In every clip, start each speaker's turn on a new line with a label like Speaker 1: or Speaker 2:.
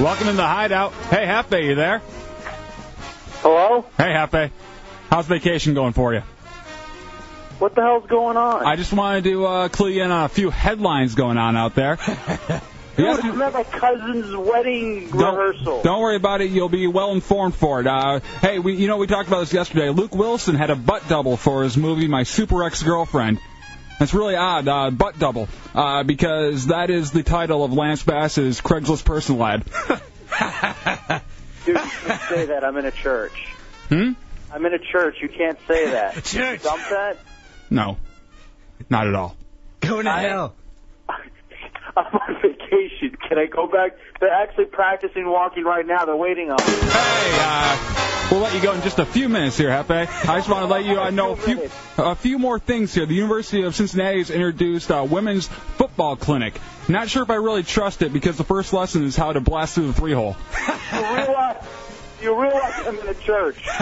Speaker 1: Welcome in the hideout. Hey, Hefe, you there?
Speaker 2: Hello?
Speaker 1: Hey, Hefe. How's vacation going for you?
Speaker 2: What the hell's going on?
Speaker 1: I just wanted to uh, clue you in on a few headlines going on out there.
Speaker 2: Dude, I'm at my cousin's wedding rehearsal.
Speaker 1: Don't worry about it. You'll be well informed for it. Uh, hey, we, you know, we talked about this yesterday. Luke Wilson had a butt double for his movie My Super Ex Girlfriend. That's really odd, uh, butt double, uh, because that is the title of Lance Bass's Craigslist Personal ad.
Speaker 2: Dude, you can't say that. I'm in a church.
Speaker 1: Hmm?
Speaker 2: I'm in a church. You can't say that. church. Dump that.
Speaker 1: No, not at all.
Speaker 2: Go to hell. I'm on vacation. Can I go back? They're actually practicing walking right now. They're waiting on me.
Speaker 1: uh, We'll let you go in just a few minutes here, Hefe. I just want to let you uh, know a few, a few more things here. The University of Cincinnati has introduced a women's football clinic. Not sure if I really trust it because the first lesson is how to blast through the three hole.
Speaker 2: You realize, you realize I'm in a church.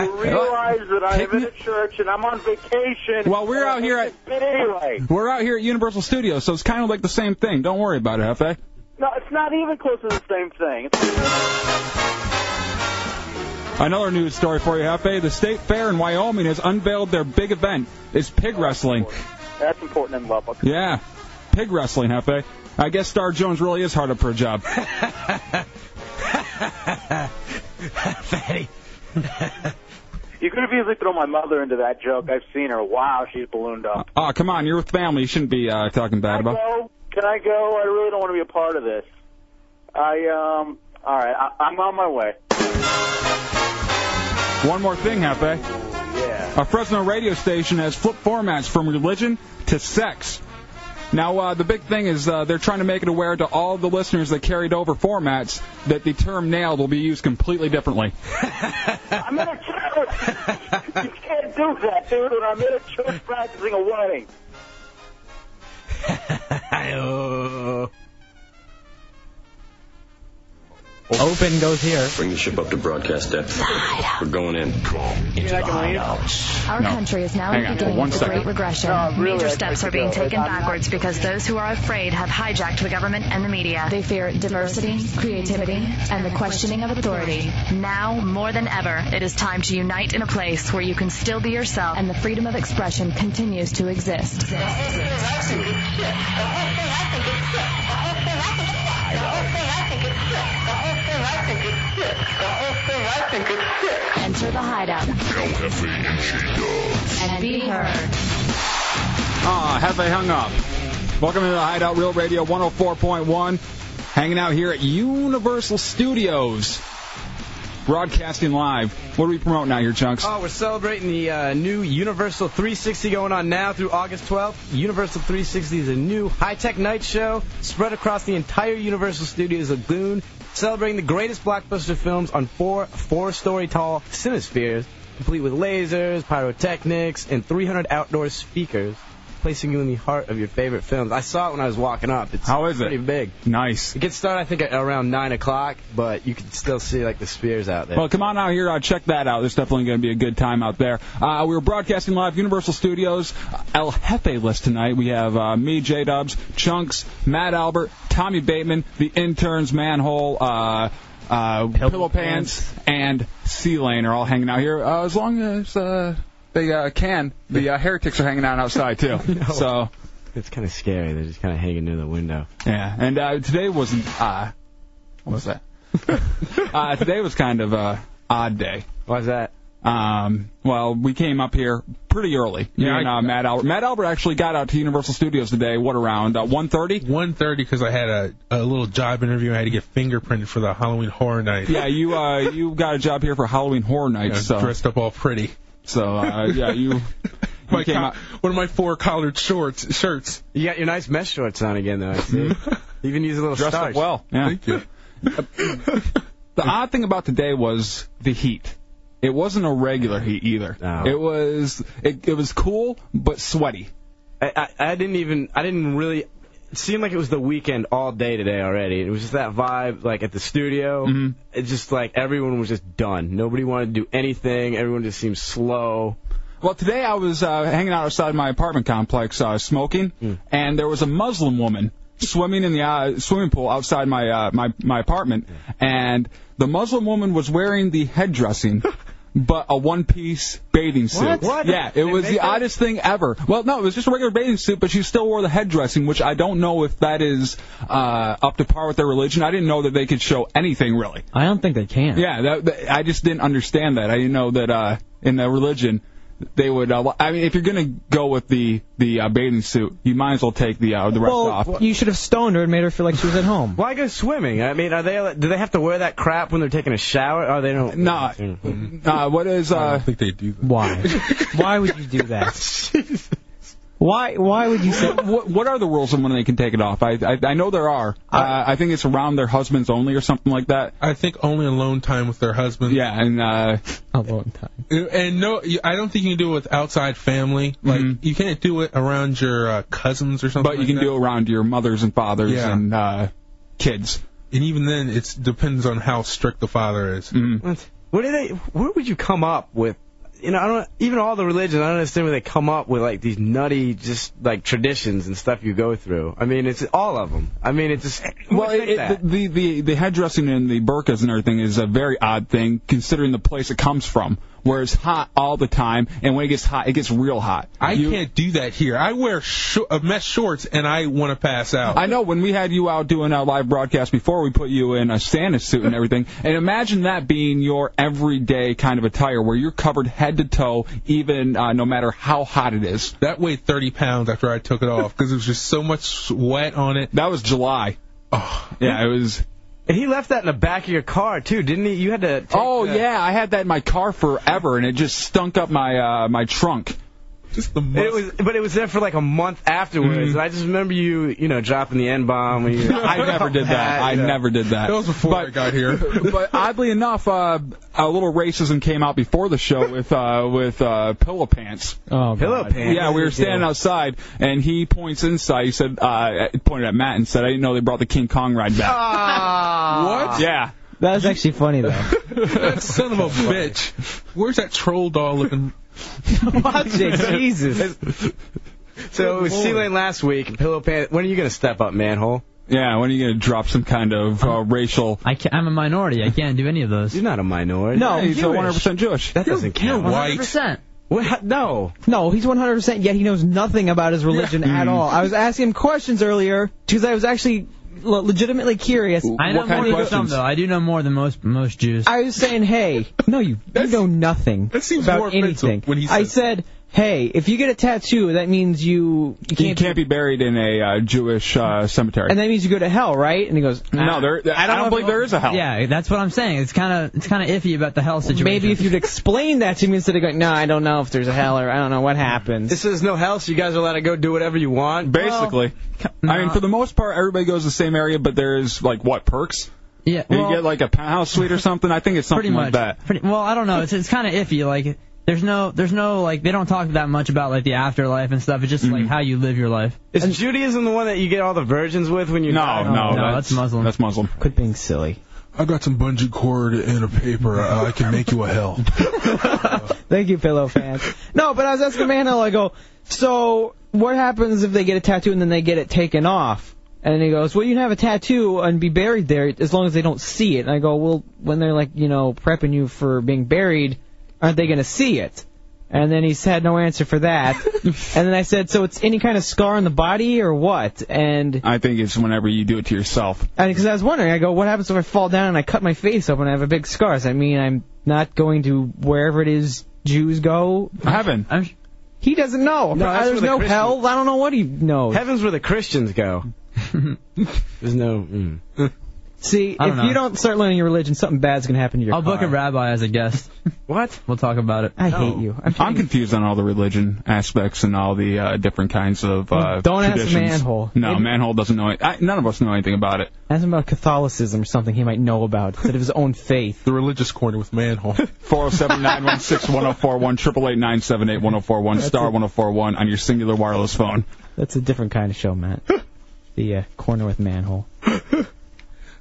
Speaker 2: You realize that I'm in a church and I'm on vacation.
Speaker 1: Well, we're out here at-
Speaker 2: But anyway.
Speaker 1: We're out here at Universal Studios, so it's kind of like the same thing. Don't worry about it, Hefe.
Speaker 2: No, it's not even close to the same thing.
Speaker 1: Another news story for you, Hefe. The State Fair in Wyoming has unveiled their big event. It's pig wrestling.
Speaker 2: That's important in Lubbock.
Speaker 1: Yeah, pig wrestling, Hefe. I guess Star Jones really is hard up for a job.
Speaker 3: Fatty.
Speaker 2: You could have easily thrown my mother into that joke. I've seen her. Wow, she's ballooned up.
Speaker 1: Oh, come on, you're with family. You shouldn't be uh, talking bad about.
Speaker 2: Go? Can I go? I really don't want to be a part of this. I um. All right, I, I'm on my way.
Speaker 1: One more thing, Hefe.
Speaker 2: Yeah.
Speaker 1: A Fresno radio station has flipped formats from religion to sex. Now, uh, the big thing is uh, they're trying to make it aware to all the listeners that carried over formats that the term nailed will be used completely differently.
Speaker 2: I'm in a church. you can't do that, dude. When I'm in a church practicing a wedding.
Speaker 3: Open goes here.
Speaker 4: Bring the ship up to broadcast depth. We're going in.
Speaker 2: Into the hideout.
Speaker 5: Our country is now
Speaker 1: Hang
Speaker 5: at
Speaker 1: on,
Speaker 5: the beginning
Speaker 1: one
Speaker 5: of a
Speaker 1: second.
Speaker 5: great regression.
Speaker 2: No, really,
Speaker 6: Major
Speaker 2: I
Speaker 6: steps
Speaker 2: think
Speaker 6: are being
Speaker 2: so.
Speaker 6: taken
Speaker 2: I'm not-
Speaker 6: backwards because those who are afraid have hijacked the government and the media.
Speaker 5: They fear diversity, creativity, and the questioning of authority,
Speaker 6: Now, more than ever, it is time to unite in a place where you can still be yourself.
Speaker 5: and the freedom of expression continues to exist. Enter the hideout and be heard.
Speaker 1: Ah, have they hung up? Welcome to the Hideout Real Radio 104.1. Hanging out here at Universal Studios. Broadcasting live. What are we promoting out here, Chunks?
Speaker 3: Oh, we're celebrating the uh, new Universal 360 going on now through August 12th. Universal 360 is a new high-tech night show spread across the entire Universal Studios Lagoon, celebrating the greatest blockbuster films on four four-story tall cinespheres, complete with lasers, pyrotechnics, and 300 outdoor speakers, placing you in the heart of your favorite films. I saw it when I was walking up. It's
Speaker 1: How is it?
Speaker 3: pretty big.
Speaker 1: Nice.
Speaker 3: It gets started, I think, at around 9 o'clock, but you can still see, like, the spears out there.
Speaker 1: Well, come on out here. Uh, check that out. There's definitely going to be a good time out there. Uh, we were broadcasting live Universal Studios El Jefe list tonight. We have uh, me, J Dubs, Chunks, Matt Albert, Tommy Bateman, the interns, Manhole, uh, uh, Pillow, Pants, and C Lane are all hanging out here. Uh, as long as uh, they uh, can, the uh, heretics are hanging out outside too. So
Speaker 3: It's kind of scary. They're just kind of hanging near the window.
Speaker 1: yeah. And uh, today was uh, what was that? uh, today was kind of a odd day.
Speaker 3: Why's that?
Speaker 1: Um, well, we came up here pretty early. Me
Speaker 7: Yeah,
Speaker 1: and,
Speaker 7: I-
Speaker 1: uh, Matt Albert. Matt Albert actually got out to Universal Studios today. What around uh, 1:30?
Speaker 7: One thirty because I had a, a little job interview. I had to get fingerprinted for the Halloween Horror Night.
Speaker 1: Yeah, you uh, you got a job here for Halloween Horror Night,
Speaker 7: I was
Speaker 1: so
Speaker 7: dressed up all pretty.
Speaker 1: so uh, yeah, you
Speaker 7: My
Speaker 1: you came
Speaker 7: co-
Speaker 1: out.
Speaker 7: one of my four collared shorts shirts.
Speaker 3: You got your nice mesh shorts on again, though. I see. you even use a little
Speaker 1: dressed up
Speaker 3: starch.
Speaker 1: well. Yeah.
Speaker 7: Thank you.
Speaker 1: The odd thing about today was the heat. It wasn't a regular heat either.
Speaker 3: No.
Speaker 1: It was it, it was cool but sweaty.
Speaker 3: I, I, I didn't even. I didn't really. It seemed like it was the weekend all day today already. It was just that vibe, like at the studio.
Speaker 1: Mm-hmm.
Speaker 3: mm It's just like everyone was just done. Nobody wanted to do anything. Everyone just seemed slow.
Speaker 1: Well, today
Speaker 8: Hmm.
Speaker 1: I was uh, hanging out outside my apartment complex uh, smoking, and there was a Muslim woman swimming in the uh, swimming pool outside my uh, my my apartment,
Speaker 8: Hmm.
Speaker 1: and the Muslim woman was wearing the head dressing. But a one-piece bathing suit.
Speaker 8: What? What?
Speaker 1: Yeah, it
Speaker 8: They
Speaker 1: was
Speaker 8: make
Speaker 1: the
Speaker 8: that?
Speaker 1: oddest thing ever. Well, no, it was just a regular bathing suit, but she still wore the head dressing, which I don't know if that is uh, up to par with their religion. I didn't know that they could show anything really.
Speaker 9: I don't think they can.
Speaker 1: Yeah, that, that, I just didn't understand that. I didn't know that uh, in the religion they would. Uh, I mean, if you're gonna go with the the uh, bathing suit, you might as well take the uh, the rest off.
Speaker 9: Well, you should have stoned her and made her feel like she was at home.
Speaker 8: Why go swimming? I mean, are they? Do they have to wear that crap when they're taking a shower? Or they don't?
Speaker 1: Nah, uh, what is
Speaker 7: I
Speaker 1: uh?
Speaker 7: don't think they do that.
Speaker 9: Why? why would you do that? Why? Why would you say?
Speaker 1: What, what are the rules on when they can take it off? I I, I know there are. Uh, I think it's around their husbands only or something like that.
Speaker 7: I think only alone time with their husband.
Speaker 1: Yeah, and uh,
Speaker 9: A long time.
Speaker 7: And no, you- I don't think you can do it with outside family. Like
Speaker 1: Mhm.
Speaker 7: you can't do it around your uh, cousins or something.
Speaker 1: but you can do it around your mothers and fathers
Speaker 7: Yeah.
Speaker 1: and uh, kids.
Speaker 7: it. And even then, it depends on how strict the father is.
Speaker 1: Mm-hmm.
Speaker 8: What, what do they? Where would you come up with? You know, I don't even all the religions. I don't understand where they come up with like these nutty, just like traditions and stuff you go through. I mean, it's all of them. I mean, it's just. who would
Speaker 1: Well, it,
Speaker 8: think that?
Speaker 1: it, the, the the head dressing and the burqas and everything is a very odd thing considering the place it comes from, where it's hot all the time, and when it gets hot, it gets real hot.
Speaker 7: I
Speaker 1: You-
Speaker 7: can't do that here. I wear shor- uh, mesh shorts and I want to pass out.
Speaker 1: I know when we had you out doing a live broadcast before, we put you in a Santa suit and everything. And imagine that being your everyday kind of attire, where you're covered head to toe, even uh, no matter how hot it is.
Speaker 7: that weighed 30 pounds after I took it off because there was just so much sweat on it.
Speaker 1: That was July.
Speaker 7: Oh,
Speaker 1: Yeah, it was.
Speaker 8: and he left that in the back of your car too, didn't he? You had to. take
Speaker 1: Oh
Speaker 8: the-
Speaker 1: yeah, I had that in my car forever, and it just stunk up my uh, my trunk.
Speaker 7: just the
Speaker 8: It
Speaker 7: most.
Speaker 8: was, but it was there for like a month afterwards,
Speaker 1: Mm-hmm.
Speaker 8: and I just remember you, you know, dropping the n bomb.
Speaker 1: I never did that. I never did that.
Speaker 7: that was before
Speaker 1: But-
Speaker 7: I got here.
Speaker 1: but oddly enough, uh, a little racism came out before the show with uh, with uh, pillow pants.
Speaker 9: Oh,
Speaker 8: Pillow
Speaker 9: God.
Speaker 8: pants.
Speaker 1: Yeah, we were standing outside, and he points inside. He said, uh, pointed at Matt and said, "I didn't know they brought the King Kong ride back."
Speaker 8: Ah.
Speaker 1: yeah.
Speaker 9: That was actually funny though.
Speaker 7: that son of a bitch. Where's that troll doll looking?
Speaker 9: Watch it, Jesus.
Speaker 8: So it was
Speaker 7: Lord.
Speaker 8: Sea Lane last week. and Pillow pants. When are you gonna step up, manhole?
Speaker 1: Yeah, when are you going to drop some kind of uh, racial?
Speaker 9: I can't, I'm a minority. I can't do any of those.
Speaker 8: You're not a minority.
Speaker 9: No,
Speaker 1: Yeah, he's
Speaker 9: Jewish.
Speaker 1: 100% Jewish.
Speaker 8: that doesn't count.
Speaker 7: you're white.
Speaker 9: 100%.
Speaker 8: What? No.
Speaker 9: No, he's 100%, yet he knows nothing about his religion at
Speaker 7: Mm.
Speaker 9: all. I was asking him questions earlier because I was actually le- legitimately curious.
Speaker 1: I know What kind of more than questions? some, though.
Speaker 9: I do know more than most most Jews. I was saying, hey, no, you, you know nothing
Speaker 7: that seems
Speaker 9: about
Speaker 7: more offensive
Speaker 9: anything.
Speaker 7: when he
Speaker 9: I
Speaker 7: says-
Speaker 9: said, hey, if you get a tattoo, that means you, you
Speaker 1: He
Speaker 9: can't,
Speaker 1: can't be buried in a uh, Jewish uh, cemetery.
Speaker 9: and that means you go to hell, right? And he goes,
Speaker 10: "Ah,
Speaker 1: no, there. I don't,
Speaker 9: know if-
Speaker 1: believe there is a hell.
Speaker 10: Yeah, that's what I'm saying. It's kind of it's kind of iffy about the hell situation.
Speaker 9: Maybe if you'd explain that to me instead of going, no, I don't know if there's a hell or I don't know what
Speaker 8: This
Speaker 9: happens.
Speaker 8: is no hell, so you guys are allowed to go do whatever you want.
Speaker 1: Basically, I mean, for the most part, everybody goes to the same area, but there's like what perks?
Speaker 10: yeah,
Speaker 1: You
Speaker 10: well,
Speaker 1: get like a penthouse suite or something. I think it's
Speaker 10: pretty
Speaker 1: something
Speaker 10: much.
Speaker 1: like that.
Speaker 10: Pretty, well, I don't know. It's it's kind of iffy. Like there's no there's no like they don't talk that much about like the afterlife and stuff. It's just
Speaker 1: Mm-hmm.
Speaker 10: like how you live your life.
Speaker 8: Is Judaism the one that you get all the virgins with when you?
Speaker 1: No, no,
Speaker 10: no, that's Muslim.
Speaker 1: That's Muslim.
Speaker 9: Quit being silly.
Speaker 7: I got some bungee cord and a paper. I, I can make you a hell.
Speaker 9: Thank you, pillow fans. no, but I was asking Manhill, I go, so what happens if they get a tattoo and then they get it taken off? And he goes, well, you can have a tattoo and be buried there as long as they don't see it. And I go, well, when they're like, you know, prepping you for being buried, aren't they going to see it? And then he had no answer for that. and then I said, so it's any kind of scar on the body or what? And
Speaker 1: I think it's whenever you do it to yourself.
Speaker 9: because I was wondering, I go, what happens if I fall down and I cut my face open and I have a big scar? Does that mean I'm not going to wherever it is Jews go
Speaker 1: I haven't.
Speaker 10: I'm,
Speaker 9: he doesn't know.
Speaker 8: No, Oh, that's
Speaker 9: There's
Speaker 8: for the
Speaker 9: no
Speaker 8: Christian-
Speaker 9: hell. I don't know what he knows.
Speaker 8: Heaven's where the Christians go. There's no. Mm.
Speaker 9: See,
Speaker 10: I
Speaker 9: if
Speaker 10: don't know.
Speaker 9: you don't start learning your religion, something bad's gonna happen to your.
Speaker 10: I'll book a
Speaker 9: car.
Speaker 10: rabbi as a guest.
Speaker 8: What?
Speaker 10: We'll talk about it.
Speaker 9: I hate you. I'm,
Speaker 1: I'm
Speaker 9: kidding.
Speaker 1: confused on all the religion aspects and all the uh, different kinds of. Uh,
Speaker 9: Don't ask
Speaker 1: traditions.
Speaker 9: Manhole.
Speaker 1: No,
Speaker 9: Maybe-
Speaker 1: manhole doesn't know. It. I, none of us know anything about it.
Speaker 9: ask him about Catholicism or something he might know about instead of his own faith.
Speaker 7: the religious corner with manhole.
Speaker 1: 407 916 1041 888 978 1041 star 1041 on your singular wireless phone.
Speaker 9: That's a different kind of show, Matt. The uh, corner with manhole.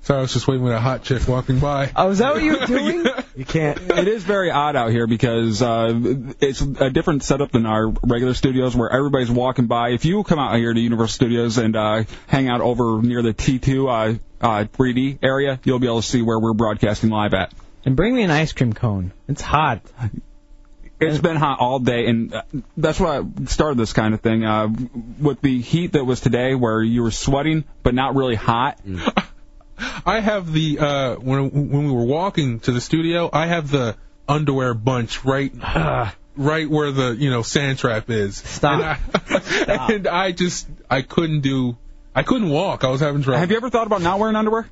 Speaker 7: Sorry, I was just waiting with a hot chick walking by.
Speaker 9: Oh, is that Oh, what you were doing?
Speaker 8: You can't.
Speaker 1: it is very odd out here because uh, it's a different setup than our regular studios where everybody's walking by. If you come out here to Universal Studios and uh, hang out over near the T2 uh, uh, 3D area, you'll be able to see where we're broadcasting live at.
Speaker 9: And bring me an ice cream cone. It's hot.
Speaker 1: It's been hot all day, and uh, that's why I started this kind of thing. Uh, with the heat that was today, where you were sweating but not really hot.
Speaker 7: I have the uh, when when we were walking to the studio, I have the underwear bunch right right where the you know sand trap is.
Speaker 9: Stop.
Speaker 7: And I, and I just I couldn't do I couldn't walk. I was having trouble.
Speaker 1: Have you ever thought about not wearing underwear?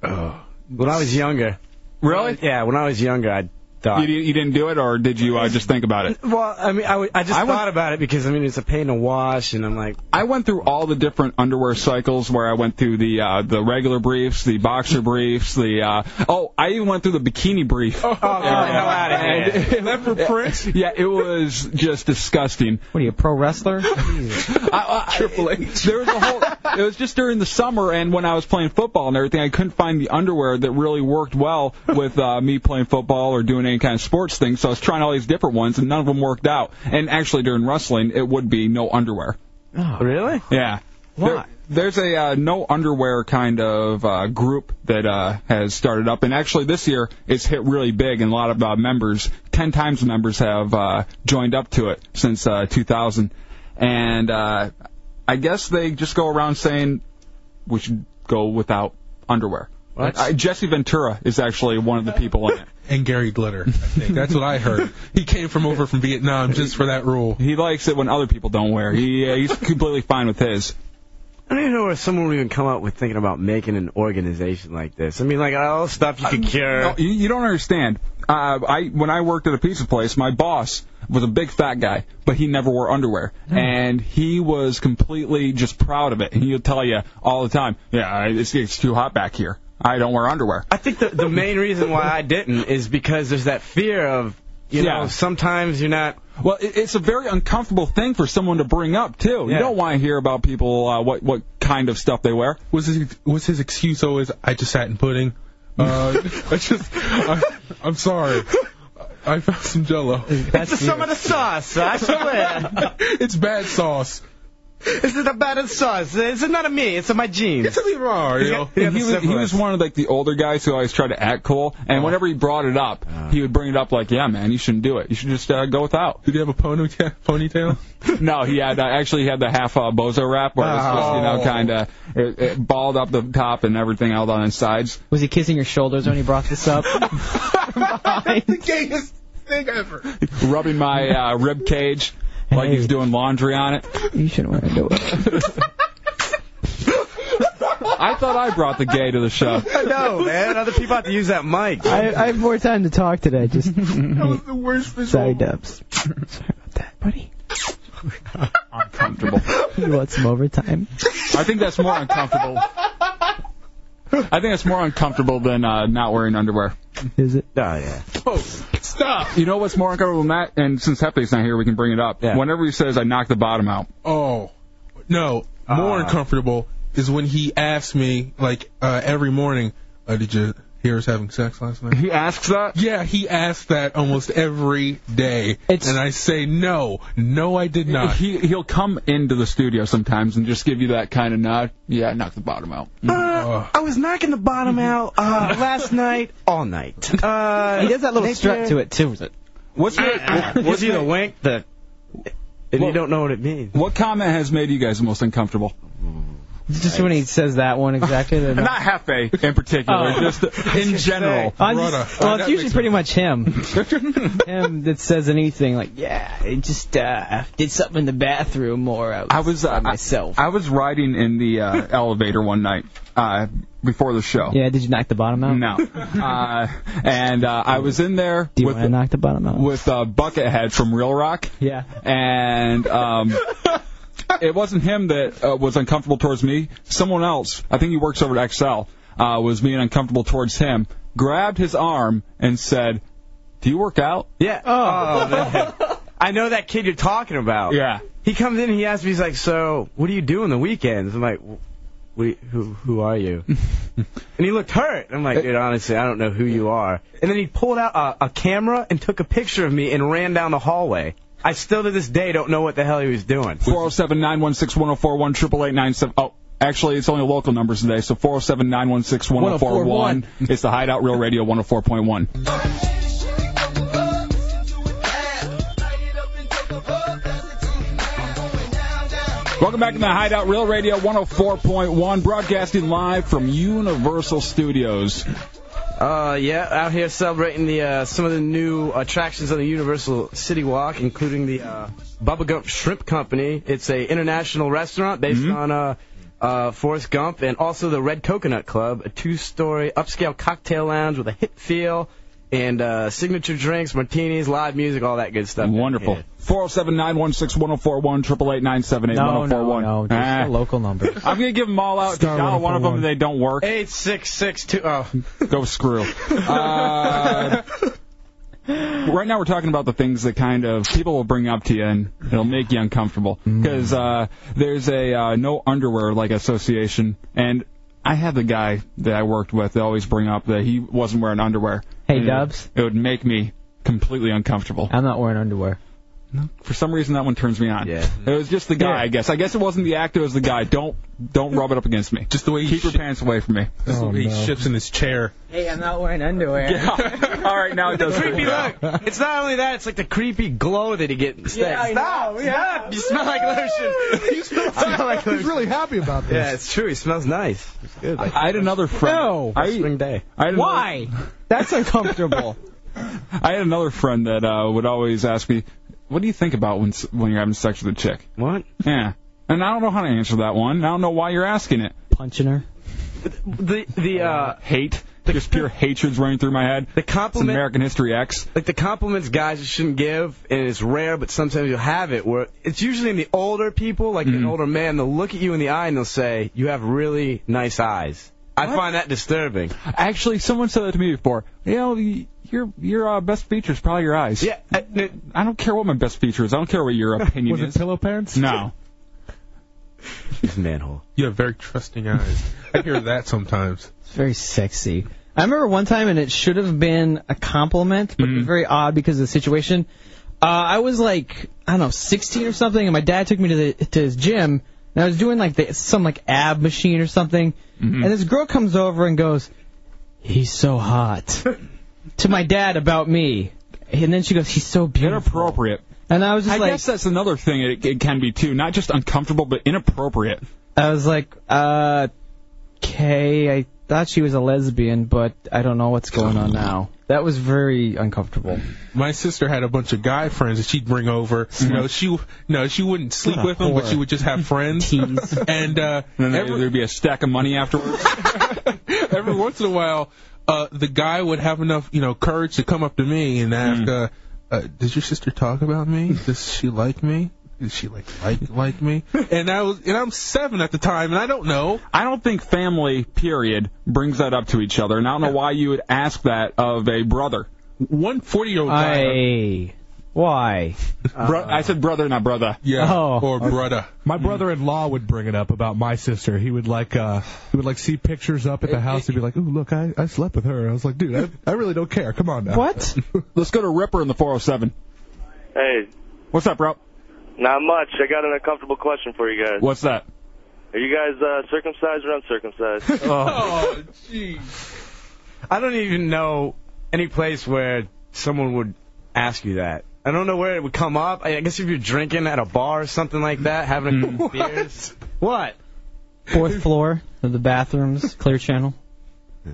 Speaker 8: When I was younger.
Speaker 1: Really?
Speaker 8: Yeah, when I was younger, I thought.
Speaker 1: You, di- you didn't do it, or did you uh, just think about it?
Speaker 8: Well, I mean, I, w- I just
Speaker 1: I was-
Speaker 8: thought about it because I mean it's a pain to wash, and I'm like,
Speaker 1: I went through all the different underwear cycles where I went through the uh, the regular briefs, the boxer briefs, the uh, oh, I even went through the bikini brief.
Speaker 8: oh, get the hell out of here.
Speaker 7: Left for Prince.
Speaker 1: Yeah, it was just disgusting.
Speaker 9: What are you, a pro wrestler? Jesus.
Speaker 1: I, I, Triple H. There was a whole. It was just during the summer and when I was playing football and everything, I couldn't find the underwear that really worked well with uh, me playing football or doing any kind of sports thing. So I was trying all these different ones and none of them worked out. And actually, during wrestling, it would be no underwear.
Speaker 8: Really?
Speaker 1: Yeah.
Speaker 9: Why?
Speaker 1: There- there's a uh, no underwear kind of uh, group that uh, has started up, and actually this year it's hit really big, and a lot of uh, members, ten times the members, have uh, joined up to it since uh, 2000. And uh, I guess they just go around saying we should go without underwear.
Speaker 8: What?
Speaker 1: Uh, Jesse Ventura is actually one of the people in it.
Speaker 7: And Gary Glitter, I think that's what I heard. He came from over from Vietnam just for that rule.
Speaker 1: He likes it when other people don't wear. He uh, he's completely fine with his.
Speaker 8: I don't even know where someone would even come up with thinking about making an organization like this. I mean, like all the stuff you could cure.
Speaker 1: Uh, No, you, you don't understand. Uh, I when I worked at a pizza place, my boss was a big fat guy, but he never wore underwear,
Speaker 8: Hmm.
Speaker 1: and he was completely just proud of it. And he'll tell you all the time, "Yeah, I- it's, it's too hot back here. I don't wear underwear."
Speaker 8: I think the, the main reason why I didn't is because there's that fear of, you
Speaker 1: Yeah.
Speaker 8: know, sometimes you're not.
Speaker 1: Well, it, it's a very uncomfortable thing for someone to bring up too. You
Speaker 8: Yeah.
Speaker 1: don't want to hear about people uh, what what kind of stuff they wear.
Speaker 7: was his was his excuse always I just sat in pudding? Uh, I just I, I'm sorry. I found some Jello.
Speaker 8: It's some of the sauce. I swear.
Speaker 7: It's bad sauce.
Speaker 8: this is the battered sauce. It's not of me. It's of my jeans.
Speaker 7: It's a Mario.
Speaker 8: Yeah,
Speaker 1: And he, was,
Speaker 8: the
Speaker 1: he
Speaker 8: syphilis.
Speaker 1: was one of like the older guys who always tried to act cool, and whenever he brought it up, he would bring it up like, "Yeah, man, you shouldn't do it. You should just uh, go without."
Speaker 7: Did he have a ponytail? ponytail?
Speaker 1: No, he had uh, actually he had the half uh, bozo wrap where it was just, you know
Speaker 7: Oh.
Speaker 1: kind of it, it balled up the top and everything out on its sides.
Speaker 9: Was he kissing your shoulders when he brought this up?
Speaker 7: the gayest thing ever.
Speaker 1: Rubbing my uh, rib cage like he was
Speaker 9: Hey.
Speaker 1: doing laundry on it.
Speaker 9: you shouldn't want to do it.
Speaker 1: I thought I brought the gay to the show.
Speaker 8: No, man. Other people have to use that mic.
Speaker 9: I,
Speaker 3: Uh,
Speaker 9: I have more time to talk today. Just
Speaker 7: That was the worst
Speaker 9: sorry,
Speaker 7: visual.
Speaker 9: Dubs. Sorry about that, buddy.
Speaker 1: Uncomfortable.
Speaker 9: You want some overtime?
Speaker 1: I think that's more uncomfortable. I think that's more uncomfortable than uh, not wearing underwear.
Speaker 9: Is it?
Speaker 8: Oh, yeah.
Speaker 7: Oh, stop.
Speaker 1: You know what's more uncomfortable than that? And since Hefty's not here, we can bring it up.
Speaker 8: Yeah.
Speaker 1: Whenever he says, I knocked the bottom out.
Speaker 7: Oh, no. More
Speaker 8: Ah.
Speaker 7: uncomfortable is when he asks me like uh, every morning, uh, "Did you hear us having sex last night?"
Speaker 1: He asks that?
Speaker 7: Yeah, he asks that almost every day,
Speaker 9: It's-
Speaker 7: and I say no, no, I did not.
Speaker 1: He he'll come into the studio sometimes and just give you that kind of nod. Yeah, knock the bottom out.
Speaker 9: Mm.
Speaker 8: Uh,
Speaker 9: Oh.
Speaker 8: I was knocking the bottom out uh, last night, all night. Uh,
Speaker 9: Mm-hmm. He does that little strut to it too.
Speaker 1: What's your,
Speaker 8: What's
Speaker 1: what's
Speaker 8: he the
Speaker 1: your-
Speaker 8: wink? The and
Speaker 1: Well-
Speaker 8: you don't know what it means.
Speaker 1: what comment has made you guys the most uncomfortable?
Speaker 9: Just when he says that one exactly. Then
Speaker 1: Not Hefe in particular,
Speaker 9: Oh.
Speaker 1: just in general.
Speaker 9: I'm
Speaker 7: Rudder.
Speaker 9: just-
Speaker 7: Oh,
Speaker 9: well,
Speaker 7: that
Speaker 9: it's usually
Speaker 7: makes
Speaker 9: pretty much him. him that says anything like, "Yeah, I just uh, did something in the bathroom," or "I was,
Speaker 1: I was uh,
Speaker 9: by myself."
Speaker 1: I, I was riding in the uh, elevator one night uh, before the show.
Speaker 9: yeah, did you knock the bottom out?
Speaker 1: No. Uh, and uh, I was in there
Speaker 9: Do you
Speaker 1: with
Speaker 9: want to knock the bottom out?
Speaker 1: with uh, Buckethead from Real Rock.
Speaker 9: yeah.
Speaker 1: and um, it wasn't him that uh, was uncomfortable towards me. Someone else, I think he works over at XL, uh, was being uncomfortable towards him. Grabbed his arm and said, "Do you work out?"
Speaker 8: Yeah. Oh, man. I know that kid you're talking about.
Speaker 1: Yeah.
Speaker 8: He comes in, he asks me, he's like, so what do you do on the weekends? I'm like, "Well,
Speaker 3: we, who who are you? and he looked hurt. I'm like, dude, honestly, I don't know who you are. And then he pulled out a, a camera and took a picture of me and ran down the hallway. I still to this day don't know what the hell he was doing.
Speaker 1: 407 916 1041 888 Oh, actually, it's only local numbers today, so 407 916 1041. It's the Hideout Real Radio 104.1. Welcome back to the Hideout Real Radio 104.1, broadcasting live from Universal Studios.
Speaker 3: Uh, yeah, out here celebrating the uh, some of the new attractions on the Universal City Walk, including the uh, Bubba Gump Shrimp Company. It's a international restaurant based
Speaker 1: Mm-hmm.
Speaker 3: on uh, uh, Forrest Gump, and also the Red Coconut Club, a two-story upscale cocktail lounge with a hip feel and uh, signature drinks, martinis, live music, all that good stuff.
Speaker 1: Wonderful.
Speaker 3: Yeah.
Speaker 1: 407 916 1041, 888 978 1041.
Speaker 4: no, just a local number.
Speaker 1: I'm going to give them all out. 'cause Ah. Y'all, one of them, they don't work.
Speaker 3: Eight six six two. Oh,
Speaker 1: Go screw. Uh, right now, we're talking about the things that kind of people will bring up to you and it'll make you uncomfortable.
Speaker 4: Mm.
Speaker 1: Because uh, there's a uh, no underwear like association, and I had the guy that I worked with always bring up that he wasn't wearing underwear.
Speaker 4: Hey,
Speaker 1: And
Speaker 4: Dubs.
Speaker 1: It would make me completely uncomfortable.
Speaker 4: I'm not wearing underwear.
Speaker 1: For some reason, that one turns me on.
Speaker 3: Yeah.
Speaker 1: It was just the guy,
Speaker 4: Yeah.
Speaker 1: I guess. I guess it wasn't the act; it was the guy. Don't don't rub it up against me.
Speaker 7: Just the way he,
Speaker 1: Keep your
Speaker 7: shi-
Speaker 1: pants away from me.
Speaker 7: just the
Speaker 4: Oh,
Speaker 7: way he shifts in his chair.
Speaker 4: Hey, I'm not wearing underwear.
Speaker 1: All right, now it does.
Speaker 3: creepy look. It's not only that; it's like the creepy glow that he gets. instead.
Speaker 4: I
Speaker 3: Stop! Stop! You smell like lotion. You smell like
Speaker 11: He's
Speaker 3: lotion.
Speaker 11: really happy about this.
Speaker 3: Yeah, it's true. He smells nice. It's good. Like,
Speaker 1: I had another friend.
Speaker 9: No.
Speaker 1: I,
Speaker 3: spring day.
Speaker 1: I had Another,
Speaker 9: Why? That's uncomfortable.
Speaker 1: I had another friend that uh, would always ask me, "What do you think about when s- when you're having sex with a chick?"
Speaker 3: What?
Speaker 1: Yeah. And I don't know how to answer that one. I don't know why you're asking it.
Speaker 4: Punching her.
Speaker 3: The the uh
Speaker 1: Hate. Just pure hatred's running through my head.
Speaker 3: the
Speaker 1: It's
Speaker 3: compliment
Speaker 1: American History X.
Speaker 3: like the compliments guys just shouldn't give, and it's rare, but sometimes you'll have it where it's usually in the older people, like
Speaker 1: Mm-hmm.
Speaker 3: an older man. They'll look at you in the eye and they'll say, "You have really nice eyes." I find that disturbing.
Speaker 1: Actually, someone said that to me before. You know, y- your your uh, best feature is probably your eyes.
Speaker 3: Yeah, I- n-
Speaker 1: I don't care what my best feature is. I don't care what your opinion
Speaker 11: Was it
Speaker 1: is.
Speaker 11: pillow pants?
Speaker 1: No.
Speaker 3: it's manhole.
Speaker 7: You have very trusting eyes. I hear that sometimes.
Speaker 9: It's very sexy. I remember one time, and it should have been a compliment, but it
Speaker 1: Mm-hmm.
Speaker 9: was very odd because of the situation. Uh, I was like, I don't know, 16 or something, and my dad took me to the to his gym, and I was doing like the, some like ab machine or something,
Speaker 1: Mm-hmm.
Speaker 9: and this girl comes over and goes, "He's so hot," to my dad about me, and then she goes, "He's so beautiful,"
Speaker 1: Inappropriate.
Speaker 9: and I was just
Speaker 1: I
Speaker 9: like,
Speaker 1: guess that's another thing it, it can be too. Not just uncomfortable, but inappropriate.
Speaker 9: I was like, uh, okay, I thought she was a lesbian, but I don't know what's going on now. That was very uncomfortable.
Speaker 7: my sister had a bunch of guy friends that she'd bring over. You
Speaker 1: Mm-hmm.
Speaker 7: know, she no, she wouldn't sleep with them, but she would just have friends. and uh,
Speaker 1: And then
Speaker 7: every-
Speaker 1: there'd be a stack of money afterwards.
Speaker 7: every once in a while, uh, the guy would have enough, you know, courage to come up to me
Speaker 11: Hmm.
Speaker 7: and ask, uh, uh, "Does your sister talk about me? Does she like me? Does she like like like me?" And I was, and I'm seven at the time, and I don't know.
Speaker 1: I don't think family, period, brings that up to each other. And I don't know why you would ask that of a brother.
Speaker 7: One forty year old guy,
Speaker 9: I. Why?
Speaker 1: Bro- I said brother, not brother.
Speaker 7: yeah,
Speaker 9: Oh.
Speaker 7: or brother.
Speaker 11: My brother-in-law would bring it up about my sister. He would like, uh, he would like see pictures up at the house and be like, "Ooh, look, I, I slept with her." I was like, "Dude, I, I really don't care. Come on now."
Speaker 9: What?
Speaker 1: Let's go to Ripper in the 407.
Speaker 12: Hey,
Speaker 1: What's up, bro?
Speaker 12: not much. I got an uncomfortable question for you guys.
Speaker 1: What's that?
Speaker 12: Are you guys uh, circumcised or uncircumcised?
Speaker 7: Oh, jeez.
Speaker 3: I don't even know any place where someone would ask you that. I don't know where it would come up. I I guess if you're drinking at a bar or something like that, having a
Speaker 1: Mm-hmm.
Speaker 3: couple beers. What?
Speaker 9: Fourth floor of the bathrooms, clear channel.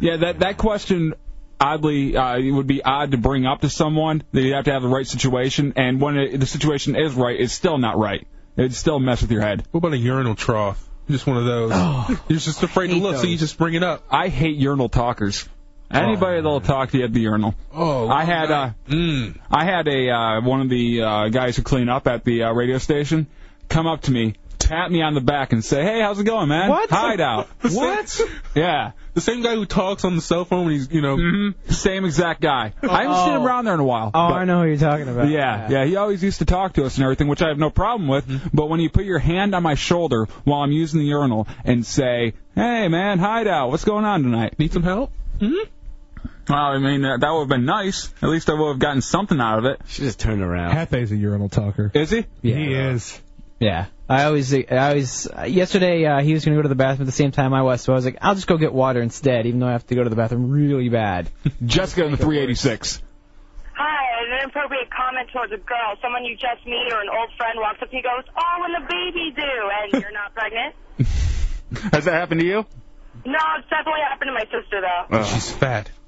Speaker 1: Yeah, that that question oddly uh, it would be odd to bring up to someone. That you have to have the right situation, and when it, the situation is right, it's still not right. It'd still mess with your head.
Speaker 7: What about a urinal trough? Just one of those. You're just afraid to
Speaker 9: hate
Speaker 7: look, so
Speaker 9: those.
Speaker 7: you just bring it up.
Speaker 1: I hate urinal talkers. Anybody that'll talk to you at the urinal.
Speaker 7: Oh,
Speaker 1: I had uh,
Speaker 7: Mm.
Speaker 1: I had a uh, one of the uh, guys who clean up at the uh, radio station come up to me, tap me on the back, and say, "Hey, how's it going, man?
Speaker 9: What?
Speaker 1: Hideout.
Speaker 7: What?
Speaker 1: yeah. Mm-hmm.
Speaker 7: The same guy who talks on the cell phone when he's, you know.
Speaker 1: Same exact guy. I haven't seen him around there in a while.
Speaker 9: Oh,
Speaker 1: but-
Speaker 9: I know who you're talking about.
Speaker 1: Yeah, yeah. He always used to talk to us and everything, which I have no problem with. But when you put your hand on my shoulder while I'm using the urinal and say, "Hey, man, hideout, what's going on tonight?
Speaker 7: Need some help?"
Speaker 1: Hmm. Well, I mean, that, that would have been nice. At least I would have gotten something out of it.
Speaker 3: She just turned around.
Speaker 4: Hefe's a urinal talker.
Speaker 1: Is he?
Speaker 4: He is.
Speaker 9: Yeah. I always, I always. Yesterday, uh, he was gonna go to the bathroom at the same time I was, so I was like, I'll just go get water instead, even though I have to go to the bathroom really bad.
Speaker 1: Jessica in the 386.
Speaker 12: Hi, an inappropriate comment towards a girl, someone you just meet or an old friend walks up to you and goes, oh, when the baby do, and you're not pregnant.
Speaker 1: Has that happened to you?
Speaker 12: No, it's definitely happened to my sister, though.
Speaker 7: She's fat.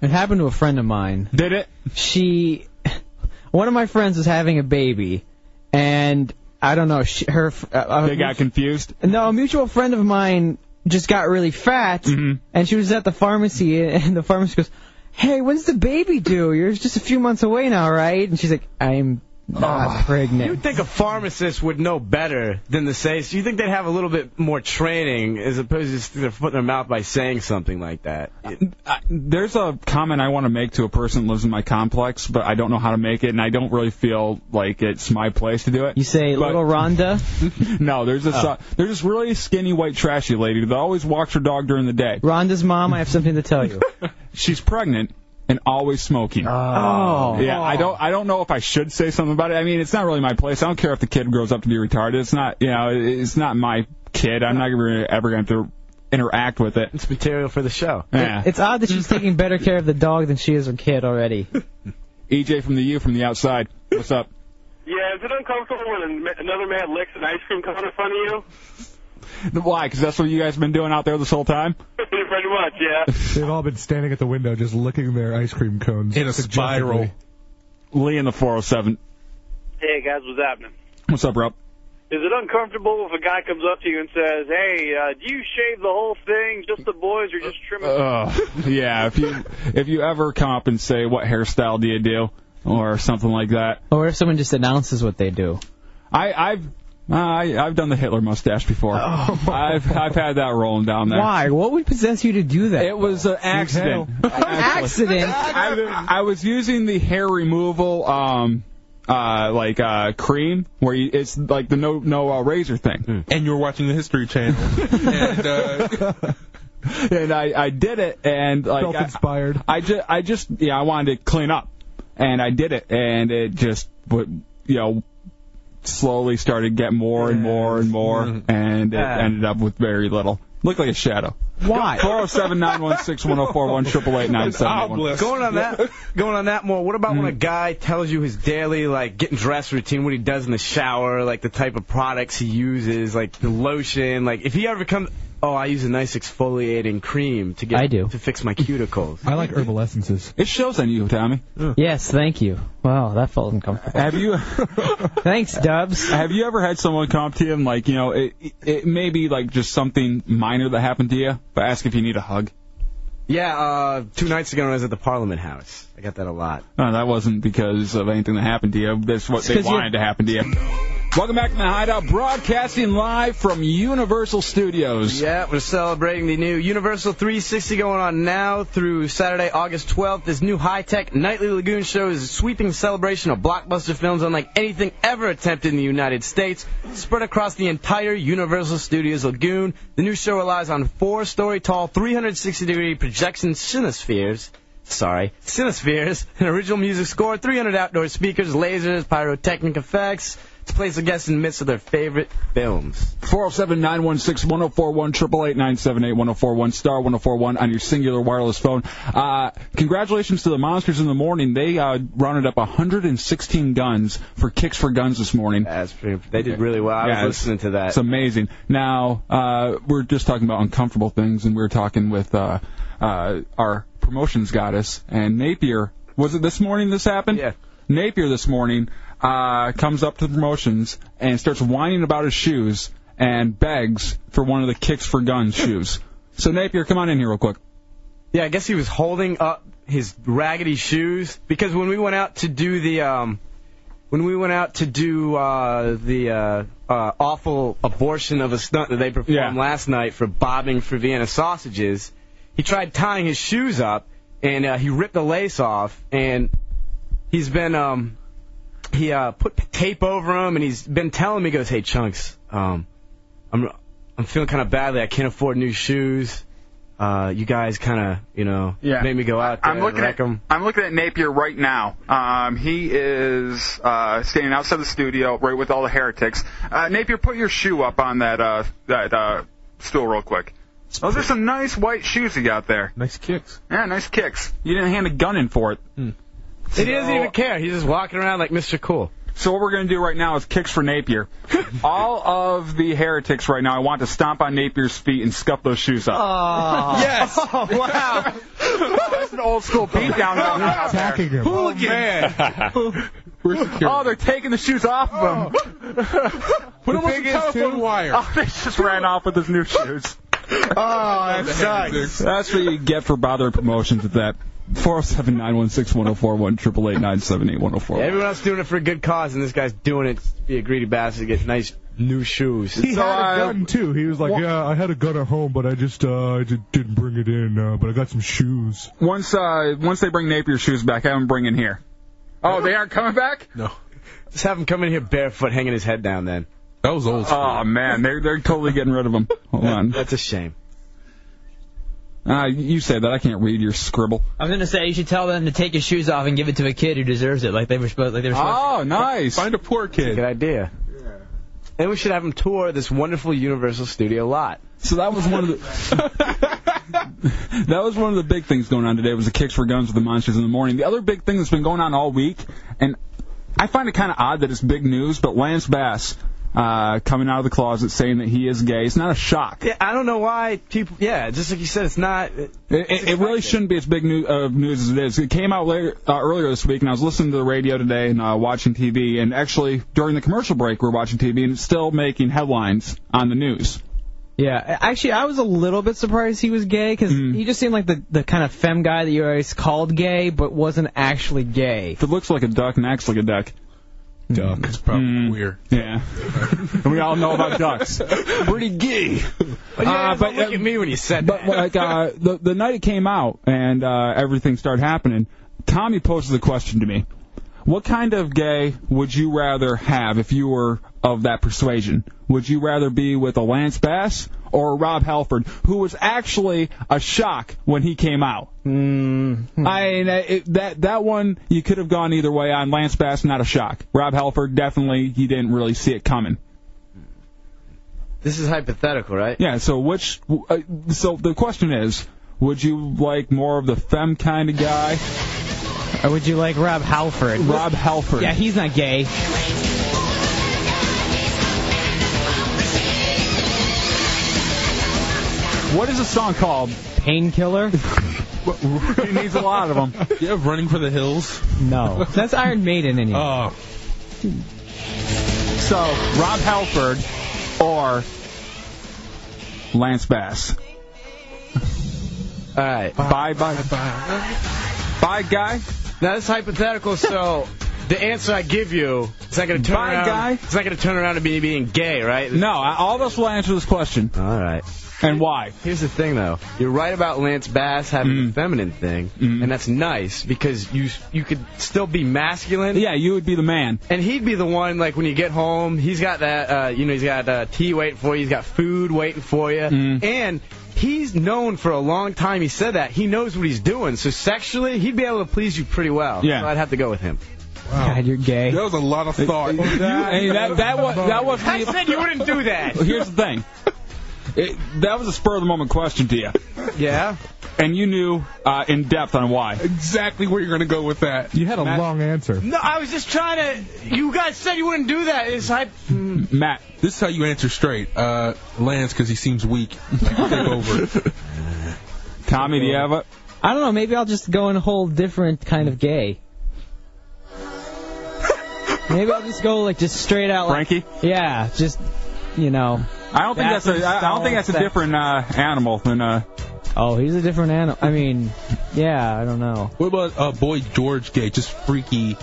Speaker 9: It happened to a friend of mine.
Speaker 1: Did it?
Speaker 9: She, one of my friends was having a baby, and I don't know. She, her, f- uh, uh,
Speaker 1: They got confused.
Speaker 9: No, a mutual friend of mine just got really fat,
Speaker 1: Mm-hmm.
Speaker 9: and she was at the pharmacy, and the pharmacist goes, "Hey, when's the baby due? You're just a few months away now, right?" And she's like, "I'm
Speaker 1: Ah.
Speaker 9: not pregnant."
Speaker 3: You'd think a pharmacist would know better than to say. So you think they'd have a little bit more training as opposed to just their foot in their mouth by saying something like that.
Speaker 1: I, there's a comment I want to make to a person that lives in my complex, but I don't know how to make it, and I don't really feel like it's my place to do it. You
Speaker 9: say little Rhonda?
Speaker 1: no, there's this
Speaker 9: Oh.
Speaker 1: uh, there's this really skinny, white, trashy lady that always walks her dog during the day.
Speaker 9: Rhonda's mom, I have something to tell you.
Speaker 1: She's pregnant and always smoking.
Speaker 9: Oh.
Speaker 1: yeah. I don't I don't know if I should say something about it. I mean, it's not really my place. I don't care if the kid grows up to be retarded. It's not you know it's not my kid. I'm not ever ever going to interact with it.
Speaker 3: It's material for the show.
Speaker 1: Yeah.
Speaker 9: It's odd that she's taking better care of the dog than she is her kid already.
Speaker 1: EJ E from the U from the outside. What's up?
Speaker 2: Yeah, is it uncomfortable when a- another man licks an ice cream cone in front of you?
Speaker 1: Why? Because that's what you guys have been doing out there this whole time.
Speaker 2: Pretty much, yeah.
Speaker 4: They've all been standing at the window just licking their ice cream cones.
Speaker 1: In a
Speaker 4: suggestively.
Speaker 1: spiral. Lee in the 407.
Speaker 2: Hey guys, what's happening?
Speaker 1: What's up, Rob?
Speaker 2: Is it uncomfortable if a guy comes up to you and says, "Hey, uh, do you shave the whole thing, just the boys, or just trim it?"
Speaker 1: Ugh. yeah. If you if you ever come up and say what hairstyle do you do or something like that,
Speaker 9: or if someone just announces what they do.
Speaker 1: I I've I, I've done the Hitler mustache before. I've I've had that rolling down there.
Speaker 9: Oh. Why? What would possess you to do that? It
Speaker 1: was an accident.
Speaker 9: accident.
Speaker 1: I was using the hair removal um uh like uh cream where you, it's like the no no uh, razor thing.
Speaker 4: Hmm.
Speaker 7: And you were watching the History Channel. and, uh,
Speaker 1: and I, I did it, and like
Speaker 4: Felt
Speaker 1: I-
Speaker 4: inspired.
Speaker 1: I, just, I just, yeah, I wanted to clean up, and I did it, and it just, would, you know, slowly started to get more and more and more,
Speaker 4: Mm-hmm.
Speaker 1: and it
Speaker 9: Yeah.
Speaker 1: ended up with very little. Looked like a shadow.
Speaker 9: Why?
Speaker 1: 407 916 1041
Speaker 3: Going on that, going on that more. What about when a
Speaker 1: Hmm.
Speaker 3: guy tells you his daily like getting dressed routine, what he does in the shower, like the type of products he uses, like the lotion, like if he ever comes, oh, I use a nice exfoliating cream to get I do. to fix my cuticles.
Speaker 4: I like herbal essences.
Speaker 1: It shows on you, Tommy.
Speaker 9: Yes, thank you. Wow, that felt uncomfortable.
Speaker 1: Have you?
Speaker 9: Thanks, Dubs.
Speaker 1: Have you ever had someone come up to you and like, you know, it, it- it may be like just something minor that happened to you, but ask if you need a hug?
Speaker 3: Yeah, uh, two nights ago when I was at the Parliament House, I got that a lot.
Speaker 1: No, that wasn't because of anything that happened to you. That's what
Speaker 3: It's
Speaker 1: they
Speaker 3: 'cause you-
Speaker 1: wanted to happen to you. Welcome back to the Hideout, broadcasting live from Universal Studios.
Speaker 3: Yeah, we're celebrating the new Universal 360 going on now through Saturday, August 12th. This new high-tech Nightly Lagoon show is a sweeping celebration of blockbuster films unlike anything ever attempted in the United States, spread across the entire Universal Studios Lagoon. The new show relies on four-story tall, 360-degree projection cinespheres sorry, Cinespheres, an original music score, 300 outdoor speakers, lasers, pyrotechnic effects, to place a guest in the midst of their favorite films.
Speaker 1: 407 916 1041 888 978 1041 star 1041 on your singular wireless phone. Uh, congratulations to the Monsters in the Morning. They uh, rounded up 116 guns for Kicks for Guns this morning.
Speaker 3: That's pretty, they did really well. I was
Speaker 1: Yeah, it's-
Speaker 3: listening to that.
Speaker 1: It's amazing. Now, uh, we're just talking about uncomfortable things, and we were talking with uh, uh, our promotions goddess, and Napier. Was it this morning this happened? Yeah. Napier this morning uh, comes up to the promotions and starts whining about his shoes and begs for one of the Kicks for Guns shoes. So, Napier, come on in here real quick.
Speaker 3: Yeah, I guess he was holding up his raggedy shoes because when we went out to do the um, when we went out to do uh, the uh, uh, awful abortion of a stunt that they performed last night for bobbing for Vienna sausages, He tried tying his shoes up, and uh, he ripped the lace off, and he's been um he uh put tape over him, and he's been telling me, he goes, hey chunks, um, I'm I'm feeling kind of badly. I can't afford new shoes. Uh, you guys kind of you know
Speaker 4: Yeah.
Speaker 3: made me go out there
Speaker 4: I'm looking
Speaker 3: and wreck
Speaker 4: at
Speaker 3: 'em."
Speaker 4: I'm looking at Napier right now. Um, he is uh, standing outside the studio, right with all the heretics. Uh, Napier, put your shoe up on that uh, that uh, stool real quick. Those are some nice white shoes you got there.
Speaker 7: Nice kicks. Hmm.
Speaker 4: Yeah, nice kicks. You didn't hand a gun in for it.
Speaker 3: He doesn't even care. He's just walking around like Mr. Cool.
Speaker 4: So what we're going to do right now is kicks for Napier. All of the heretics right now, I want to stomp on Napier's feet and scuff those shoes up.
Speaker 3: Yes.
Speaker 1: Oh,
Speaker 4: wow. That's an old school beatdown going on out there.
Speaker 13: Attacking him.
Speaker 4: Hooligan.
Speaker 7: Oh,
Speaker 4: oh, they're taking the shoes off of him. Put
Speaker 7: them Oh. on some telephone wire.
Speaker 4: Oh, they just ran off with his new shoes. oh, that
Speaker 1: That's what you get for bothering promotions with that. 407 916 1041
Speaker 3: Everyone else doing it for a good cause, and this guy's doing it to be a greedy bastard to get nice new shoes.
Speaker 13: He had a gun too. He was like, "Yeah, I had a gun at home, but I just uh, I just didn't bring it in. Uh, but I got some shoes."
Speaker 4: Once, uh, once they bring Napier's shoes back, I have them bring in here. Oh, they aren't coming back?
Speaker 7: No.
Speaker 3: Just have him come in here barefoot, hanging his head down. Then
Speaker 7: that was old.
Speaker 4: Oh man, they're they're totally getting rid of them. Hold on.
Speaker 3: That's a shame.
Speaker 1: Uh, you say that I can't read your scribble.
Speaker 14: I was gonna say you should tell them to take his shoes off and give it to a kid who deserves it, like they were supposed. Like they were supposed.
Speaker 1: Oh, nice.
Speaker 7: Find a poor kid.
Speaker 3: Good idea. And we should have him tour this wonderful Universal Studio lot.
Speaker 1: So that was one of the that was one of the big things going on today was the kicks for guns with the monsters in the morning. The other big thing that's been going on all week, and I find it kind of odd that it's big news, but Lance Bass uh, coming out of the closet saying that he is gay. It's not a shock.
Speaker 3: Yeah, I don't know why people. Yeah, just like you said, it's not. It,
Speaker 1: it, it really shouldn't be as big news, uh, news as it is. It came out later, uh, earlier this week, and I was listening to the radio today and uh, watching TV. And actually, during the commercial break, we we're watching TV, and it's still making headlines on the news.
Speaker 9: Yeah, actually, I was a little bit surprised he was gay because he just seemed like the the kind of femme guy that you always called gay, but wasn't actually gay.
Speaker 1: If it looks like a duck and acts like a duck. Hmm.
Speaker 7: Duck. It's probably weird.
Speaker 1: Yeah. and we all know about ducks. Pretty gay.
Speaker 3: Uh, but look at me when you said
Speaker 1: But
Speaker 3: that.
Speaker 1: like uh, the the night it came out and uh, everything started happening, Tommy poses a question to me: What kind of gay would you rather have if you were of that persuasion? Would you rather be with a Lance Bass or a Rob Halford, who was actually a shock when he came out? I mean, uh, it, that that one you could have gone either way on. Lance Bass, not a shock. Rob Halford, definitely you didn't really see it coming.
Speaker 3: This is hypothetical, right?
Speaker 1: Yeah. So which? Uh, so the question is, would you like more of the femme kind of guy?
Speaker 9: Or would you like Rob Halford?
Speaker 1: Rob Halford.
Speaker 9: Yeah, he's not gay.
Speaker 1: What is a song called?
Speaker 9: Painkiller?
Speaker 1: he needs a lot of them.
Speaker 7: Do you have Running for the Hills?
Speaker 9: No, that's Iron Maiden in you.
Speaker 7: Oh.
Speaker 1: So Rob Halford or Lance Bass.
Speaker 3: All right.
Speaker 1: Bye bye bye guy.
Speaker 3: Now this is hypothetical, so the answer I give you, it's not gonna turn
Speaker 1: Bye,
Speaker 3: around.
Speaker 1: guy.
Speaker 3: It's not gonna turn around to be being gay, right?
Speaker 1: No, I- all of us will answer this question.
Speaker 3: All right.
Speaker 1: And why? Mm.
Speaker 3: Here's the thing, though. You're right about Lance Bass having the feminine thing,
Speaker 1: Mm-hmm.
Speaker 3: and that's nice because you you could still be masculine.
Speaker 1: Yeah, you would be the man.
Speaker 3: And he'd be the one, like when you get home, he's got that, uh, you know, he's got uh, tea waiting for you, he's got food waiting for you,
Speaker 1: Mm.
Speaker 3: and he's known for a long time. He said that he knows what he's doing, so sexually, he'd be able to please you pretty well.
Speaker 1: Yeah.
Speaker 3: so I'd have to go with him.
Speaker 9: God, you're gay.
Speaker 7: That was a lot of thought.
Speaker 1: Hey, that that was that was
Speaker 3: I said you wouldn't do that.
Speaker 1: Well, here's the thing. It, that was a spur of the moment question to you,
Speaker 3: yeah.
Speaker 1: and you knew uh, in depth on why.
Speaker 7: exactly where you're going to go with that.
Speaker 13: You had a
Speaker 1: Matt-
Speaker 13: long answer.
Speaker 3: No, I was just trying to. You guys said you wouldn't do that. It's hype.
Speaker 1: Matt,
Speaker 7: This is how you answer straight. Uh, Lance, because he seems weak. Like, take over.
Speaker 1: Tommy, do you have it?
Speaker 9: I don't know. Maybe I'll just go in a whole different kind of gay. Maybe I'll just go like just straight out. Like,
Speaker 1: Frankie?
Speaker 9: yeah, just you know.
Speaker 1: I don't think that's,
Speaker 9: That's
Speaker 1: a. I, I don't think that's a
Speaker 9: solid
Speaker 1: different uh, animal than uh,
Speaker 9: Oh, he's a different animal. I mean, yeah, I don't know.
Speaker 7: what about uh, boy George Gay? Just freaky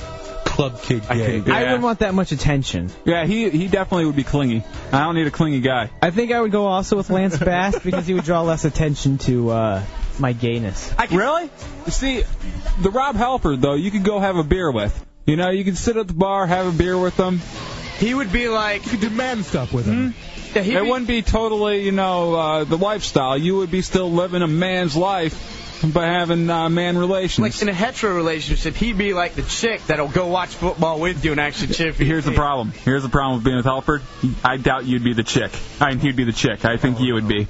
Speaker 7: club kid gay.
Speaker 1: couldn't-
Speaker 9: I
Speaker 1: Yeah.
Speaker 9: wouldn't want that much attention.
Speaker 1: Yeah, he he definitely would be clingy. I don't need a clingy guy.
Speaker 9: I think I would go also with Lance Bass because he would draw less attention to uh,
Speaker 15: my gayness.
Speaker 1: really? See, the Rob Halford though, you could go have a beer with. You know, you could sit at the bar, have a beer with them.
Speaker 3: He would be like. You
Speaker 1: could demand stuff with him.
Speaker 3: he'd
Speaker 1: Hmm? it
Speaker 3: be-
Speaker 1: wouldn't be totally, you know, uh, the lifestyle. You would be still living a man's life by having uh, man relations.
Speaker 3: Like in a hetero relationship, he'd be like the chick that'll go watch football with you and actually cheer for you.
Speaker 16: Here's the problem. Here's the problem with being with Halford. I doubt you'd be the chick. I mean, he'd be the chick. I
Speaker 3: Oh,
Speaker 16: think you would be.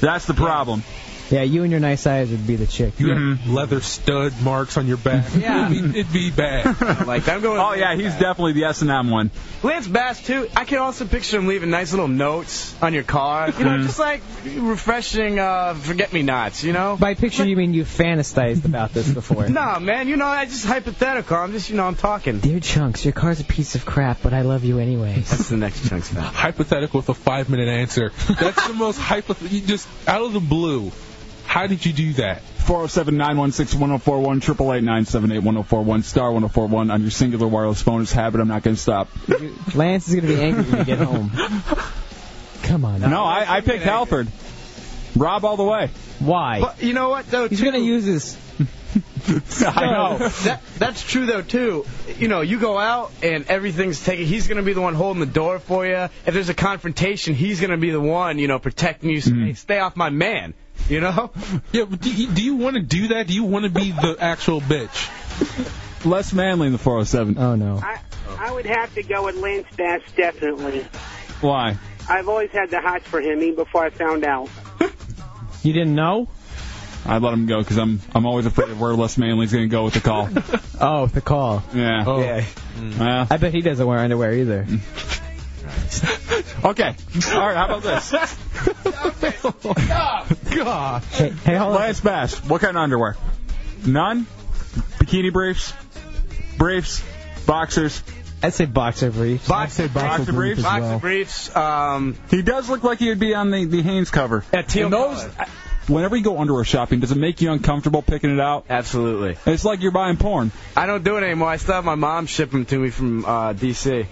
Speaker 16: That's the problem.
Speaker 9: Yeah, you and your nice eyes would be the chick.
Speaker 7: You
Speaker 1: Mm-hmm.
Speaker 7: have leather stud marks on your back.
Speaker 3: Yeah.
Speaker 7: It'd be, it'd be bad.
Speaker 3: like I'm going.
Speaker 16: Oh yeah, he's definitely the S and M one.
Speaker 3: Lance Bass too. I can also picture him leaving nice little notes on your car. You know,
Speaker 1: Mm-hmm.
Speaker 9: Mhm.
Speaker 3: just like refreshing uh, forget me nots. You know.
Speaker 9: By picture, you mean you fantasized about this before.
Speaker 3: Nah, man. You know, I just hypothetical. I'm just, you know, I'm talking.
Speaker 9: Dear Chunks, your car's a piece of crap, but I love you anyways.
Speaker 3: That's the next chunks now.
Speaker 7: Hypothetical with a five minute answer. That's the most hypothetical. You just out of the blue. How did you do that?
Speaker 1: 407 916 1041, 888 978 1041, star 1041 on your singular wireless phone. It's habit. I'm not going to stop.
Speaker 9: Lance is gonna be angry when you get home. Come on.
Speaker 1: No, I, I picked Halford. Rob all the way.
Speaker 9: Why?
Speaker 3: But you know what though?
Speaker 9: He's gonna use his.
Speaker 1: I know.
Speaker 3: That, that's true though too. You know, you go out and everything's taken. He's gonna be the one holding the door for you. If there's a confrontation, he's gonna be the one, you know, protecting you. Saying, hey, stay off my man. You know?
Speaker 7: Mm-hmm. Yeah. But do you, do you want to do that? Do you want to be the actual bitch?
Speaker 1: Less manly in the 407.
Speaker 9: Oh, no.
Speaker 4: I would have to go with Lance Bass, definitely.
Speaker 1: Why?
Speaker 4: I've always had the hots for him, even before I found out.
Speaker 9: You didn't know?
Speaker 1: I let him go because I'm, I'm always afraid of where less manly's going to go with the call.
Speaker 9: Oh, the call.
Speaker 1: Yeah.
Speaker 9: Yeah.
Speaker 1: Yeah.
Speaker 9: I bet he doesn't wear underwear either.
Speaker 1: Okay. All right, how about this?
Speaker 7: God.
Speaker 9: Hey, hey hold on.
Speaker 1: Last bash. What kind of underwear? None? Bikini briefs? Briefs? Boxers?
Speaker 9: I'd say boxer briefs.
Speaker 3: Boxer,
Speaker 1: boxer briefs.
Speaker 3: Boxer briefs. Um,
Speaker 1: He does look like he would be on the, the Hanes cover.
Speaker 3: At teal
Speaker 1: And those, whenever you go underwear shopping, does it make you uncomfortable picking it out?
Speaker 3: Absolutely.
Speaker 1: It's like you're buying porn.
Speaker 3: I don't do it anymore. I still have my mom ship them to me from uh, D.C.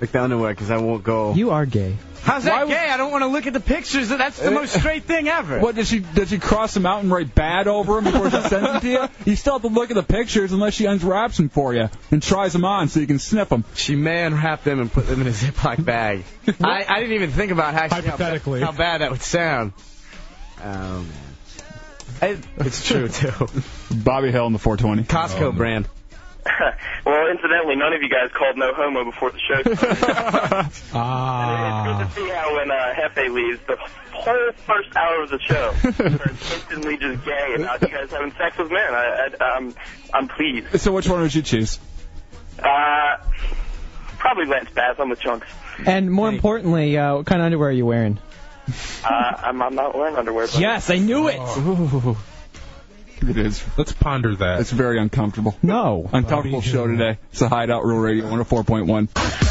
Speaker 3: Like the underwear, because I won't go.
Speaker 9: You are gay.
Speaker 3: How's that gay? I don't want to look at the pictures. That's
Speaker 7: Uh,
Speaker 3: the most straight thing ever.
Speaker 1: What did she did she cross him out and write bad over him before she sends them to you? You still have to look at the pictures unless she unwraps them for you and tries them on so you can sniff them.
Speaker 3: She may unwrap them and put them in a Ziploc bag. I, I didn't even think about how, actually how,
Speaker 8: Hypothetically.
Speaker 3: bad, how bad that would sound.
Speaker 1: Oh,
Speaker 3: Um, it, it's true too.
Speaker 1: Bobby Hill in the Oh, 420.
Speaker 3: Costco brand.
Speaker 12: well, incidentally, none of you guys called no homo before the show.
Speaker 8: Ah.
Speaker 12: See how when uh, Hefe leaves, the whole first hour of the show is instantly just gay and out you guys having sex with men. I, I, I'm, I'm pleased.
Speaker 1: So which one would you choose?
Speaker 12: Uh, probably Lance Bass. I'm with Chunks.
Speaker 9: And more importantly, uh, what kind of underwear are you wearing?
Speaker 12: Uh, I'm, I'm not wearing underwear. But
Speaker 9: Yes, I knew it.
Speaker 1: It is.
Speaker 7: Let's ponder that.
Speaker 1: It's very uncomfortable.
Speaker 9: No.
Speaker 1: Uncomfortable show today. It's the Hideout Real Radio 104.1.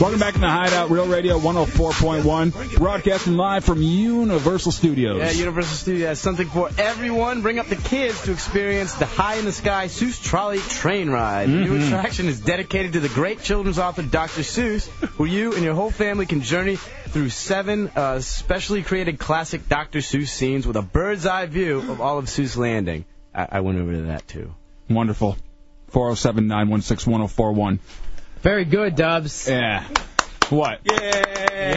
Speaker 1: Welcome back to the Hideout Real Radio 104.1, broadcasting live from Universal Studios.
Speaker 3: Yeah, Universal Studio has something for everyone. Bring up the kids to experience the high in the sky Seuss trolley train ride. The new
Speaker 17: Mhm.
Speaker 3: attraction is dedicated to the great children's author Dr. Seuss, where you and your whole family can journey through seven uh, specially created classic Dr. Seuss scenes with a bird's eye view of all of Seuss Landing. I, I went over to that too.
Speaker 1: Wonderful. 407 916 1041.
Speaker 9: Very good, Dubs.
Speaker 1: Yeah. What?
Speaker 9: You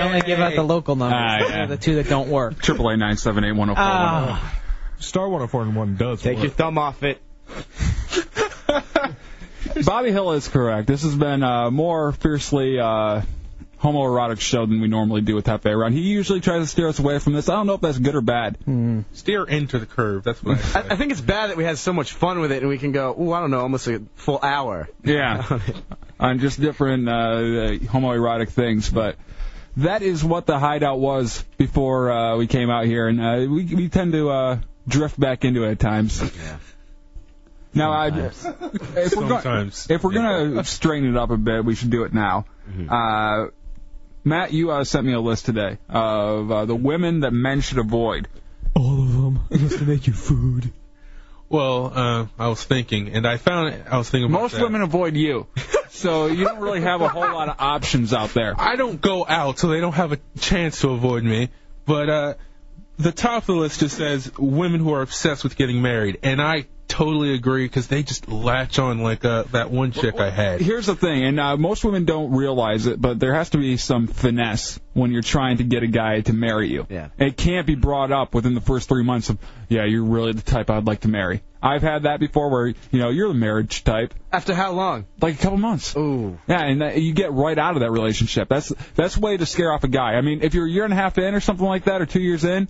Speaker 9: only give out the local numbers.
Speaker 1: Ah,
Speaker 9: Those
Speaker 1: yeah.
Speaker 9: are The two that don't work.
Speaker 1: Triple A nine seven eight one zero four one.
Speaker 9: Ah.
Speaker 8: Star 104 and 1 does
Speaker 3: Take
Speaker 8: work.
Speaker 3: your thumb off it.
Speaker 1: Bobby Hill is correct. This has been a more fiercely uh, homoerotic show than we normally do with Hefe around. He usually tries to steer us away from this. I don't know if that's good or bad.
Speaker 7: Steer into the curve. That's what I
Speaker 3: I, I think it's bad that we had so much fun with it and we can go, ooh, I don't know, almost a full hour.
Speaker 1: Yeah. On just different uh, homoerotic things, but that is what the hideout was before uh, we came out here, and uh, we, we tend to uh, drift back into it at times. Now, I, if we're, going,
Speaker 7: Sometimes.
Speaker 1: if we're gonna straighten it up a bit, we should do it now.
Speaker 7: Mm-hmm.
Speaker 1: Uh, Matt, you uh, sent me a list today of uh, the women that men should avoid.
Speaker 8: All of them. Unless they make you food.
Speaker 7: Well, uh, I was thinking, and I found I was thinking. About
Speaker 1: Most
Speaker 7: that.
Speaker 1: women avoid you, so you don't really have a whole lot of options out there.
Speaker 7: I don't go out, so they don't have a chance to avoid me. But uh, the top of the list just says women who are obsessed with getting married, and I totally agree because they just latch on like uh, that one chick I had.
Speaker 1: Here's the thing, and uh, most women don't realize it, but there has to be some finesse when you're trying to get a guy to marry you. Yeah. It can't be brought up within the first three months of, yeah, you're really the type I'd like to marry. I've had that before where, you know, you're the marriage type.
Speaker 3: After how long?
Speaker 1: Like a couple months.
Speaker 3: Ooh.
Speaker 1: Yeah, and that, you get right out of that relationship. That's that's a way to scare off a guy. I mean, if you're a year and a half in or something like that, or two years in,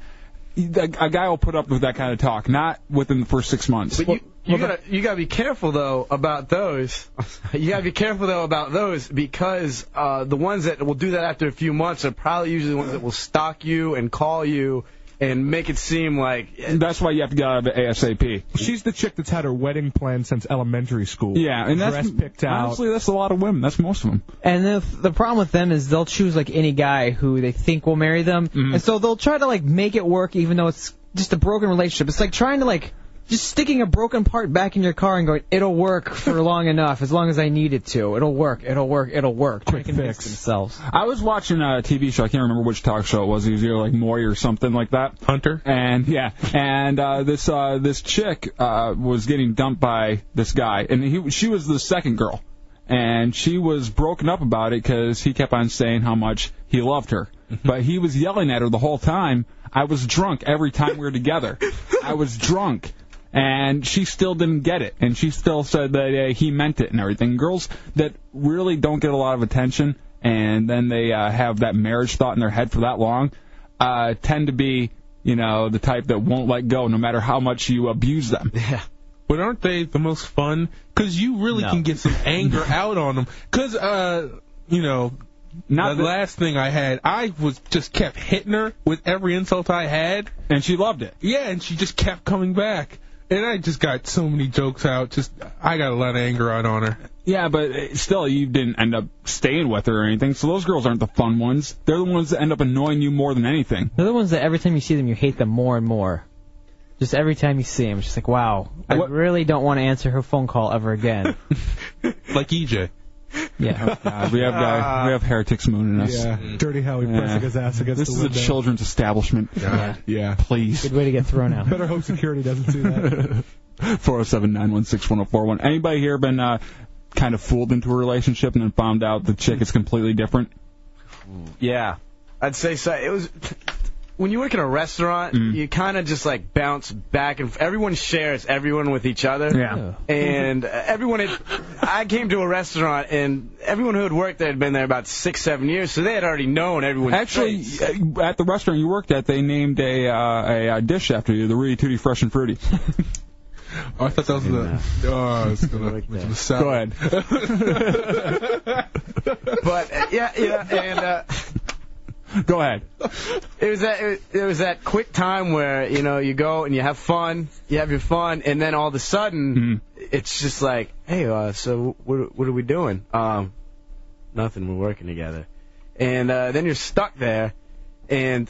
Speaker 1: a, a guy will put up with that kind of talk, not within the first six months.
Speaker 3: But you, you gotta you gotta be careful though about those. You gotta be careful though about those because uh, the ones that will do that after a few months are probably usually the ones that will stalk you and call you and make it seem like
Speaker 1: that's why you have to get out of it ASAP.
Speaker 4: She's the chick that's had her wedding plan since elementary school.
Speaker 1: Yeah, and that's
Speaker 4: dress picked out.
Speaker 1: Honestly, that's a lot of women. That's most of them.
Speaker 9: And the, the problem with them is they'll choose like any guy who they think will marry them, and so they'll try to like make it work, even though it's just a broken relationship. It's like trying to like just sticking a broken part back in your car and going, "It'll work for long enough, as long as I need it to. It'll work. It'll work. It'll work." Quick fix themselves.
Speaker 1: I was watching a TV show. I can't remember which talk show it was. It was either like Maury or something like that.
Speaker 7: Hunter.
Speaker 1: And yeah, and uh, this uh, this chick uh, was getting dumped by this guy, and he she was the second girl, and she was broken up about it because he kept on saying how much he loved her, but he was yelling at her the whole time. I was drunk every time we were together. I was drunk. And she still didn't get it, and she still said that uh, he meant it and everything. Girls that really don't get a lot of attention, and then they uh, have that marriage thought in their head for that long, uh, tend to be, you know, the type that won't let go no matter how much you abuse them.
Speaker 3: Yeah.
Speaker 7: But aren't they the most fun? Because you really can get some anger out on them. Because, uh, you know, the last thing I had, I was just kept hitting her with every insult I had.
Speaker 1: And she loved it.
Speaker 7: Yeah, and she just kept coming back. And I just got so many jokes out. Just I got a lot of anger out on her.
Speaker 1: Yeah, but uh, still, you didn't end up staying with her or anything. So those girls aren't the fun ones. They're the ones that end up annoying you more than anything.
Speaker 9: They're the ones that every time you see them, you hate them more and more. Just every time you see them, it's just like, wow, I really don't want to answer her phone call ever again.
Speaker 7: Like E EJ.
Speaker 9: Yeah.
Speaker 1: Oh, God, we have guy, we have heretics mooning us.
Speaker 4: Yeah. Dirty Howie
Speaker 1: Mm. Yeah.
Speaker 4: pressing his ass against
Speaker 1: This
Speaker 4: the
Speaker 1: is a
Speaker 4: window.
Speaker 1: children's establishment.
Speaker 4: God. Yeah.
Speaker 1: Please.
Speaker 9: Good way to get thrown out.
Speaker 4: Better hope security doesn't see that.
Speaker 1: 407 916 1041. Anybody here been uh, kind of fooled into a relationship and then found out the chick is completely different?
Speaker 3: Yeah, I'd say so. It was when you work in a restaurant, you kind of just like bounce back and f- everyone shares everyone with each other.
Speaker 1: Yeah.
Speaker 3: and uh, everyone had. I came to a restaurant and everyone who had worked there had been there about six, seven years, so they had already known everyone.
Speaker 1: Actually, uh, at the restaurant you worked at, they named a uh, a uh, dish after you, the Rudy Tooty Fresh and Fruity.
Speaker 7: Oh, I thought that was the. Oh, I was gonna mention the salad.
Speaker 1: Go ahead.
Speaker 3: but uh, yeah, yeah, and. Uh,
Speaker 1: Go ahead.
Speaker 3: It was that it it was that quick time where you know you go and you have fun, you have your fun, and then all of a sudden
Speaker 1: Mm-hmm.
Speaker 3: it's just like, hey, uh, so what what are we doing? Um, nothing. We're working together, and uh, then you're stuck there, and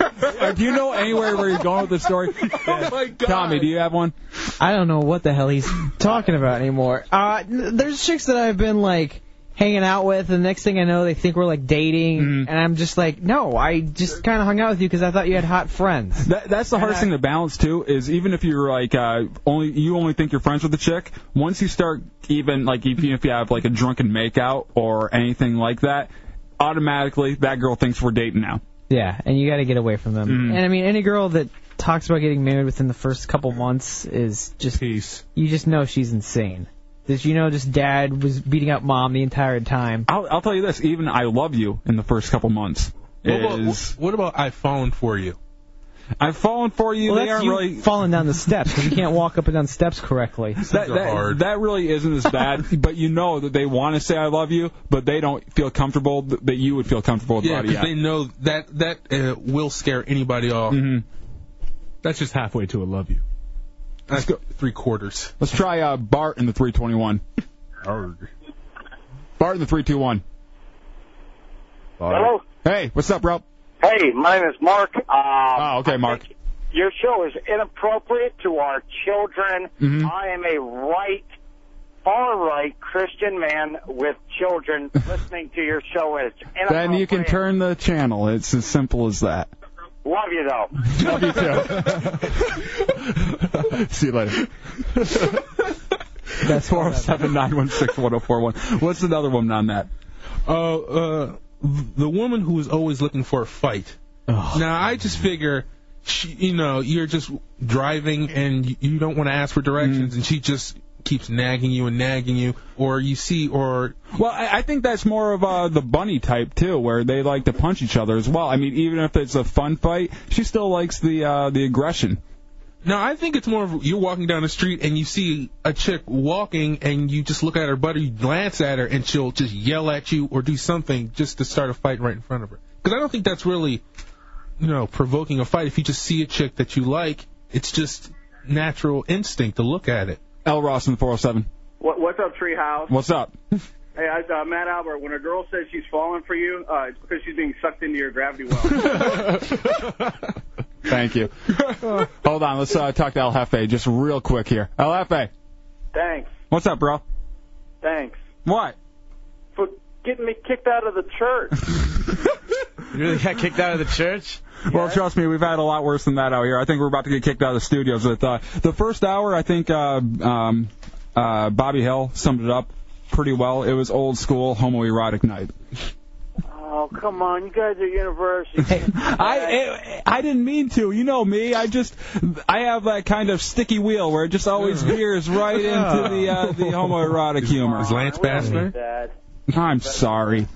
Speaker 1: Uh, do you know anywhere where you're going with this story?
Speaker 7: Oh my God.
Speaker 1: Tommy, do you have one?
Speaker 9: I don't know what the hell he's talking about anymore. Uh, n- there's chicks that I've been like hanging out with, and the next thing I know, they think we're like dating, and I'm just like, no, I just kind of hung out with you because I thought you had hot friends.
Speaker 1: That, that's the hardest thing to balance too. Is even if you're like uh, only you only think you're friends with the chick. Once you start even like even if you have like a drunken makeout or anything like that, automatically that girl thinks we're dating now.
Speaker 9: Yeah, and you got to get away from them.
Speaker 1: Mm.
Speaker 9: Mm-hmm. And I mean, any girl that talks about getting married within the first couple months is just you just know she's insane. Did you know just dad was beating up mom the entire time?
Speaker 1: I'll, I'll tell you this. Even I love you in the first couple months.
Speaker 7: What about,
Speaker 1: Is,
Speaker 7: what about I've fallen for you?
Speaker 1: I've fallen for you.
Speaker 9: Well,
Speaker 1: they
Speaker 9: that's
Speaker 1: aren't
Speaker 9: you
Speaker 1: really
Speaker 9: falling down the steps 'cause you can't walk up and down steps correctly.
Speaker 1: that,
Speaker 7: are
Speaker 1: that,
Speaker 7: hard.
Speaker 1: that really isn't as bad, but you know that they want to say I love you, but they don't feel comfortable th- that you would feel comfortable
Speaker 7: Yeah,
Speaker 1: about it.
Speaker 7: because
Speaker 1: yet.
Speaker 7: they know that that uh, will scare anybody off.
Speaker 1: Mm-hmm.
Speaker 4: That's just halfway to a love you.
Speaker 7: That's three quarters.
Speaker 1: Let's try uh, Bart in the 321. Bart in the 321.
Speaker 12: Hello.
Speaker 1: Hey, what's up, bro?
Speaker 12: Hey, my name is Mark. Uh,
Speaker 1: Oh, okay, Mark.
Speaker 12: your show is inappropriate to our children.
Speaker 9: Mm-hmm.
Speaker 1: Mhm.
Speaker 12: I am a right, far right Christian man with children listening to your show. It's inappropriate.
Speaker 1: Then you can turn the channel. It's as simple as that.
Speaker 2: Love you though.
Speaker 18: Love you too.
Speaker 1: See you later. That's 407 916 1041. What's another woman on that?
Speaker 7: Uh, uh, the woman who is always looking for a fight. now I just figure, she, you know, you're just driving and you- you don't want to ask for directions, and she just keeps nagging you and nagging you, or you see, or
Speaker 1: Well, I, I think that's more of uh, the bunny type too, where they like to punch each other as well. I mean, even if it's a fun fight, she still likes the uh, the aggression.
Speaker 7: No, I think it's more of you're walking down the street and you see a chick walking and you just look at her butt or you glance at her and she'll just yell at you or do something just to start a fight right in front of her. Because I don't think that's really, you know, provoking a fight. If you just see a chick that you like, it's just natural instinct to look at it.
Speaker 1: L. Ross in the 407.
Speaker 2: What, what's up, Treehouse?
Speaker 1: What's up?
Speaker 2: Hey, I, uh, Matt Albert. When a girl says she's falling for you, uh, it's because she's being sucked into your gravity well.
Speaker 1: Thank you. Hold on, let's uh, talk to El Jefe just real quick here. El Jefe,
Speaker 2: thanks,
Speaker 1: what's up, bro?
Speaker 2: thanks
Speaker 1: What?
Speaker 2: for getting me kicked out of the church.
Speaker 1: You really got kicked out of the church? Well, trust me, we've had a lot worse than that out here. I think we're about to get kicked out of the studios. With uh, the first hour, I think uh, um, uh, Bobby Hill summed it up pretty well. It was old school homoerotic night.
Speaker 2: oh, come on, you guys are university.
Speaker 1: I I didn't mean to. You know me. I just I have that kind of sticky wheel where it just always veers right into the uh, the homoerotic humor. Is Lance
Speaker 2: Dad.
Speaker 1: I'm sorry.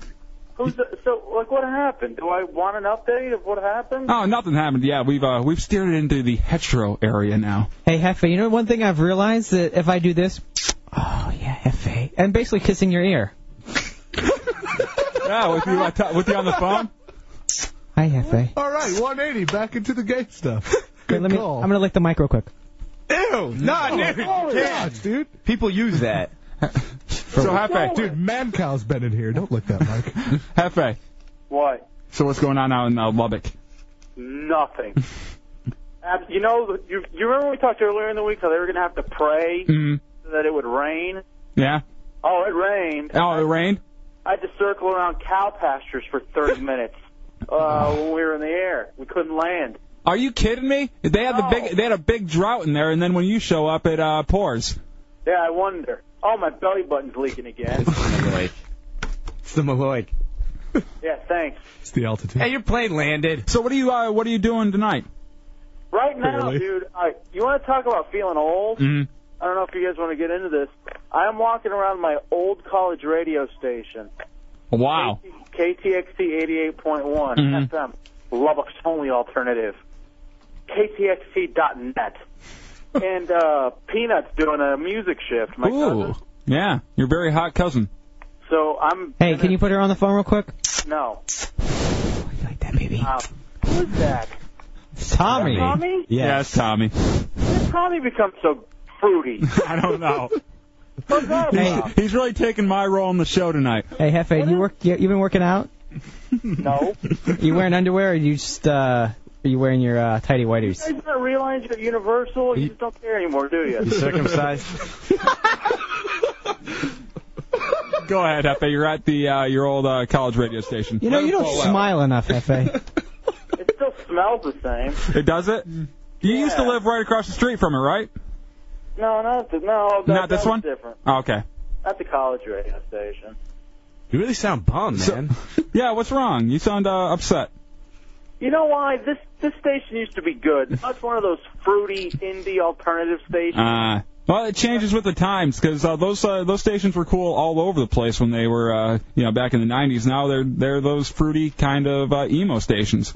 Speaker 2: Who's the, so like what happened? Do I want an update of what happened?
Speaker 1: Oh, nothing happened. Yeah, we've uh, we've steered it into the hetero area now.
Speaker 9: Hey, Hefe, you know one thing I've realized that if I do this, oh yeah, Hefe, and basically kissing your ear.
Speaker 1: Yeah, with you on, top, with you on the phone.
Speaker 9: Hi, Hefe.
Speaker 19: All right, 180. Back into the gay stuff. Good
Speaker 9: Let me.
Speaker 19: call.
Speaker 9: I'm gonna lick the mic real quick.
Speaker 19: Ew,
Speaker 3: Oh,
Speaker 9: nah, dude, you can't.
Speaker 19: dude.
Speaker 3: People use that.
Speaker 1: so Hefe,
Speaker 19: dude, man cow's been in here. Don't look that, Mike.
Speaker 1: Hefe.
Speaker 2: What?
Speaker 1: So what's going on out in uh, Lubbock?
Speaker 2: Nothing. Ab- you know, you, you remember when we talked earlier in the week how they were going to have to pray
Speaker 3: Mm-hmm.
Speaker 1: Mm,
Speaker 2: that it would rain?
Speaker 1: yeah.
Speaker 2: Oh, it rained.
Speaker 1: Oh, it rained.
Speaker 2: I had to circle around cow pastures for 30 minutes uh, when we were in the air. We couldn't land.
Speaker 1: Are you kidding me? They had the big they had a big drought in there, and then when you show up, it uh, pours.
Speaker 2: Yeah, I wonder. Oh, my belly button's leaking again.
Speaker 3: It's the Malloy.
Speaker 2: yeah, thanks.
Speaker 19: It's the altitude.
Speaker 3: Hey, your plane landed.
Speaker 1: So what are you uh, what are you doing tonight?
Speaker 2: Right now,
Speaker 1: Barely.
Speaker 2: dude, I, you want to talk about feeling old?
Speaker 1: Mm.
Speaker 3: Mm-hmm.
Speaker 2: I don't know if you guys want to get into this. I am walking around my old college radio station,
Speaker 1: Wow.
Speaker 2: KTXT 88one
Speaker 1: Mhm.
Speaker 2: FM, Lubbock's only alternative, KTXT.net. and uh, Peanut's doing a music shift. My cousin.
Speaker 1: Ooh. Yeah, your very hot cousin.
Speaker 2: So I'm
Speaker 9: Hey, can you put her on the phone real quick?
Speaker 2: no. you like that, baby? who's that?
Speaker 9: Tommy.
Speaker 2: Tommy?
Speaker 1: Yes, Tommy.
Speaker 2: When did Tommy become so fruity?
Speaker 1: I don't know.
Speaker 2: What's
Speaker 9: Oh,
Speaker 2: that
Speaker 1: He's,
Speaker 2: about?
Speaker 1: he's really taking my role in the show tonight.
Speaker 9: Hey, Hefe, you work? You, you been working out?
Speaker 2: No.
Speaker 9: You wearing underwear, or you just uh, are you wearing your uh, tidy whities?
Speaker 2: You guys not realize you're universal? You just don't care anymore, do you?
Speaker 9: You circumcised?
Speaker 1: Go ahead, Hefe. You're at the uh, your old uh, college radio station.
Speaker 9: You know, you don't smile enough, Hefe.
Speaker 2: It still smells the same.
Speaker 1: It does it. You used to live right across the street from her, right?
Speaker 2: No, not the, no. That,
Speaker 1: Not this
Speaker 2: that was
Speaker 1: one?
Speaker 2: Different.
Speaker 1: Oh, okay.
Speaker 2: At the college radio station.
Speaker 3: You really sound bummed, man.
Speaker 1: Yeah. What's wrong? You sound uh, upset.
Speaker 2: You know why this this station used to be good? Now It's one of those fruity indie alternative stations.
Speaker 1: Uh, well, it changes with the times because uh, those uh, those stations were cool all over the place when they were uh, you know back in the '90s. Now they're they're those fruity kind of uh, emo stations.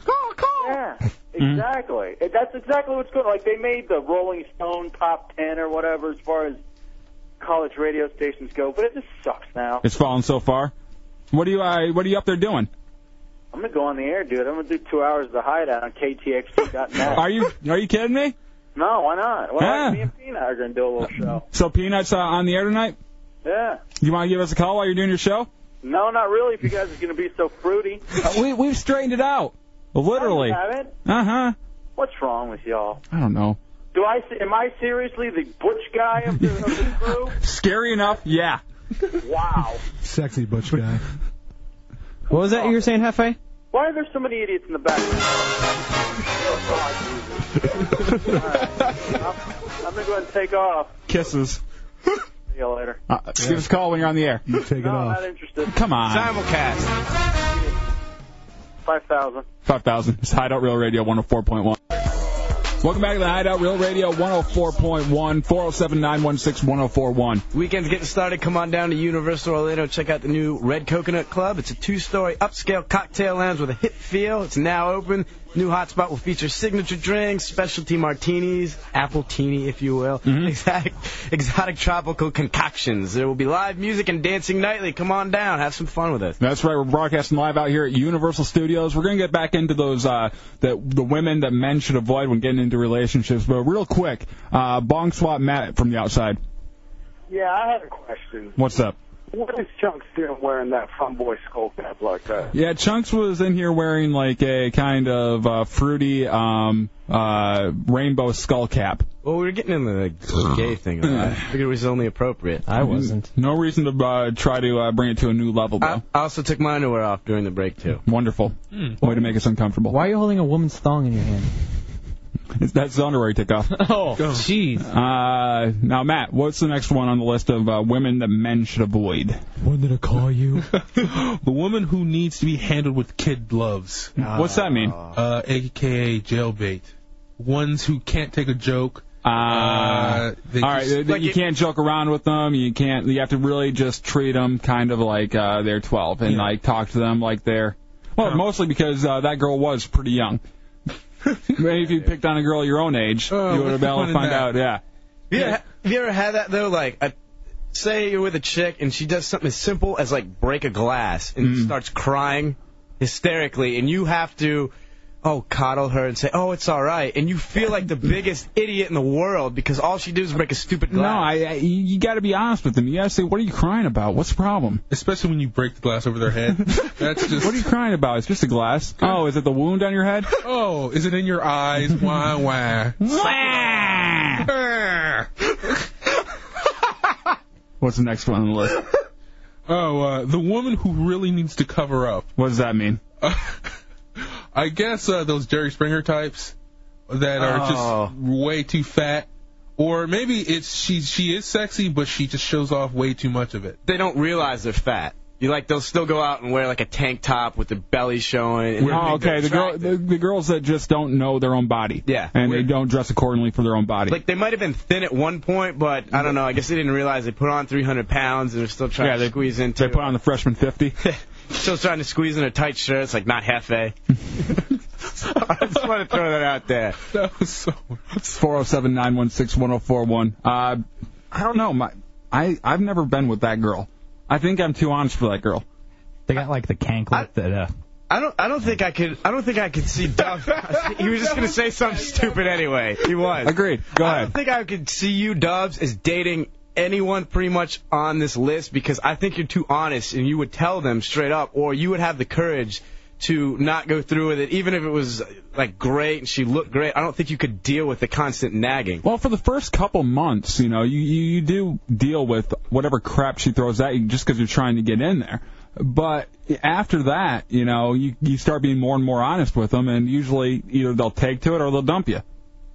Speaker 2: yeah, exactly.
Speaker 1: Hmm.
Speaker 2: It- That's exactly what's good. Like they made the Rolling Stone top ten or whatever as far as college radio stations go, but it just sucks now.
Speaker 1: It's fallen so far. What are you uh, what are you up there doing?
Speaker 2: I'm gonna go on the air, dude. I'm gonna do two hours of the hideout on KTXT.net.
Speaker 1: Are you are you kidding me?
Speaker 2: No, why not? Well,
Speaker 1: Yeah.
Speaker 2: me and Peanut are gonna do a little show.
Speaker 1: So peanuts uh, on the air tonight.
Speaker 2: Yeah.
Speaker 1: You want to give us a call while you're doing your show?
Speaker 2: No, not really. If you guys are gonna be so fruity.
Speaker 1: Uh, we we've straightened it out. Literally.
Speaker 2: No, you haven't.
Speaker 1: Uh huh.
Speaker 2: What's wrong with y'all?
Speaker 1: I don't know.
Speaker 2: Do I se- am I seriously the butch guy of the, of the crew?
Speaker 1: Scary enough, yeah.
Speaker 2: Wow.
Speaker 19: Sexy butch guy.
Speaker 9: What was that you were saying, Hefe?
Speaker 2: Why are there so many idiots in the back? Oh, God, Jesus. All right. I'm, I'm gonna go ahead and take off.
Speaker 1: Kisses.
Speaker 2: See you later.
Speaker 1: Uh, just Give us a call when you're on the air. You take it off.
Speaker 2: Not interested.
Speaker 1: Come on.
Speaker 2: Simulcast. Five thousand.
Speaker 1: 5,000. It's Hideout Real Radio 104.1. Welcome back to the Hideout Real Radio 104.1, 407 916 1041.
Speaker 3: Weekend's getting started. Come on down to Universal Orlando. Check out the new Red Coconut Club. It's a two-story upscale cocktail lounge with a hip feel. It's now open. New hotspot will feature signature drinks, specialty martinis, apple teeny, if you will,
Speaker 1: Mm-hmm.
Speaker 3: exotic, exotic tropical concoctions. There will be live music and dancing nightly. Come on down. Have some fun with us.
Speaker 1: That's right. We're broadcasting live out here at Universal Studios. We're gonna get back into those uh, that the women that men should avoid when getting into relationships. But real quick, uh, bong swap Matt from the outside.
Speaker 20: Yeah, I had a question.
Speaker 1: What's up?
Speaker 20: What is Chunks doing wearing that fun boy skull cap like that?
Speaker 1: Yeah, Chunks was in here wearing like a kind of uh, fruity um, uh, rainbow skull cap.
Speaker 3: Well, we were getting into the gay thing. I figured it was only appropriate. I
Speaker 1: Uh-huh. wasn't. No reason to uh, try to uh, bring it to a new level, though.
Speaker 3: I also took my underwear off during the break too.
Speaker 1: Wonderful.
Speaker 9: Hmm.
Speaker 1: Way to make us uncomfortable.
Speaker 9: Why are you holding a woman's thong in your hand?
Speaker 1: That's the underwear take off.
Speaker 9: Oh, jeez.
Speaker 1: Uh, now, Matt, what's the next one on the list of uh, women that men should avoid?
Speaker 21: When did I call you?
Speaker 7: the woman who needs to be handled with kid gloves.
Speaker 1: What's that mean?
Speaker 7: Uh, AKA jailbait. Ones who can't take a joke. Uh, they
Speaker 1: Ah. All right,
Speaker 7: just-
Speaker 1: th- th- you can't joke around with them. You can't. You have to really just treat them kind of like uh, they're 12 and like talk to them like they're. Well, mostly because uh, that girl was pretty young. Maybe if you picked on a girl your own age, you would
Speaker 3: what's
Speaker 1: have
Speaker 3: the
Speaker 1: been able
Speaker 3: fun
Speaker 1: to
Speaker 3: in
Speaker 1: find
Speaker 3: that?
Speaker 1: out. Yeah.
Speaker 3: Have you, ever, have you ever had that though? Like, a, say you're with a chick and she does something as simple as like break a glass and
Speaker 1: Mm-hmm.
Speaker 3: starts crying hysterically, and you have to. Oh, coddle her and say, "Oh, it's all right," and you feel like the biggest idiot in the world because all she did is break a stupid
Speaker 1: No,
Speaker 3: glass.
Speaker 1: I, I you you got to be honest with them. You got to say, what are you crying about? What's the problem?
Speaker 7: Especially when you break the glass over their head. That's just.
Speaker 1: What are you crying about? It's just a glass. Oh, is it the wound on your head?
Speaker 7: Oh, is it in your eyes? Why, why?
Speaker 1: What's the next one on the list?
Speaker 7: Oh, uh, the woman who really needs to cover up.
Speaker 1: What does that mean?
Speaker 7: I guess uh, those Jerry Springer types that are
Speaker 1: Oh.
Speaker 7: just way too fat, or maybe it's she she is sexy, but she just shows off way too much of it.
Speaker 3: they don't realize they're fat. You like they'll still go out and wear like a tank top with the belly showing. And
Speaker 1: Oh, okay. The girl, the, the girls that just don't know their own body. Yeah. And they don't dress accordingly for their own body.
Speaker 3: Like they might have been thin at one point, but I don't know. I guess they didn't realize they put on 300 pounds and they're still trying
Speaker 1: Yeah,
Speaker 3: to
Speaker 1: they-
Speaker 3: squeeze into.
Speaker 1: they put on the freshman 50.
Speaker 3: Still trying to squeeze in a tight shirt. It's like not hefe. I just want to throw that out there.
Speaker 7: That was so.
Speaker 1: Four zero seven nine one six one zero four one. Uh, I don't know. My, I I've never been with that girl. I think I'm too honest for that girl.
Speaker 22: They got like the cank look that. Uh,
Speaker 3: I don't. I don't think I could. I don't think I could see Duff. he was just gonna say something stupid anyway. He was.
Speaker 1: Agreed. Go
Speaker 3: I don't think I could see you, Dubs, as dating anyone pretty much on this list because I think you're too honest and you would tell them straight up, or you would have the courage to not go through with it, even if it was like great and she looked great. I don't think you could deal with the constant nagging.
Speaker 1: Well, for the first couple months, you know, you you, you do deal with whatever crap she throws at you just because you're trying to get in there. But after that, you know, you you start being more and more honest with them, and usually either they'll take to it or they'll dump you,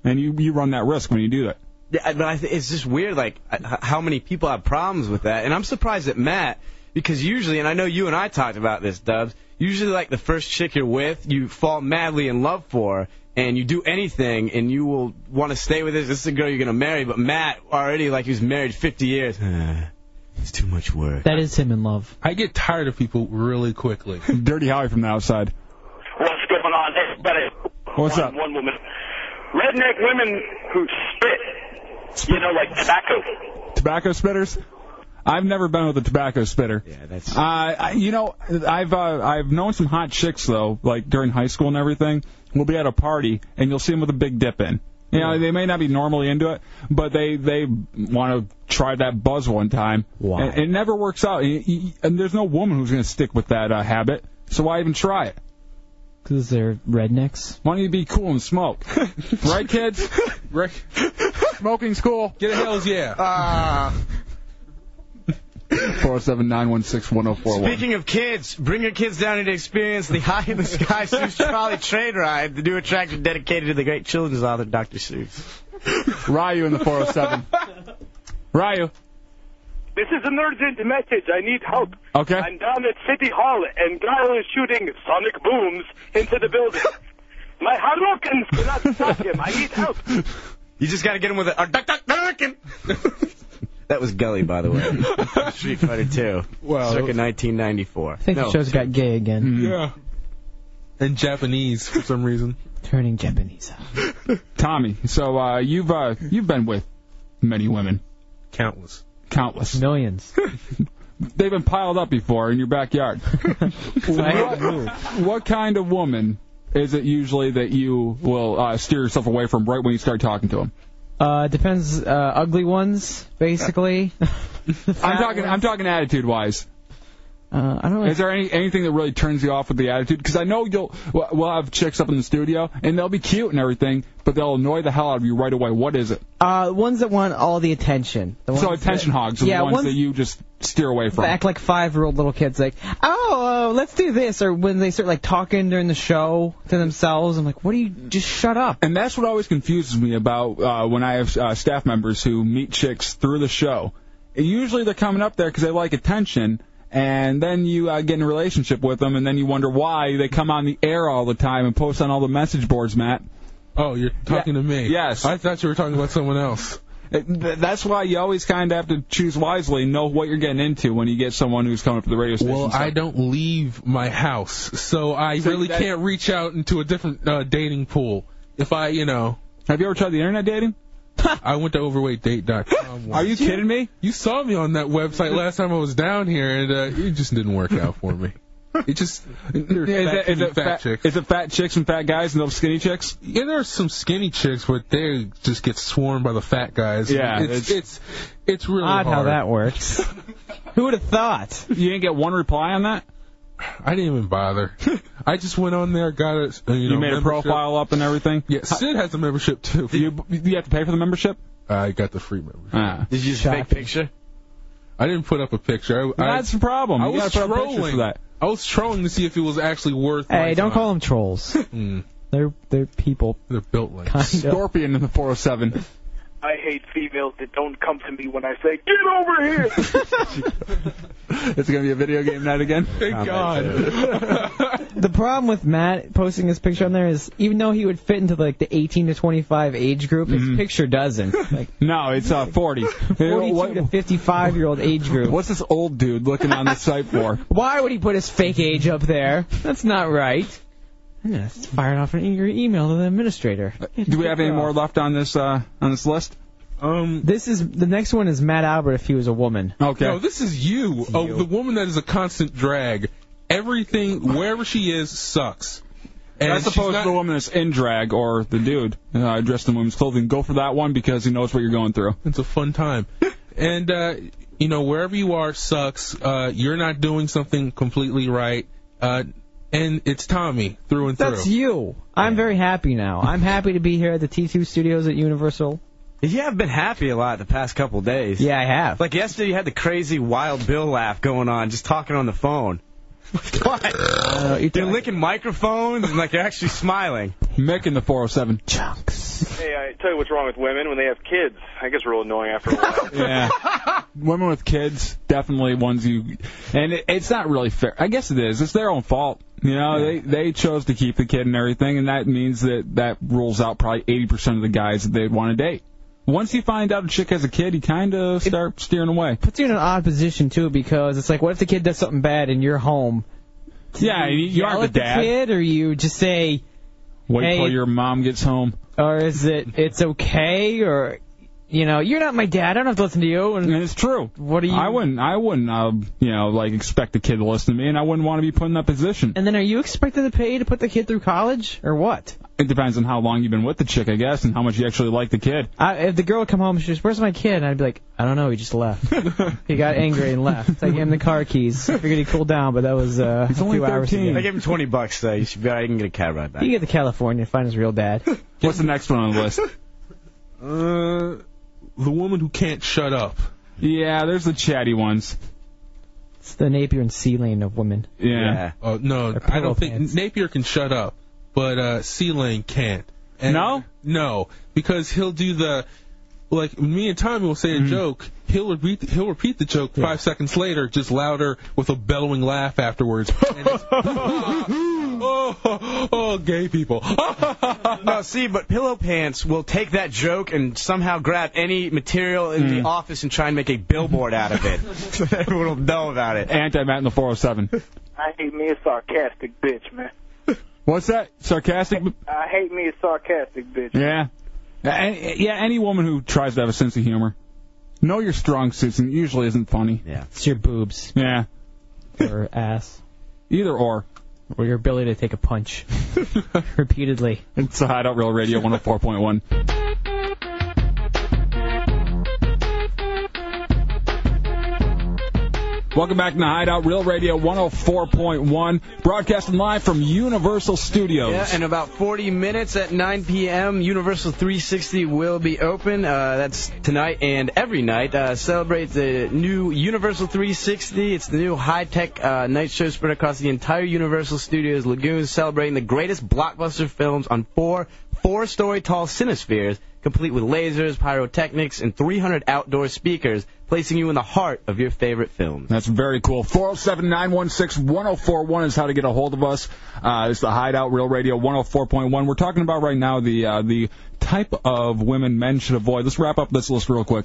Speaker 1: and you you run that risk when you do that.
Speaker 3: Yeah, I- but I th- it's just weird, like h- how many people have problems with that. And I'm surprised at Matt because usually, and I know you and I talked about this, Dubs. Usually, like the first chick you're with, you fall madly in love for, and you do anything, and you will want to stay with this. This is the girl you're gonna marry. But Matt already, like he was married 50 years. It's too much work.
Speaker 9: That is him in love.
Speaker 7: I get tired of people really quickly.
Speaker 1: Dirty Howie from the outside.
Speaker 12: What's going on? Everybody.
Speaker 1: What's
Speaker 12: one,
Speaker 1: up?
Speaker 12: One woman. Redneck women who spit. You know, like tobacco.
Speaker 1: Tobacco spitters? I've never been with a tobacco spitter. Yeah,
Speaker 3: that's.
Speaker 1: Uh, I, you know, I've uh, I've known some hot chicks though, like during high school and everything. We'll be at a party and you'll see them with a big dip in. You know, they may not be normally into it, but they they want to try that buzz one time. Why? And it never works out. And, you- and there's no woman who's going to stick with that uh, habit, so why even try it?
Speaker 9: Because they're rednecks.
Speaker 1: Why don't you be cool and smoke? right, kids?
Speaker 7: Right.
Speaker 1: Smoking's cool.
Speaker 7: Get a hell's yeah.
Speaker 3: Ah.
Speaker 1: 407-916-1041.
Speaker 3: Speaking of kids, bring your kids down here to experience the High in the Sky Seuss Trolley Train Ride, the new attraction dedicated to the great children's author, Dr. Seuss.
Speaker 1: Ryu in the 407. Ryu.
Speaker 23: This is an urgent message. I need help.
Speaker 1: Okay.
Speaker 23: I'm down at City Hall, and Guile is shooting sonic booms into the building. My Harlokans cannot stop him. I need help.
Speaker 3: You just got to get him with a. a duck, duck, duck, and- that was Gully, by the way. Street Fighter 2.
Speaker 7: Wow.
Speaker 3: Circa 1994.
Speaker 9: I think
Speaker 3: no.
Speaker 9: the show's got gay again.
Speaker 7: Yeah. In Japanese for some reason.
Speaker 9: Turning Japanese.
Speaker 1: Tommy, so uh, you've uh, you've been with many women.
Speaker 7: Countless.
Speaker 1: Countless.
Speaker 9: Millions.
Speaker 1: They've been piled up before in your backyard. what, what kind of woman is it usually that you will uh, steer yourself away from right when you start talking to them?
Speaker 9: Uh, depends. Uh, ugly ones, basically.
Speaker 1: I'm talking. I'm talking attitude wise.
Speaker 9: Uh, I don't.
Speaker 1: Is there any anything that really turns you off with the attitude? Because I know you'll we'll we'll have chicks up in the studio and they'll be cute and everything, but they'll annoy the hell out of you right away. What is it?
Speaker 9: Uh, ones that want all the attention. The
Speaker 1: so
Speaker 9: ones
Speaker 1: attention
Speaker 9: that-
Speaker 1: hogs are
Speaker 9: yeah,
Speaker 1: the ones,
Speaker 9: ones
Speaker 1: that you just steer away from.
Speaker 9: that act like five-year-old little kids, like, oh, uh, let's do this, or when they start like talking during the show to themselves, I'm like, what do you? Just shut up.
Speaker 1: And that's what always confuses me about uh, when I have uh, staff members who meet chicks through the show. Usually they're coming up there because they like attention, and then you uh, get in a relationship with them, and then you wonder why they come on the air all the time and post on all the message boards, Matt.
Speaker 7: Oh, you're talking to me.
Speaker 1: Yes.
Speaker 7: I thought you were talking about someone else.
Speaker 1: It- th- That's why you always kind of have to choose wisely and know what you're getting into when you get someone who's coming up to the radio station.
Speaker 7: Well, I don't leave my house, so I
Speaker 1: So
Speaker 7: really
Speaker 1: that-
Speaker 7: can't reach out into a different uh, dating pool. If I, you know.
Speaker 1: Have you ever tried the internet dating?
Speaker 7: I went to overweightdate.com.
Speaker 1: Are you kidding me?
Speaker 7: You saw me on that website last time I was down here, and uh, it just didn't work out for me. It just.
Speaker 1: is it, is, it fat,
Speaker 7: chicks.
Speaker 1: is it fat chicks and fat guys and those skinny chicks?
Speaker 7: Yeah, there are some skinny chicks, but they just get swarmed by the fat guys.
Speaker 1: Yeah,
Speaker 7: it's it's,
Speaker 1: it's-
Speaker 7: it's really
Speaker 1: Odd how
Speaker 7: hard.
Speaker 1: that
Speaker 9: works. Who would have thought?
Speaker 1: You didn't get one reply on that.
Speaker 7: I didn't even bother. I just went on there, got a uh, you,
Speaker 1: You,
Speaker 7: know,
Speaker 1: made a
Speaker 7: membership.
Speaker 1: profile up and everything.
Speaker 7: Yeah, Sid has a membership too.
Speaker 1: You you have to pay for the membership.
Speaker 7: I got the free membership.
Speaker 1: Ah.
Speaker 3: Did you just make a picture?
Speaker 7: I didn't put up a picture. I, I-
Speaker 1: That's the problem.
Speaker 7: I
Speaker 1: You
Speaker 7: was
Speaker 1: gotta put up pictures
Speaker 7: trolling.
Speaker 1: for that.
Speaker 7: I was trolling to see if it was actually worth. my
Speaker 9: Hey, don't
Speaker 7: time.
Speaker 9: call them trolls. They're they're people.
Speaker 7: Hmm. They're built like
Speaker 9: kind of.
Speaker 1: Scorpion in the 407.
Speaker 23: I hate females that don't come to me when I say, get over here!
Speaker 1: It's gonna be a video game night again. Thank
Speaker 9: The problem with Matt posting his picture on there is, even though he would fit into like the 18 to 25 age group,
Speaker 1: Mm-hmm.
Speaker 9: his picture doesn't. Like
Speaker 1: No, it's uh 40.
Speaker 9: 42 to 55 year old age group.
Speaker 1: What's this old dude looking on the site for?
Speaker 9: Why would he put his fake age up there? That's not right. I'm gonna fire off an angry email to the administrator.
Speaker 1: Uh, Do we have any more left on this uh, on this list?
Speaker 7: Um,
Speaker 9: This is the next one is Matt Albert if he was a woman.
Speaker 1: Okay.
Speaker 7: No, this is you, oh, the woman that is a constant drag. Everything, wherever she is, sucks. And
Speaker 1: I
Speaker 7: she's
Speaker 1: suppose
Speaker 7: not-
Speaker 1: the woman that's in drag or the dude uh, dressed in women's clothing, go for that one because he knows what you're going through.
Speaker 7: It's a fun time. and uh, you know, wherever you are sucks. Uh, you're not doing something completely right. Uh, and it's Tommy through and
Speaker 9: That's
Speaker 7: through.
Speaker 9: you. I'm very happy now. I'm happy to be here at the T2 Studios at Universal.
Speaker 3: You have been happy a lot the past couple days.
Speaker 9: Yeah, I have.
Speaker 3: Like yesterday, you had the crazy Wild Bill laugh going on, just talking on the phone. what?
Speaker 9: you're,
Speaker 3: licking microphones and like you're actually smiling.
Speaker 1: Mick in the 407.
Speaker 23: hey, I tell you what's wrong with women when they have kids. I guess real annoying after a while.
Speaker 1: Yeah. Women with kids, definitely ones you, and it, it's not really fair. I guess it is. It's their own fault. You know, they they chose to keep the kid and everything, and that means that that rules out probably 80% of the guys that they'd want to date. Once you find out a chick has a kid, you kind of start steering away.
Speaker 9: Puts you in an odd position too because it's like, what if the kid does something bad and you're home?
Speaker 1: Yeah, you, you
Speaker 9: Yell
Speaker 1: aren't
Speaker 9: at
Speaker 1: the dad.
Speaker 9: kid, or you just say,
Speaker 1: Wait
Speaker 9: Hey.
Speaker 1: till your mom gets home.
Speaker 9: or is it it's okay, or you know, you're not my dad. I don't have to listen to you. And
Speaker 1: And it's true.
Speaker 9: what do you?
Speaker 1: I wouldn't. I wouldn't. Uh, you know, like expect the kid to listen to me, and I wouldn't want to be put in that position.
Speaker 9: And then are you expected to pay to put the kid through college or what?
Speaker 1: It depends on how long you've been with the chick, I guess, and how much you actually like the kid.
Speaker 9: I, if the girl would come home, she was, "Where's my kid?" And I'd be like, "I don't know. He just left. he got angry and left. I gave him the car keys. I figured he'd cool down, but that was uh, a
Speaker 1: only
Speaker 9: few hours
Speaker 1: 13.
Speaker 3: I
Speaker 9: ago.
Speaker 3: gave him 20 bucks, so you should be, I can get a cab ride back.
Speaker 9: You can get to California, find his real dad.
Speaker 1: What's the next one on the list?
Speaker 7: Uh, the woman who can't shut up.
Speaker 1: Yeah, there's the chatty ones.
Speaker 9: It's the Napier and Sea Lane of women.
Speaker 7: Yeah. Oh no, I don't think Napier can shut up, but uh, C Lane can't. And no. No, because he'll do the like me and Tommy will say a joke. He'll repeat he'll repeat the joke five seconds later, just louder with a bellowing laugh afterwards. And it's, oh, oh, gay people.
Speaker 3: no, see, but Pillow Pants will take that joke and somehow grab any material in
Speaker 1: Hmm.
Speaker 3: the office and try and make a billboard out of it. so that everyone will know about it.
Speaker 1: Anti Matt in the 407.
Speaker 18: I hate me a sarcastic bitch, man.
Speaker 1: What's that? Sarcastic?
Speaker 18: I hate me a sarcastic bitch.
Speaker 1: Yeah. A- a- yeah, any woman who tries to have a sense of humor. Know your strong suits, and it usually isn't funny.
Speaker 9: Yeah. It's your boobs.
Speaker 1: Yeah.
Speaker 9: Or ass.
Speaker 1: Either or.
Speaker 9: Or your ability to take a punch. Repeatedly.
Speaker 1: It's a Hideout Real Radio 104.1. Welcome back to the Hideout Real Radio 104.1, broadcasting live from Universal Studios.
Speaker 3: Yeah, in about 40 minutes at 9 p.m., Universal 360 will be open. Uh, that's tonight and every night. Uh, celebrate the new Universal 360. It's the new high-tech uh, night show spread across the entire Universal Studios lagoon, celebrating the greatest blockbuster films on four four-story tall cinespheres, complete with lasers, pyrotechnics, and 300 outdoor speakers, placing you in the heart of your favorite films.
Speaker 1: That's very cool. 407 916 1041 is how to get a hold of us. Uh, it's the Hideout Real Radio 104.1. We're talking about right now the uh, the type of women men should avoid. Let's wrap up this list real quick.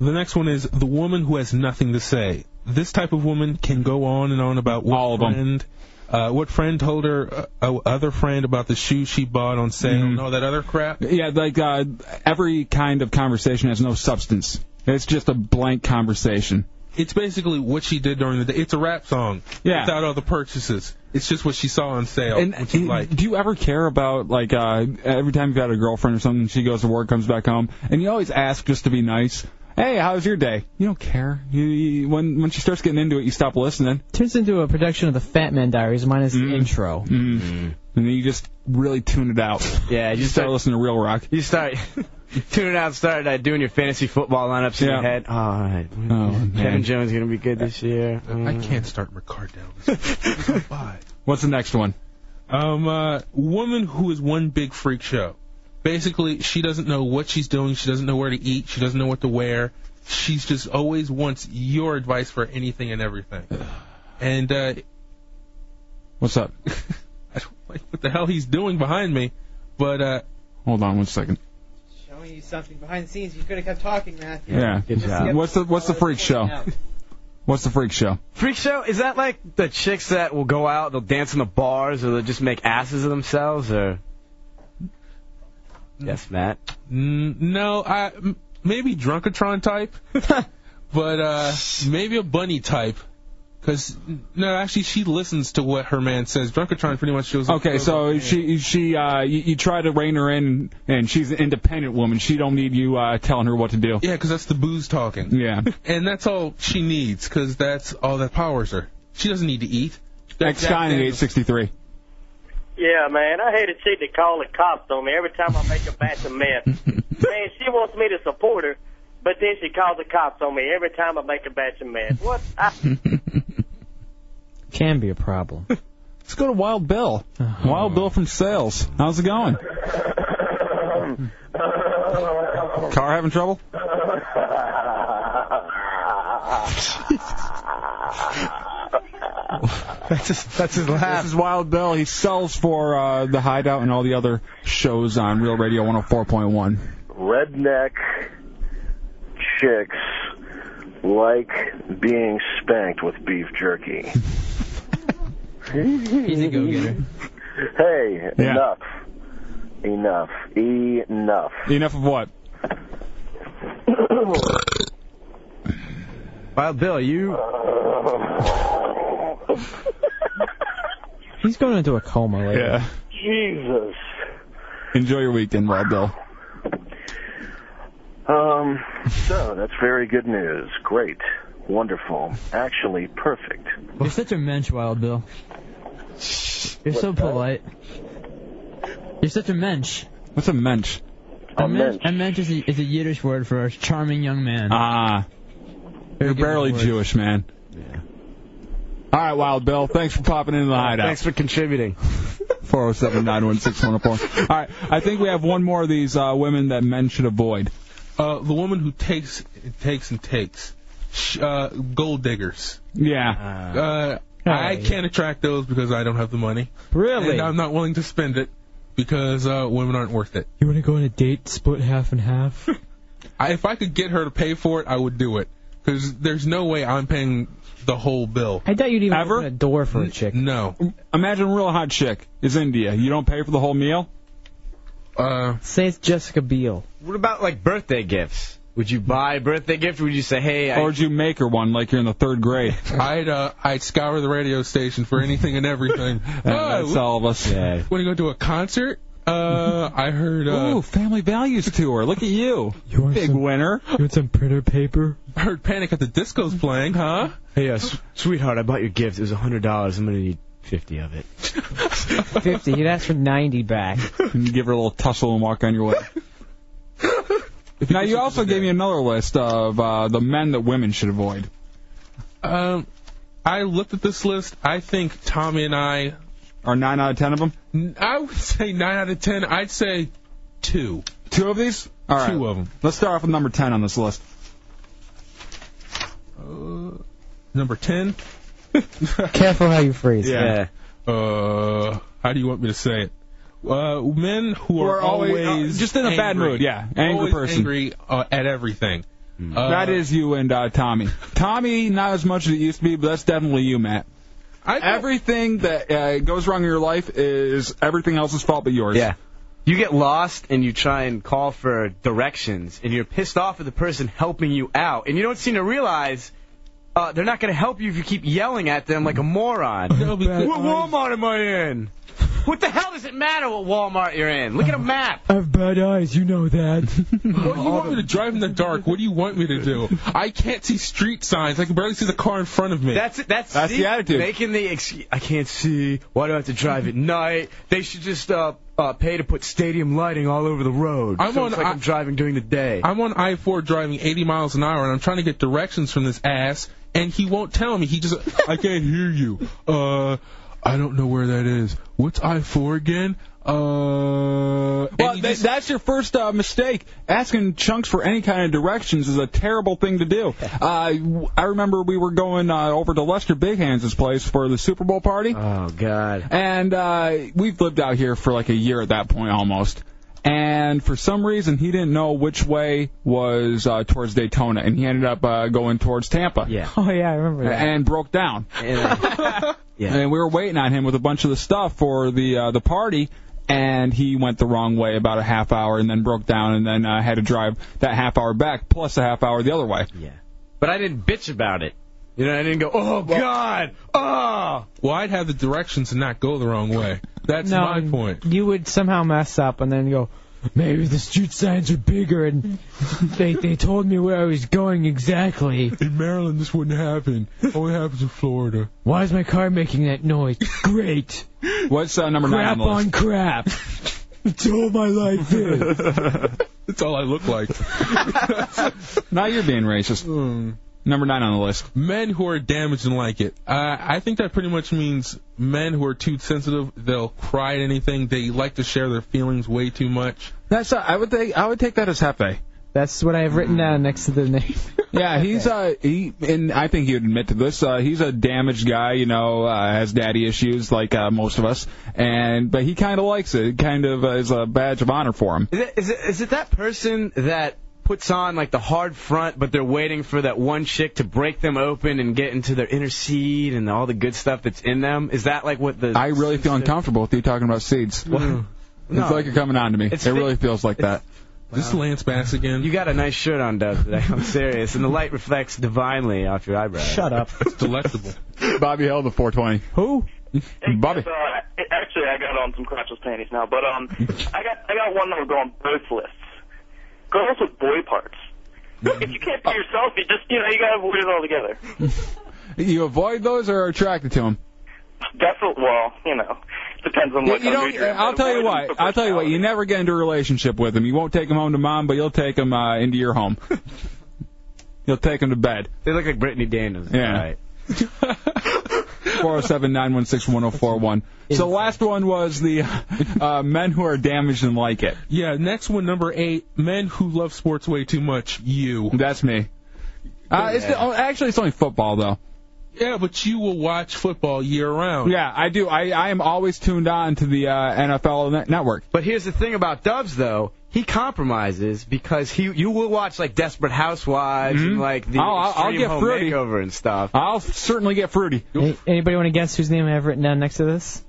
Speaker 7: The next one is the woman who has nothing to say. This type of woman can go on and on about what
Speaker 1: them.
Speaker 7: friend, uh, what friend told her uh, uh, other friend about the shoes she bought on sale
Speaker 1: Mm-hmm.
Speaker 7: and all that other crap.
Speaker 1: Yeah, like uh, every kind of conversation has no substance. It's just a blank conversation.
Speaker 7: It's basically what she did during the day. It's a rap song
Speaker 1: Yeah.
Speaker 7: without all the purchases. It's just what she saw on sale.
Speaker 1: And
Speaker 7: what she
Speaker 1: do,
Speaker 7: liked.
Speaker 1: do you ever care about like uh every time you've got a girlfriend or something, she goes to work, comes back home, and you always ask just to be nice. Hey, how's your day? You don't care. You, you, when when she starts getting into it, you stop listening.
Speaker 9: Turns into a production of the Fat Man Diaries minus the intro.
Speaker 1: Mm. And then you just really tune it out.
Speaker 3: Yeah,
Speaker 1: you start listening to real rock.
Speaker 3: You start tuning out, start uh, doing your fantasy football lineups in your
Speaker 1: Yeah.
Speaker 3: head. All right, Kevin Jones gonna be good this year.
Speaker 7: Oh,
Speaker 3: Mm.
Speaker 7: I can't start Ricard down.
Speaker 1: What's the next one?
Speaker 7: Um, uh, woman who is one big freak show. Basically, she doesn't know what she's doing. She doesn't know where to eat. She doesn't know what to wear. She's just always wants your advice for anything and everything. And uh,
Speaker 1: What's up?
Speaker 7: what the hell he's doing behind me? But uh,
Speaker 1: Hold on one second.
Speaker 24: Showing you something behind the scenes. You could have kept talking, Matthew.
Speaker 1: Yeah.
Speaker 3: Good job.
Speaker 1: What's the What's the freak show? What's the freak show?
Speaker 3: Freak show is that like the chicks that will go out, they'll dance in the bars, or they'll just make asses of themselves, or? Yes, Matt.
Speaker 7: Mm, no, I m- maybe drunkatron type, but uh, maybe a bunny type. Cause no, actually, she listens to what her man says. Drunkatron pretty much goes.
Speaker 1: Okay, so she she uh you, you try to rein her in, and she's an independent woman. She don't need you uh telling her what to do.
Speaker 7: Yeah, because that's the booze talking.
Speaker 1: Yeah.
Speaker 7: and that's all she needs, 'cause that's all that powers her. She doesn't need to eat. That's
Speaker 1: X Stein at eight sixty three.
Speaker 25: Yeah, man, I hate to see the call the cops on me every time I make a batch of meth. man, she wants me to support her, but then she calls the cops on me every time I make a batch of meth. What? I,
Speaker 9: Can be a problem. Uh-huh.
Speaker 1: Let's go to Wild Bill. Wild Bill from Sales. How's it going? Car having trouble?
Speaker 3: that's his that's his laugh.
Speaker 1: This is Wild Bill. He sells for uh, the Hideout and all the other shows on Real Radio 104.1.
Speaker 26: redneck chicks like being spanked with beef jerky.
Speaker 9: He's a go-getter.
Speaker 26: Hey,
Speaker 1: Yeah.
Speaker 26: enough. Enough. Enough.
Speaker 1: Enough of what?
Speaker 3: Wild Bill, you.
Speaker 9: He's going into a coma later.
Speaker 1: Yeah.
Speaker 26: Jesus.
Speaker 1: Enjoy your weekend, Wild Bill.
Speaker 26: Um, so that's very good news. Great. Wonderful. Actually, perfect.
Speaker 10: You're such a mensch, Wild Bill. You're so polite. You're such a mensch.
Speaker 1: What's a mensch?
Speaker 10: A, mensch. A mensch is a, is a Yiddish word for a charming young man.
Speaker 1: Ah.
Speaker 10: Very
Speaker 1: You're
Speaker 10: good
Speaker 1: barely
Speaker 10: words.
Speaker 1: Jewish, man. All right, Wild Bill. Thanks for popping into the hideout. oh Thanks
Speaker 3: for contributing.
Speaker 1: 407 916 oh All right, I think we have one more of these uh, women that men should avoid.
Speaker 7: Uh, the woman who takes and takes and takes. Sh- Uh, gold diggers.
Speaker 1: Yeah.
Speaker 7: Uh, I can't attract those because I don't have the money.
Speaker 9: Really?
Speaker 7: And I'm not willing to spend it because uh, women aren't worth it.
Speaker 27: You want to go on a date, split half and half?
Speaker 7: I, if I could get her to pay for it, I would do it because there's no way I'm paying the whole bill.
Speaker 9: I thought you'd even
Speaker 1: Ever?
Speaker 9: open a door for a chick.
Speaker 7: No.
Speaker 1: Imagine a real hot chick is India. You don't pay for the whole meal?
Speaker 7: Uh,
Speaker 9: Say it's Jessica Biel.
Speaker 3: What about like birthday gifts? Would you buy a birthday gift? Or would you say, hey, I,
Speaker 1: Or would you make her one like you're in the third grade?
Speaker 7: I'd uh, I'd scour the radio station for anything and everything.
Speaker 1: that's all of us. Yeah.
Speaker 7: Want to go to a concert? Uh, I heard. Uh,
Speaker 1: Ooh, family values tour. Look at you. Big winner.
Speaker 27: You want some printer paper?
Speaker 7: I heard Panic at the Disco's playing, huh?
Speaker 3: hey, uh, s- sweetheart, I bought your gift. It was a hundred dollars. I'm gonna need fifty of it.
Speaker 9: 50. You'd ask for 90 back.
Speaker 1: And you give her a little tussle and walk on your way. now, you also gave me another list of uh, the men that women should avoid.
Speaker 7: Um, I looked at this list. I think Tommy and I
Speaker 1: Are 9 out of 10 of them?
Speaker 7: I would say nine out of ten. I'd say two.
Speaker 1: Two of these? All right.
Speaker 7: Two of them.
Speaker 1: Let's start off with number 10 on this list.
Speaker 7: Uh, number ten.
Speaker 9: Careful how you phrase
Speaker 7: Yeah. Uh, how do you want me to say it? Uh, men who,
Speaker 1: Who
Speaker 7: are,
Speaker 1: are always- uh, just in a bad
Speaker 7: angry.
Speaker 1: mood, yeah. Angry
Speaker 7: Always
Speaker 1: person.
Speaker 7: angry uh, at everything. Uh,
Speaker 1: Hmm. that is you and uh, Tommy. Tommy, not as much as it used to be, but that's definitely you, Matt.
Speaker 7: I go-
Speaker 1: Everything that uh, goes wrong in your life is everything else's fault but yours.
Speaker 3: Yeah. You get lost and you try and call for directions, and you're pissed off at the person helping you out, and you don't seem to realize uh, they're not going to help you if you keep yelling at them like a moron.
Speaker 7: No, because-
Speaker 3: what Walmart am I in? What the hell does it matter what Walmart you're in? Look at a map.
Speaker 27: I have bad eyes, you know that.
Speaker 7: What do you want me to drive in the dark? What do you want me to do? I can't see street signs. I can barely see the car in front of me.
Speaker 3: That's it. That's,
Speaker 1: That's
Speaker 3: see,
Speaker 1: the attitude.
Speaker 3: Making the excuse. I can't see. Why do I have to drive at night? They should just uh, uh, pay to put stadium lighting all over the road.
Speaker 7: I'm
Speaker 3: so
Speaker 7: on-
Speaker 3: it's like
Speaker 7: I-
Speaker 3: I'm driving during the day.
Speaker 7: I'm on I-4 driving 80 miles an hour, and I'm trying to get directions from this ass, and he won't tell me. He just, I can't hear you. Uh, I don't know where that is. What's I-4 again? Uh, and
Speaker 1: Well,
Speaker 7: he
Speaker 1: that,
Speaker 7: just-
Speaker 1: that's your first uh, mistake. Asking chunks for any kind of directions is a terrible thing to do. Uh, I remember we were going uh, over to Lester Big Hands' place for the Super Bowl party.
Speaker 3: oh God.
Speaker 1: And uh, we've lived out here for like a year at that point almost. And for some reason, he didn't know which way was uh, towards Daytona, and he ended up uh, going towards Tampa.
Speaker 3: Yeah.
Speaker 9: Oh, yeah, I remember that.
Speaker 1: And broke down.
Speaker 3: And, uh, Yeah.
Speaker 1: And we were waiting on him with a bunch of the stuff for the uh, the party, and he went the wrong way about a half hour, and then broke down, and then uh, had to drive that half hour back plus a half hour the other way.
Speaker 3: yeah. But I didn't bitch about it. You know, I didn't go. Oh God. Oh.
Speaker 7: Ah! well, I'd have the directions and not go the wrong way. That's
Speaker 9: No,
Speaker 7: my point.
Speaker 9: You would somehow mess up and then go, maybe the street signs are bigger and they, they told me where I was going exactly.
Speaker 7: In Maryland, this wouldn't happen. Only happens in Florida.
Speaker 9: Why is my car making that noise? Great.
Speaker 1: What's uh, number
Speaker 9: Crap
Speaker 1: nine on the
Speaker 9: on
Speaker 1: list?
Speaker 9: crap. It's all my life is.
Speaker 7: That's all I look like.
Speaker 1: Now you're being racist.
Speaker 3: Hmm.
Speaker 1: Number nine on the list.
Speaker 7: men who are damaged and like it. Uh, I think that pretty much means men who are too sensitive. They'll cry at anything. They like to share their feelings way too much.
Speaker 1: That's uh, I would take I would take that as Hefe.
Speaker 9: That's what I have
Speaker 1: Hmm.
Speaker 9: written down next to the name.
Speaker 1: Yeah, he's uh he and I think he'd admit to this. Uh, he's a damaged guy, you know, uh, has daddy issues like uh, most of us, and but he kind of likes it. It Kind of uh, is a badge of honor for him.
Speaker 3: Is it, is it is it that person that puts on like the hard front, but they're waiting for that one chick to break them open and get into their inner seed and all the good stuff that's in them? Is that like what the?
Speaker 1: I really feel uncomfortable with you talking about seeds.
Speaker 3: No.
Speaker 1: It's like you're coming on to me.
Speaker 3: It's
Speaker 1: it
Speaker 3: thi-
Speaker 1: really feels like that.
Speaker 7: Is this Lance Bass again?
Speaker 3: You got a nice shirt on, Dove, today. I'm serious. And the light reflects divinely off your eyebrows.
Speaker 9: Shut up.
Speaker 7: it's delectable.
Speaker 1: Bobby held the 420.
Speaker 9: Who?
Speaker 1: Bobby.
Speaker 28: Yes, uh, actually, I got on some crotchless panties now, but um, I got I got one that'll go on both lists. Girls with boy parts. If you can't be yourself, you just you know you gotta avoid it altogether.
Speaker 1: You avoid those or are attracted to them?
Speaker 28: Definitely. Well, you know, depends on
Speaker 1: You,
Speaker 28: what
Speaker 1: you
Speaker 28: kind of
Speaker 1: don't,
Speaker 28: mood you're in,
Speaker 1: I'll
Speaker 28: but
Speaker 1: tell you
Speaker 28: avoidance
Speaker 1: what.
Speaker 28: for
Speaker 1: I'll tell you what. You
Speaker 28: personality.
Speaker 1: never get into a relationship with them. You won't take them home to mom, but you'll take them uh, into your home. You'll take them to bed.
Speaker 3: They look like Brittany Daniels.
Speaker 1: Yeah.
Speaker 3: All right.
Speaker 1: 407 916 1041. So, last one was the uh, men who are damaged and like it.
Speaker 7: Yeah, next one, number eight, men who love sports way too much. You.
Speaker 1: That's me. Uh, it's the, oh, actually, it's only football, though.
Speaker 7: Yeah, but you will watch football year round.
Speaker 1: Yeah, I do. I, I am always tuned on to the uh, NFL net- network.
Speaker 3: But here's the thing about Dubs, though. He compromises because he you will watch like Desperate Housewives and like
Speaker 1: Mm-hmm.
Speaker 3: the
Speaker 1: I'll- I'll- I'll
Speaker 3: Extreme
Speaker 1: get
Speaker 3: Home
Speaker 1: fruity.
Speaker 3: Makeover and stuff.
Speaker 1: I'll certainly get fruity.
Speaker 9: Anybody want to guess whose name I have written down next to this?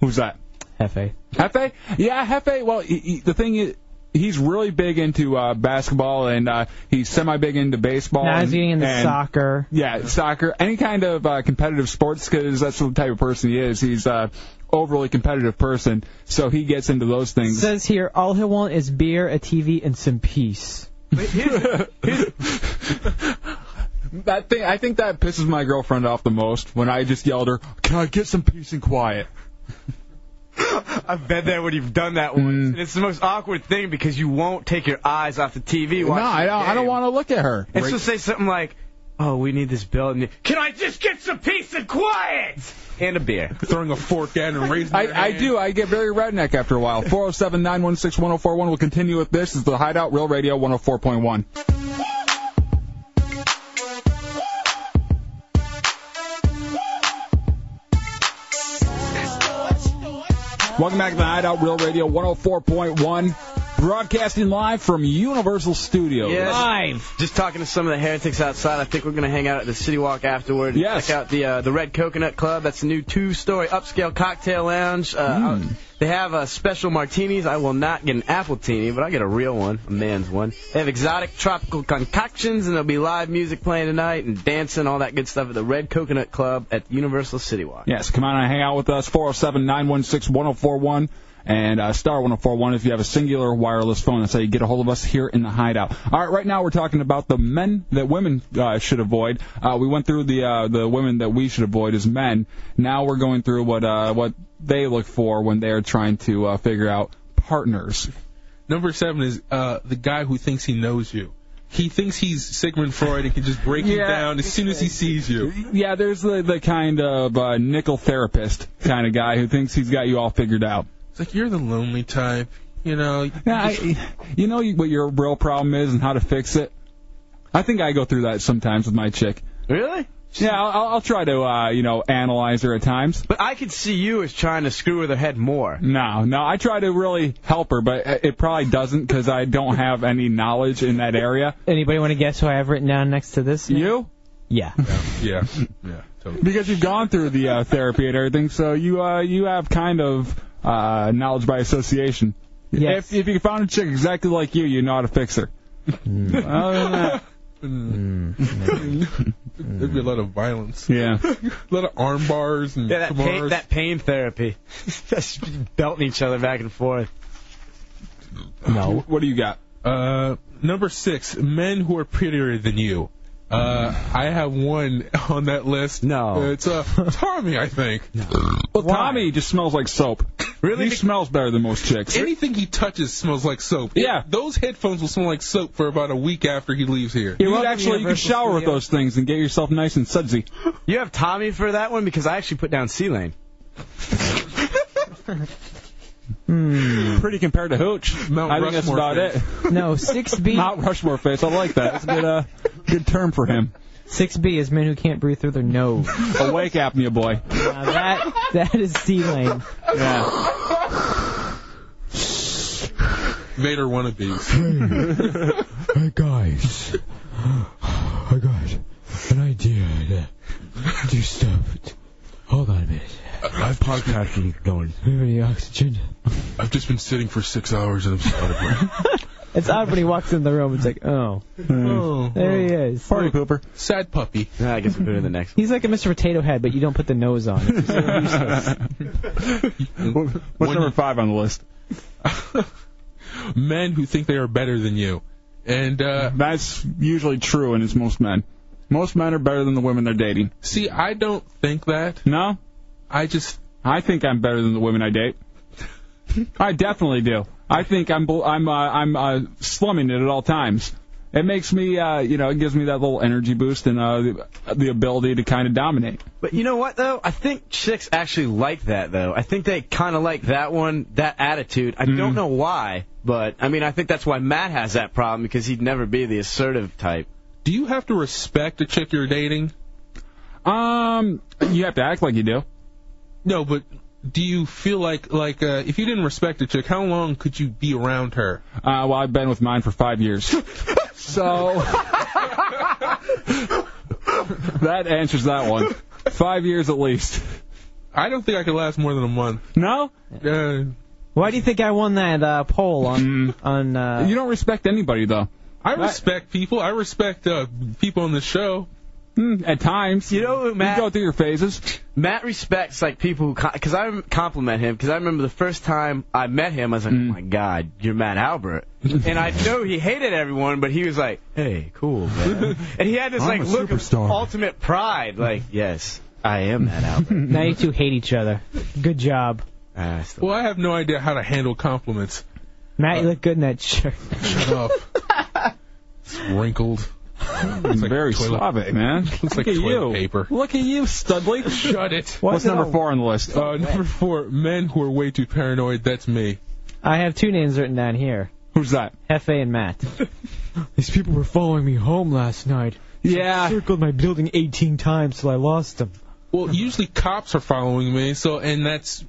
Speaker 1: Who's that?
Speaker 9: Hefe.
Speaker 1: Hefe? Yeah, Hefe. Well, he, he, the thing is, he's really big into uh, basketball and uh, he's semi big into baseball.
Speaker 9: Now
Speaker 1: and,
Speaker 9: he's getting into
Speaker 1: and-
Speaker 9: soccer.
Speaker 1: Yeah, soccer, any kind of uh, competitive sports, because that's the type of person he is. He's a overly competitive person, so he gets into those
Speaker 9: It
Speaker 1: things.
Speaker 9: says here, "Oh." all he'll want is beer, a TV, and some peace.
Speaker 1: That thing, I think that pisses my girlfriend off the most when I just yelled her, "Can I get some peace and quiet?"
Speaker 3: I've been there when you've done that
Speaker 1: Mm.
Speaker 3: once. And it's the most awkward thing because you won't take your eyes off the TV.
Speaker 1: No,
Speaker 3: watching
Speaker 1: I
Speaker 3: the
Speaker 1: don't. I
Speaker 3: game.
Speaker 1: don't want to look at her.
Speaker 3: And she'll say something like, "Oh, we need this building. Can I just get some peace and quiet and a beer?"
Speaker 7: Throwing a fork at and raising. their
Speaker 1: I, I
Speaker 7: hand.
Speaker 1: do. I get very redneck after a while. 407 916 1041. We'll continue with this. This is the Hideout Real Radio 104.1.
Speaker 3: uh,
Speaker 1: Welcome back to the Hideout Real Radio 104.1. Broadcasting live from Universal Studios.
Speaker 3: Live. Just talking to some of the heretics outside. I think we're gonna hang out at the City Walk afterward.
Speaker 1: Yes.
Speaker 3: Check out the uh, the Red Coconut Club. That's the new two-story upscale cocktail lounge. Uh, They have uh, special martinis. I will not get an apple teeny, but I get a real one, a man's one. They have exotic tropical concoctions, and there'll be live music playing tonight and dancing, all that good stuff at the Red Coconut Club at Universal City Walk.
Speaker 1: Yes, come on and hang out with us. 407 916 1041 and uh, star 1041 if you have a singular wireless phone. That's how you get a hold of us here in the hideout. All right, right now we're talking about the men that women uh, should avoid. Uh, we went through the uh, the women that we should avoid as men. Now we're going through what uh, what they look for when they are trying to uh, figure out partners.
Speaker 7: Number seven is uh, the guy who thinks he knows you. He thinks he's Sigmund Freud and can just break you
Speaker 1: Yeah.
Speaker 7: down as soon as he sees you.
Speaker 1: Yeah, there's the, the kind of uh, nickel therapist kind of guy who thinks he's got you all figured out.
Speaker 7: It's like you're the lonely type, you know.
Speaker 1: Yeah, I, you know what your real problem is and how to fix it. I think I go through that sometimes with my chick.
Speaker 3: Really?
Speaker 1: Yeah, I'll, I'll- I'll try to uh, you know analyze her at times.
Speaker 3: But I could see you as trying to screw with her head more.
Speaker 1: No, no, I try to really help her, but uh, it- it probably doesn't because I don't have any knowledge in that area.
Speaker 9: Anybody want to guess who I have written down next to this?
Speaker 1: You?
Speaker 9: Yeah.
Speaker 7: Yeah, yeah, totally.
Speaker 1: Because you've gone through the uh, therapy and everything, so you uh, you have kind of uh, knowledge by association.
Speaker 9: Yes.
Speaker 1: If if you found a chick exactly like you, you know how to fix her. Other than that-
Speaker 7: Mm. There'd be a lot of violence.
Speaker 1: Yeah.
Speaker 7: a lot of arm bars and
Speaker 3: Yeah, that pain,
Speaker 7: Kamaras.
Speaker 3: that pain therapy. That's belting each other back and forth.
Speaker 1: No. What do you got?
Speaker 7: Uh, number six, men who are prettier than you. Uh, I have one on that list.
Speaker 3: No.
Speaker 7: Uh, it's uh, Tommy, I think.
Speaker 1: Well, Tommy just smells like soap. Really? He smells better than most chicks.
Speaker 7: Anything he touches smells like soap.
Speaker 1: Yeah.
Speaker 7: Those headphones will smell like soap for about a week after he leaves here.
Speaker 1: You could actually you could
Speaker 7: Universal
Speaker 1: shower with
Speaker 7: Studios.
Speaker 1: those things and get yourself nice and sudsy.
Speaker 3: You have Tommy for that one because I actually put down C Lane.
Speaker 1: Pretty compared to Hooch.
Speaker 7: Mount
Speaker 1: I think that's
Speaker 7: Rushmore
Speaker 1: about
Speaker 7: face.
Speaker 1: it.
Speaker 9: No, 6B.
Speaker 1: Mount Rushmore face. I like that. That's a good, uh, good term for him.
Speaker 9: 6B is men who can't breathe through their nose.
Speaker 1: Awake apnea boy.
Speaker 9: Now that that is C lane.
Speaker 1: Yeah.
Speaker 7: Vader wannabes.
Speaker 27: Hey guys, I got an idea to do stuff. Hold on a minute.
Speaker 7: I've podcasting going.
Speaker 27: Do you have any oxygen?
Speaker 7: I've just been sitting for six hours and I'm so out of breath.
Speaker 9: It's odd when he walks in the room. It's like, oh,
Speaker 7: oh,
Speaker 9: there he is.
Speaker 1: Hmm. Party pooper.
Speaker 7: sad puppy.
Speaker 3: I guess we're doing the next
Speaker 9: He's like a Mr. Potato Head, but you don't put the nose on. It's so useless.
Speaker 1: What's
Speaker 7: When-
Speaker 1: number five on the list?
Speaker 7: Men who think they are better than you. And uh,
Speaker 1: That's usually true, and it's most men. Most men are better than the women they're dating.
Speaker 7: see, I don't think that.
Speaker 1: No,
Speaker 7: I just
Speaker 1: I think I'm better than the women I date. I definitely do. I think I'm bel- I'm uh, I'm uh, slumming it at all times. it makes me, uh, you know, it gives me that little energy boost and uh, the, the ability to kind of dominate.
Speaker 3: But you know what though? I think chicks actually like that though. I think they kind of like that one, that attitude. I don't know why, but I mean, I think that's why Matt has that problem because he'd never be the assertive type.
Speaker 7: Do you have to respect the chick you're dating?
Speaker 1: Um, you have to act like you do.
Speaker 7: No, but do you feel like like uh, if you didn't respect a chick, how long could you be around her?
Speaker 1: Uh, well, I've been with mine for five years. so that answers that one. Five years at least.
Speaker 7: I don't think I could last more than a month.
Speaker 1: No?
Speaker 7: Uh,
Speaker 9: Why do you think I won that uh, poll
Speaker 1: Hmm.
Speaker 9: on on? Uh,
Speaker 1: you don't respect anybody though.
Speaker 7: I respect people. I respect uh, people on the show.
Speaker 1: Hmm, At times,
Speaker 3: you know, Matt,
Speaker 1: go through your phases.
Speaker 3: Matt respects like people who, because I compliment him because I remember the first time I met him, I was like, oh my god, you're Matt Albert, and I know he hated everyone, but he was like, hey, cool, man. and he had this like
Speaker 9: I'm a
Speaker 3: look
Speaker 9: superstar.
Speaker 3: of ultimate pride, like, yes, I am Matt Albert.
Speaker 9: now you two hate each other. Good job,
Speaker 7: Well, I have no idea how to handle compliments.
Speaker 9: Matt. You look good in that shirt.
Speaker 7: Shut up. It's wrinkled. It's like
Speaker 1: Very
Speaker 7: toilet-
Speaker 1: suave, man.
Speaker 7: Looks like
Speaker 1: Look at
Speaker 7: toilet
Speaker 1: you.
Speaker 7: paper.
Speaker 1: Look at you, Studley.
Speaker 7: Shut it.
Speaker 1: What's number four on the list?
Speaker 7: Uh, number four, men who are way too paranoid. That's me.
Speaker 9: I have two names written down here.
Speaker 1: Who's that?
Speaker 9: Hefe and Matt.
Speaker 27: These people were following me home last night.
Speaker 1: Yeah.
Speaker 27: circled my building 18 times till I lost them.
Speaker 7: Well, usually cops are following me, so and that's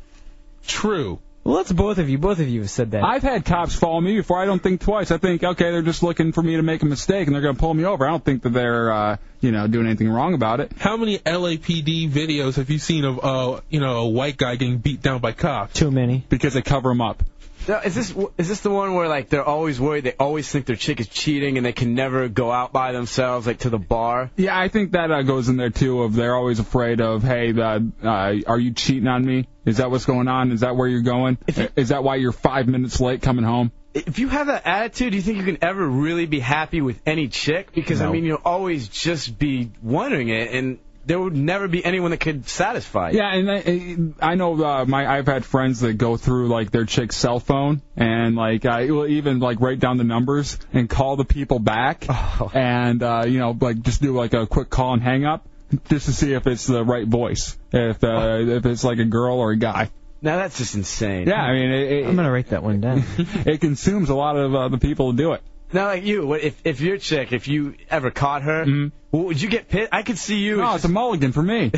Speaker 7: true.
Speaker 9: Well, that's both of you. Both of you have said that.
Speaker 1: I've had cops follow me before. I don't think twice. I think, okay, they're just looking for me to make a mistake and they're going to pull me over. I don't think that they're, uh, you know, doing anything wrong about it.
Speaker 7: How many LAPD videos have you seen of uh, you know, a white guy getting beat down by cops?
Speaker 9: Too many.
Speaker 1: Because they cover him up.
Speaker 3: Now, is this is this the one where like they're always worried? They always think their chick is cheating, and they can never go out by themselves, like to the bar.
Speaker 1: Yeah, I think that uh, goes in there too. Of they're always afraid of, hey, the, uh, are you cheating on me? Is that what's going on? Is that where you're going? Is that why you're five minutes late coming home?
Speaker 3: If you have that attitude, do you think you can ever really be happy with any chick? Because I
Speaker 1: No.
Speaker 3: mean, you'll always just be wondering it, and there would never be anyone that could satisfy you.
Speaker 1: Yeah, and I, I know uh, my I've had friends that go through like their chick's cell phone and like I will even like write down the numbers and call the people back
Speaker 3: Oh.
Speaker 1: and uh, you know like just do like a quick call and hang up just to see if it's the right voice if uh, if it's like a girl or a guy.
Speaker 3: Oh. Now that's just insane.
Speaker 1: Yeah, I mean it, it,
Speaker 9: I'm gonna write that one down.
Speaker 1: it consumes a lot of uh, the people who do it.
Speaker 3: Now, like you, what- if if your chick, if you ever caught her, what, would you get pissed? I could see you.
Speaker 1: Mm-hmm. No, it's a mulligan for me.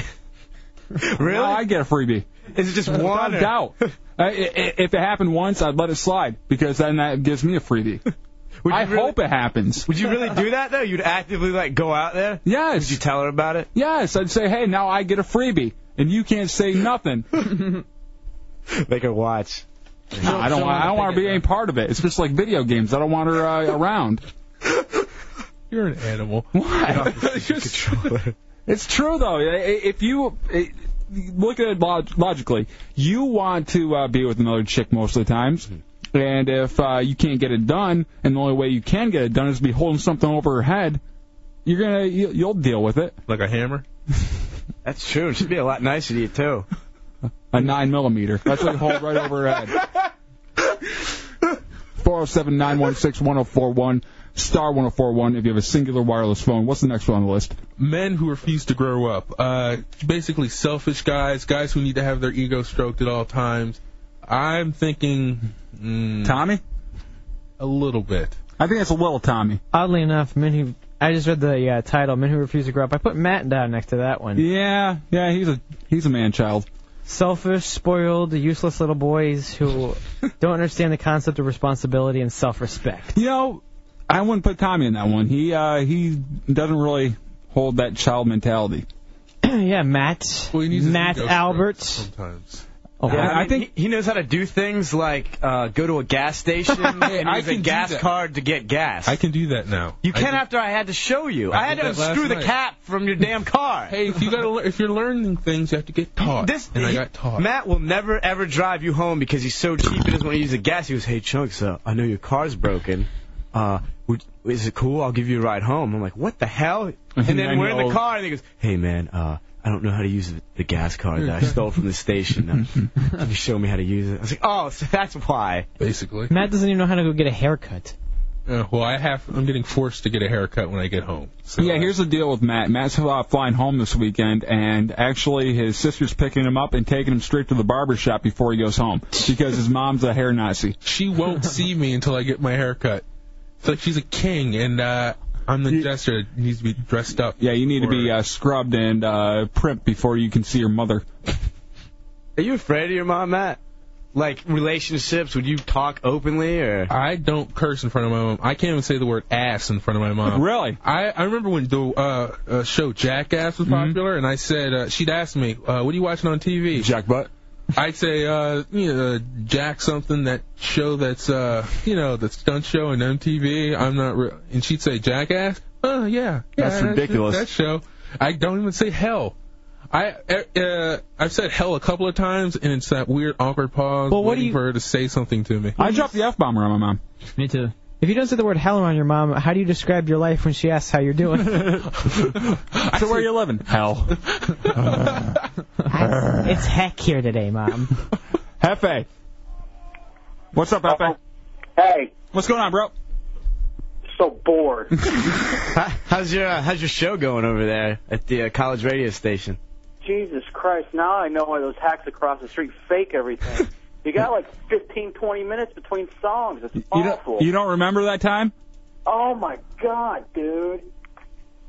Speaker 3: really?
Speaker 1: No, I get a freebie.
Speaker 3: Is it just
Speaker 1: Without
Speaker 3: one?
Speaker 1: a
Speaker 3: or-
Speaker 1: doubt. I- I- If it happened once, I'd let it slide because then that gives me a freebie. I hope it happens.
Speaker 3: Would you really do that though? You'd actively like go out there?
Speaker 1: Yes.
Speaker 3: Would you tell her about it?
Speaker 1: Yes, I'd say, hey, now I get a freebie, and you can't say nothing. No,
Speaker 3: Make her watch.
Speaker 1: I don't. I don't want to be any part of it. It's just like video games. I don't want her uh, around.
Speaker 7: You're an animal.
Speaker 1: Why? It's true though. I- I- If you I- look at it log- logically, you want to uh, be with another chick most of the times.
Speaker 7: Hmm.
Speaker 1: And if uh, you can't get it done, and the only way you can get it done is to be holding something over her head, you're gonna you- you'll deal with it.
Speaker 7: Like a hammer?
Speaker 3: That's true. She'd be a lot nicer to you too.
Speaker 1: A nine millimeter. That's what you hold right over her head. Four zero seven nine one six one zero four one star one zero four one. If you have a singular wireless phone, what's the next one on the list?
Speaker 7: men who refuse to grow up. Uh, basically, selfish guys, guys who need to have their ego stroked at all times. I'm thinking. Mm,
Speaker 1: Tommy?
Speaker 7: A little bit.
Speaker 1: I think it's a little Tommy.
Speaker 9: Oddly enough, men who I just read the uh, title, men who refuse to grow up. I put Matt down next to that one.
Speaker 1: Yeah, yeah, he's a he's a man child.
Speaker 9: Selfish, spoiled, useless little boys who don't understand the concept of responsibility and self-respect.
Speaker 1: You know, I wouldn't put Tommy in that one. He uh, he doesn't really hold that child mentality.
Speaker 9: yeah, Matt.
Speaker 7: Well, he needs his
Speaker 9: Matt
Speaker 7: ego stroked
Speaker 9: Albert.
Speaker 7: Sometimes.
Speaker 9: Oh,
Speaker 3: Yeah, I,
Speaker 9: I- I
Speaker 3: think he, he knows how to do things like uh, go to a gas station and
Speaker 7: I
Speaker 3: use
Speaker 7: can
Speaker 3: a
Speaker 7: do
Speaker 3: gas
Speaker 7: that.
Speaker 3: card to get gas.
Speaker 7: I can do that now.
Speaker 3: you
Speaker 7: I
Speaker 3: can
Speaker 7: did-
Speaker 3: after I had to show you.
Speaker 7: I
Speaker 3: I, had
Speaker 7: did
Speaker 3: to
Speaker 7: that last
Speaker 3: unscrew the
Speaker 7: night.
Speaker 3: cap from your damn car.
Speaker 7: Hey, if you gotta, lear- if you're learning things, you have to get taught.
Speaker 3: This
Speaker 7: and I
Speaker 3: he-
Speaker 7: got taught.
Speaker 3: Matt will never ever drive you home because he's so cheap he doesn't want to use the gas. He goes, "Hey Chunks, uh, I know your car's broken. Uh, would, is it cool? I'll give you a ride home." I'm like, "What the hell?" And
Speaker 1: I
Speaker 3: then we're in
Speaker 1: know.
Speaker 3: the car, and he goes, "Hey man, uh, I don't know how to use the, the gas card that I stole from the station. Uh, can you show me how to use it?" I was like, "Oh, so that's why."
Speaker 7: Basically.
Speaker 9: Matt doesn't even know how to go get a haircut.
Speaker 7: Uh, well, I have. I'm getting forced to get a haircut when I get home.
Speaker 1: yeah, here's the deal with Matt. Matt's uh, flying home this weekend, and actually his sister's picking him up and taking him straight to the barber shop before he goes home because his mom's a hair Nazi.
Speaker 7: She won't see me until I get my haircut. It's like she's a king, and uh, I'm the jester. that Needs to be dressed up.
Speaker 1: Yeah, you need to be uh, scrubbed and uh, primped before you can see your mother.
Speaker 3: Are you afraid of your mom, Matt? Like relationships? Would you talk openly or?
Speaker 7: I don't curse in front of my mom. I can't even say the word ass in front of my mom.
Speaker 1: Really?
Speaker 7: Uh-huh. I, I remember when the uh, uh, show Jackass was
Speaker 1: Mm-hmm.
Speaker 7: popular, and I said uh, she'd ask me, uh, "What are you watching on TV?"
Speaker 1: Jack Butt.
Speaker 7: I'd say, uh, you know, Jack something that show that's, uh, you know, that stunt show on MTV. I'm not, re-. and she'd say Jackass. Oh yeah, yeah,
Speaker 1: That's ridiculous.
Speaker 7: That show. I don't even say hell. I uh, uh, I've said hell a couple of times, and it's that weird awkward pause
Speaker 9: Well, what do
Speaker 7: waiting
Speaker 9: you-
Speaker 7: for her to say something to me.
Speaker 1: I dropped the f bomb around my mom.
Speaker 8: Me too.
Speaker 9: If you don't say the word hell around your mom, how do you describe your life when she asks how you're doing?
Speaker 1: so where are you living? Hell.
Speaker 9: it's heck here today, mom.
Speaker 1: Hefe. What's up, Hefe?
Speaker 2: Oh, Hey.
Speaker 1: What's going on, bro?
Speaker 2: So bored.
Speaker 3: How's your uh, How's your show going over there at the uh, college radio station?
Speaker 2: Jesus Christ, now I know why those hacks across the street fake everything. You got like 15, 20 minutes between songs. It's
Speaker 1: You
Speaker 2: awful.
Speaker 1: don't, you don't remember that time?
Speaker 2: Oh my god, dude.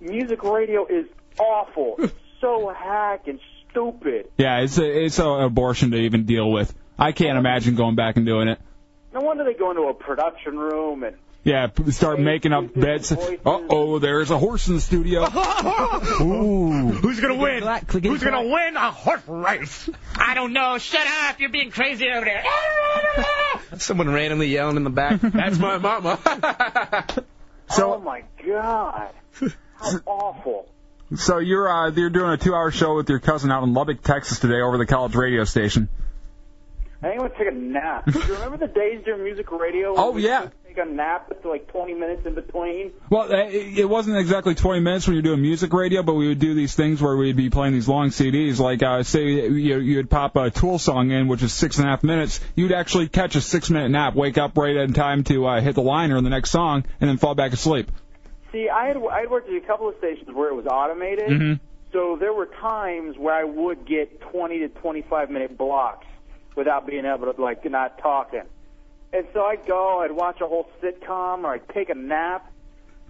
Speaker 2: Music radio is awful. It's so hack and stupid.
Speaker 1: Yeah, it's a, it's an abortion to even deal with. I can't imagine going back and doing it.
Speaker 2: No wonder they go into a production room and
Speaker 1: Yeah, p- start making up bets. Uh oh, there's a horse in the studio. Ooh.
Speaker 28: Who's gonna win? Who's gonna win a horse race? I don't know. Shut up! You're being crazy over there.
Speaker 3: Someone randomly yelling in the back. That's my mama.
Speaker 2: oh my god. How awful.
Speaker 1: So you're uh, you're doing a two-hour show with your cousin out in Lubbock, Texas today over the college radio station.
Speaker 2: I think I'm gonna take a nap. Do you remember the days during music radio? when
Speaker 1: Oh,
Speaker 2: we
Speaker 1: yeah.
Speaker 2: used to Take a nap with like 20 minutes in between.
Speaker 1: Well, uh, it it wasn't exactly 20 minutes when you're doing music radio, but we would do these things where we'd be playing these long CDs. Like, uh, say you, you'd pop a Tool song in, which is six and a half minutes. You'd actually catch a six-minute nap, wake up right in time to uh, hit the liner in the next song, and then fall back asleep.
Speaker 2: See, I had I had worked at a couple of stations where it was automated.
Speaker 1: Mhm.
Speaker 2: So there were times where I would get 20 to 25 minute blocks without being able to like not talking. And so I'd go, I'd watch a whole sitcom, or I'd take a nap.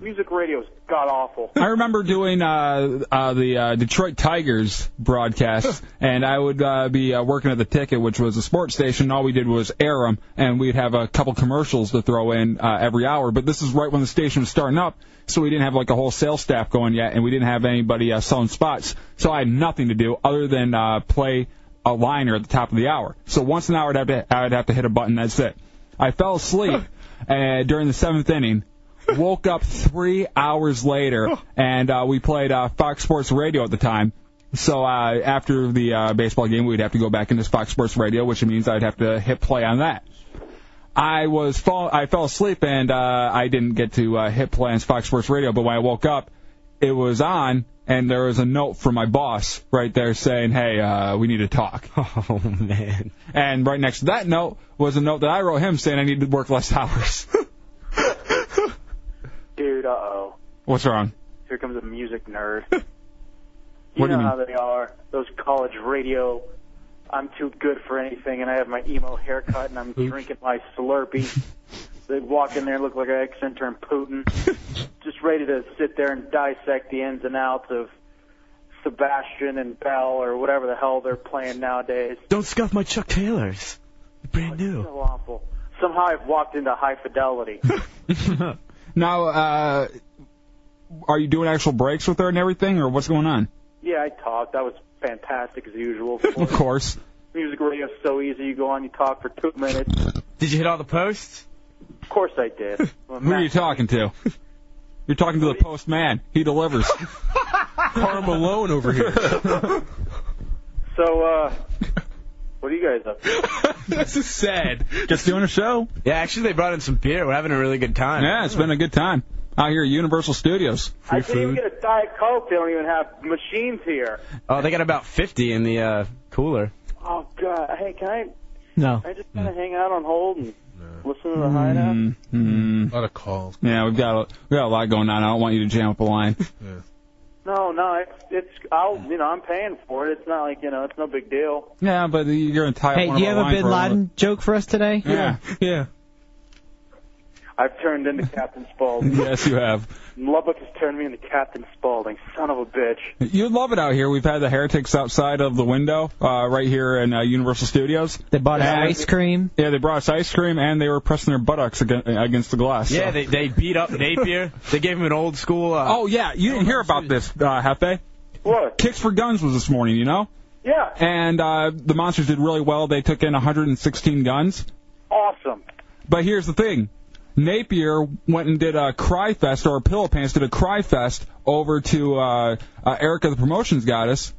Speaker 2: Music radio's god awful.
Speaker 1: I remember doing uh, uh, the uh, Detroit Tigers broadcast, and I would uh, be uh, working at the ticket, which was a sports station. and All we did was air them, and we'd have a couple commercials to throw in uh, every hour. But this is right when the station was starting up, so we didn't have like a whole sales staff going yet, and we didn't have anybody uh, selling spots. So I had nothing to do other than uh, play a liner at the top of the hour. So once an hour, I'd have to, I'd have to hit a button. That's it. I fell asleep uh, during the seventh inning. Woke up three hours later, and uh, we played uh, Fox Sports Radio at the time. So uh, after the uh, baseball game, we'd have to go back into Fox Sports Radio, which means I'd have to hit play on that. I was fall I fell asleep and uh, I didn't get to uh, hit play on Fox Sports Radio, but when I woke up, it was on and there was a note from my boss right there saying, "Hey, uh, we need to talk."
Speaker 3: Oh man!
Speaker 1: And right next to that note was a note that I wrote him saying I need to work less hours.
Speaker 2: Dude, uh oh.
Speaker 1: What's wrong?
Speaker 2: Here comes a music nerd.
Speaker 1: What do
Speaker 2: know
Speaker 1: you mean?
Speaker 2: how they are. Those college radio. I'm too good for anything, and I have my emo haircut, and I'm drinking my Slurpee. They walk in there and look like an ex-intern Putin, just ready to sit there and dissect the ins and outs of Sebastian and Bell or whatever the hell they're playing nowadays.
Speaker 3: Don't scuff my Chuck Taylors. Brand new.
Speaker 2: So awful. Somehow I've walked into high fidelity.
Speaker 1: now, uh, are you doing actual breaks with her and everything, or what's going on?
Speaker 2: yeah, I talked. That was fantastic as usual.
Speaker 1: Of course.
Speaker 2: Music radio's so easy. You go on, you talk for two minutes.
Speaker 3: Did you hit all the posts?
Speaker 2: Of course I did. Well,
Speaker 1: Who are you talking to? You're talking to the postman. He delivers. Carl Malone over here.
Speaker 2: So, uh, what are you guys up to?
Speaker 1: this is sad. Just doing a show.
Speaker 3: Yeah, actually, they brought in some beer. We're having a really good time.
Speaker 1: Yeah, it's been a good time out here at Universal Studios.
Speaker 2: I can't even get a Diet Coke. They don't even have machines here.
Speaker 3: Oh, they got about 50 in the uh, cooler.
Speaker 2: Oh, God. Hey, can I,
Speaker 9: No.
Speaker 3: Mm.
Speaker 2: I just kind of hang out on hold and Listen to the hideout.
Speaker 1: Mm.
Speaker 7: A lot of calls.
Speaker 1: Yeah, we've got a, we got a lot going on. I don't want you to jam up a line.
Speaker 3: Mm.
Speaker 2: No, no, it's it's I'll you know I'm paying for it. It's not like you know it's no big deal.
Speaker 1: yeah, but you're gonna tie up
Speaker 9: Hey,
Speaker 1: one
Speaker 9: do you
Speaker 1: of
Speaker 9: have
Speaker 1: our
Speaker 9: a
Speaker 1: lines
Speaker 9: Bin
Speaker 1: for
Speaker 9: Laden joke for us today?
Speaker 1: Yeah.
Speaker 7: yeah.
Speaker 2: I've turned into Captain Spaulding.
Speaker 1: yes, you have.
Speaker 2: Lubbock has turned me into Captain Spaulding. Son of a bitch.
Speaker 1: You'd love it out here. We've had the heretics outside of the window, uh, right here in uh, Universal Studios. They
Speaker 9: bought us ice cream.
Speaker 1: Yeah, they brought us ice cream, and they were pressing their buttocks against, against the glass.
Speaker 3: Yeah,
Speaker 1: so.
Speaker 3: they, they beat up Napier. They gave him an old school. Uh,
Speaker 1: Oh yeah, you didn't hear about this, uh, Hefe.
Speaker 2: What?
Speaker 1: Kicks for Guns was this morning, you know.
Speaker 2: Yeah.
Speaker 1: And uh, the monsters did really well. They took in 116 guns.
Speaker 2: Awesome.
Speaker 1: But here's the thing. Napier went and did a cry fest, or Pillow Pants did a cry fest over to uh, uh, Erica, the promotions goddess,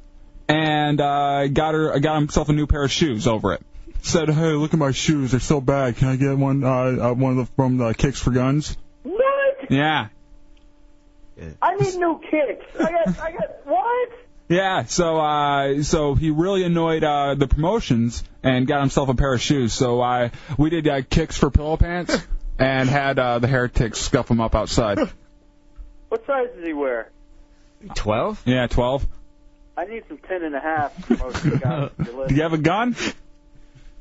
Speaker 1: and uh, got her got himself a new pair of shoes over it.
Speaker 19: Said, hey, look at my shoes. They're so bad. Can I get one? Uh, uh, one of the, from the Kicks for Guns.
Speaker 2: What?
Speaker 1: Yeah,
Speaker 2: I need new kicks. I got I got what?
Speaker 1: Yeah, so uh, so he really annoyed uh, the promotions and got himself a pair of shoes. So uh, we did uh, kicks for pillow pants and had uh, the heretics scuff him up outside.
Speaker 2: What size does he wear?
Speaker 1: Twelve? Yeah, twelve.
Speaker 2: I need some ten and a half. for Most of the guys on your list.
Speaker 1: Do you have a gun?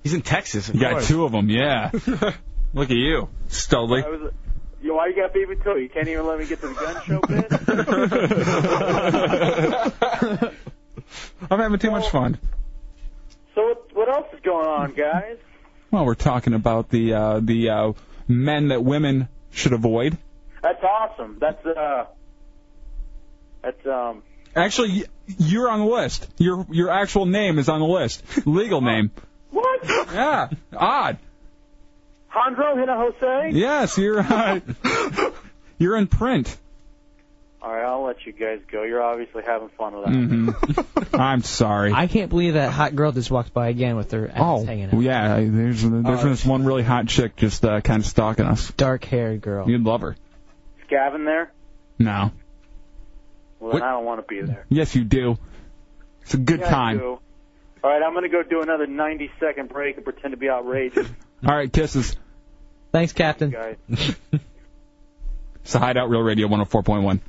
Speaker 3: He's in Texas.
Speaker 1: You got
Speaker 2: course.
Speaker 1: two of them. Yeah. Look at you, Studley.
Speaker 2: I was a, yo, why you got baby toe? You can't even let me get to the gun show, bitch.
Speaker 1: I'm having too much fun.
Speaker 2: so what, what else is going on, guys?
Speaker 1: Well, we're talking about the uh, the uh, men that women should avoid.
Speaker 2: That's awesome. That's uh, that's um.
Speaker 1: Actually, y- you're on the list. Your your actual name is on the list.
Speaker 9: Oh.
Speaker 1: Legal name.
Speaker 2: What?
Speaker 1: Yeah. Odd.
Speaker 2: Alejandro Hina Jose?
Speaker 1: Yes, you're uh, you're in print.
Speaker 2: All right, I'll let you guys go. You're obviously having fun with that.
Speaker 1: hmm I'm sorry. Oh.
Speaker 9: I can't believe that hot girl just walked by again with her ass hanging out.
Speaker 1: Yeah, I- there's there's
Speaker 9: Oh,
Speaker 1: this one really hot chick just uh, kind of stalking us.
Speaker 9: Dark haired girl.
Speaker 1: You'd love her.
Speaker 2: Is Gavin there?
Speaker 1: No.
Speaker 2: Well, then I don't want to be there.
Speaker 1: Yes, you do. It's a good
Speaker 2: Yeah, I
Speaker 1: time.
Speaker 2: do. All right, I'm going to go do another 90 second break and pretend to be outrageous.
Speaker 1: All right, kisses.
Speaker 9: Thanks, Captain.
Speaker 2: Guys.
Speaker 1: It's the Hideout Real Radio 104.1.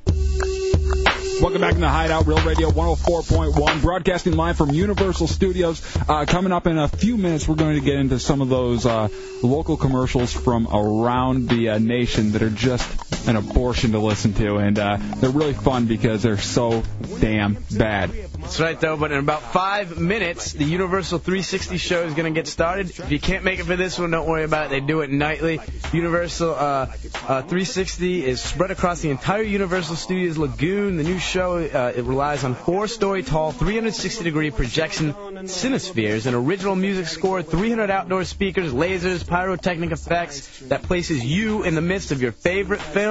Speaker 1: Welcome back to the Hideout Real Radio 104.1, broadcasting live from Universal Studios. Uh, coming up in a few minutes, we're going to get into some of those uh, local commercials from around the uh, nation that are just an abortion to listen to, and uh, they're really fun because they're so damn bad.
Speaker 3: That's right, though. But in about five minutes, the Universal 360 show is going to get started. If you can't make it for this one, don't worry about it. They do it nightly. Universal uh, uh, 360 is spread across the entire Universal Studios lagoon. The new show uh, it relies on four-story tall, 360-degree projection cinespheres, an original music score, 300 outdoor speakers, lasers, pyrotechnic effects that places you in the midst of your favorite films.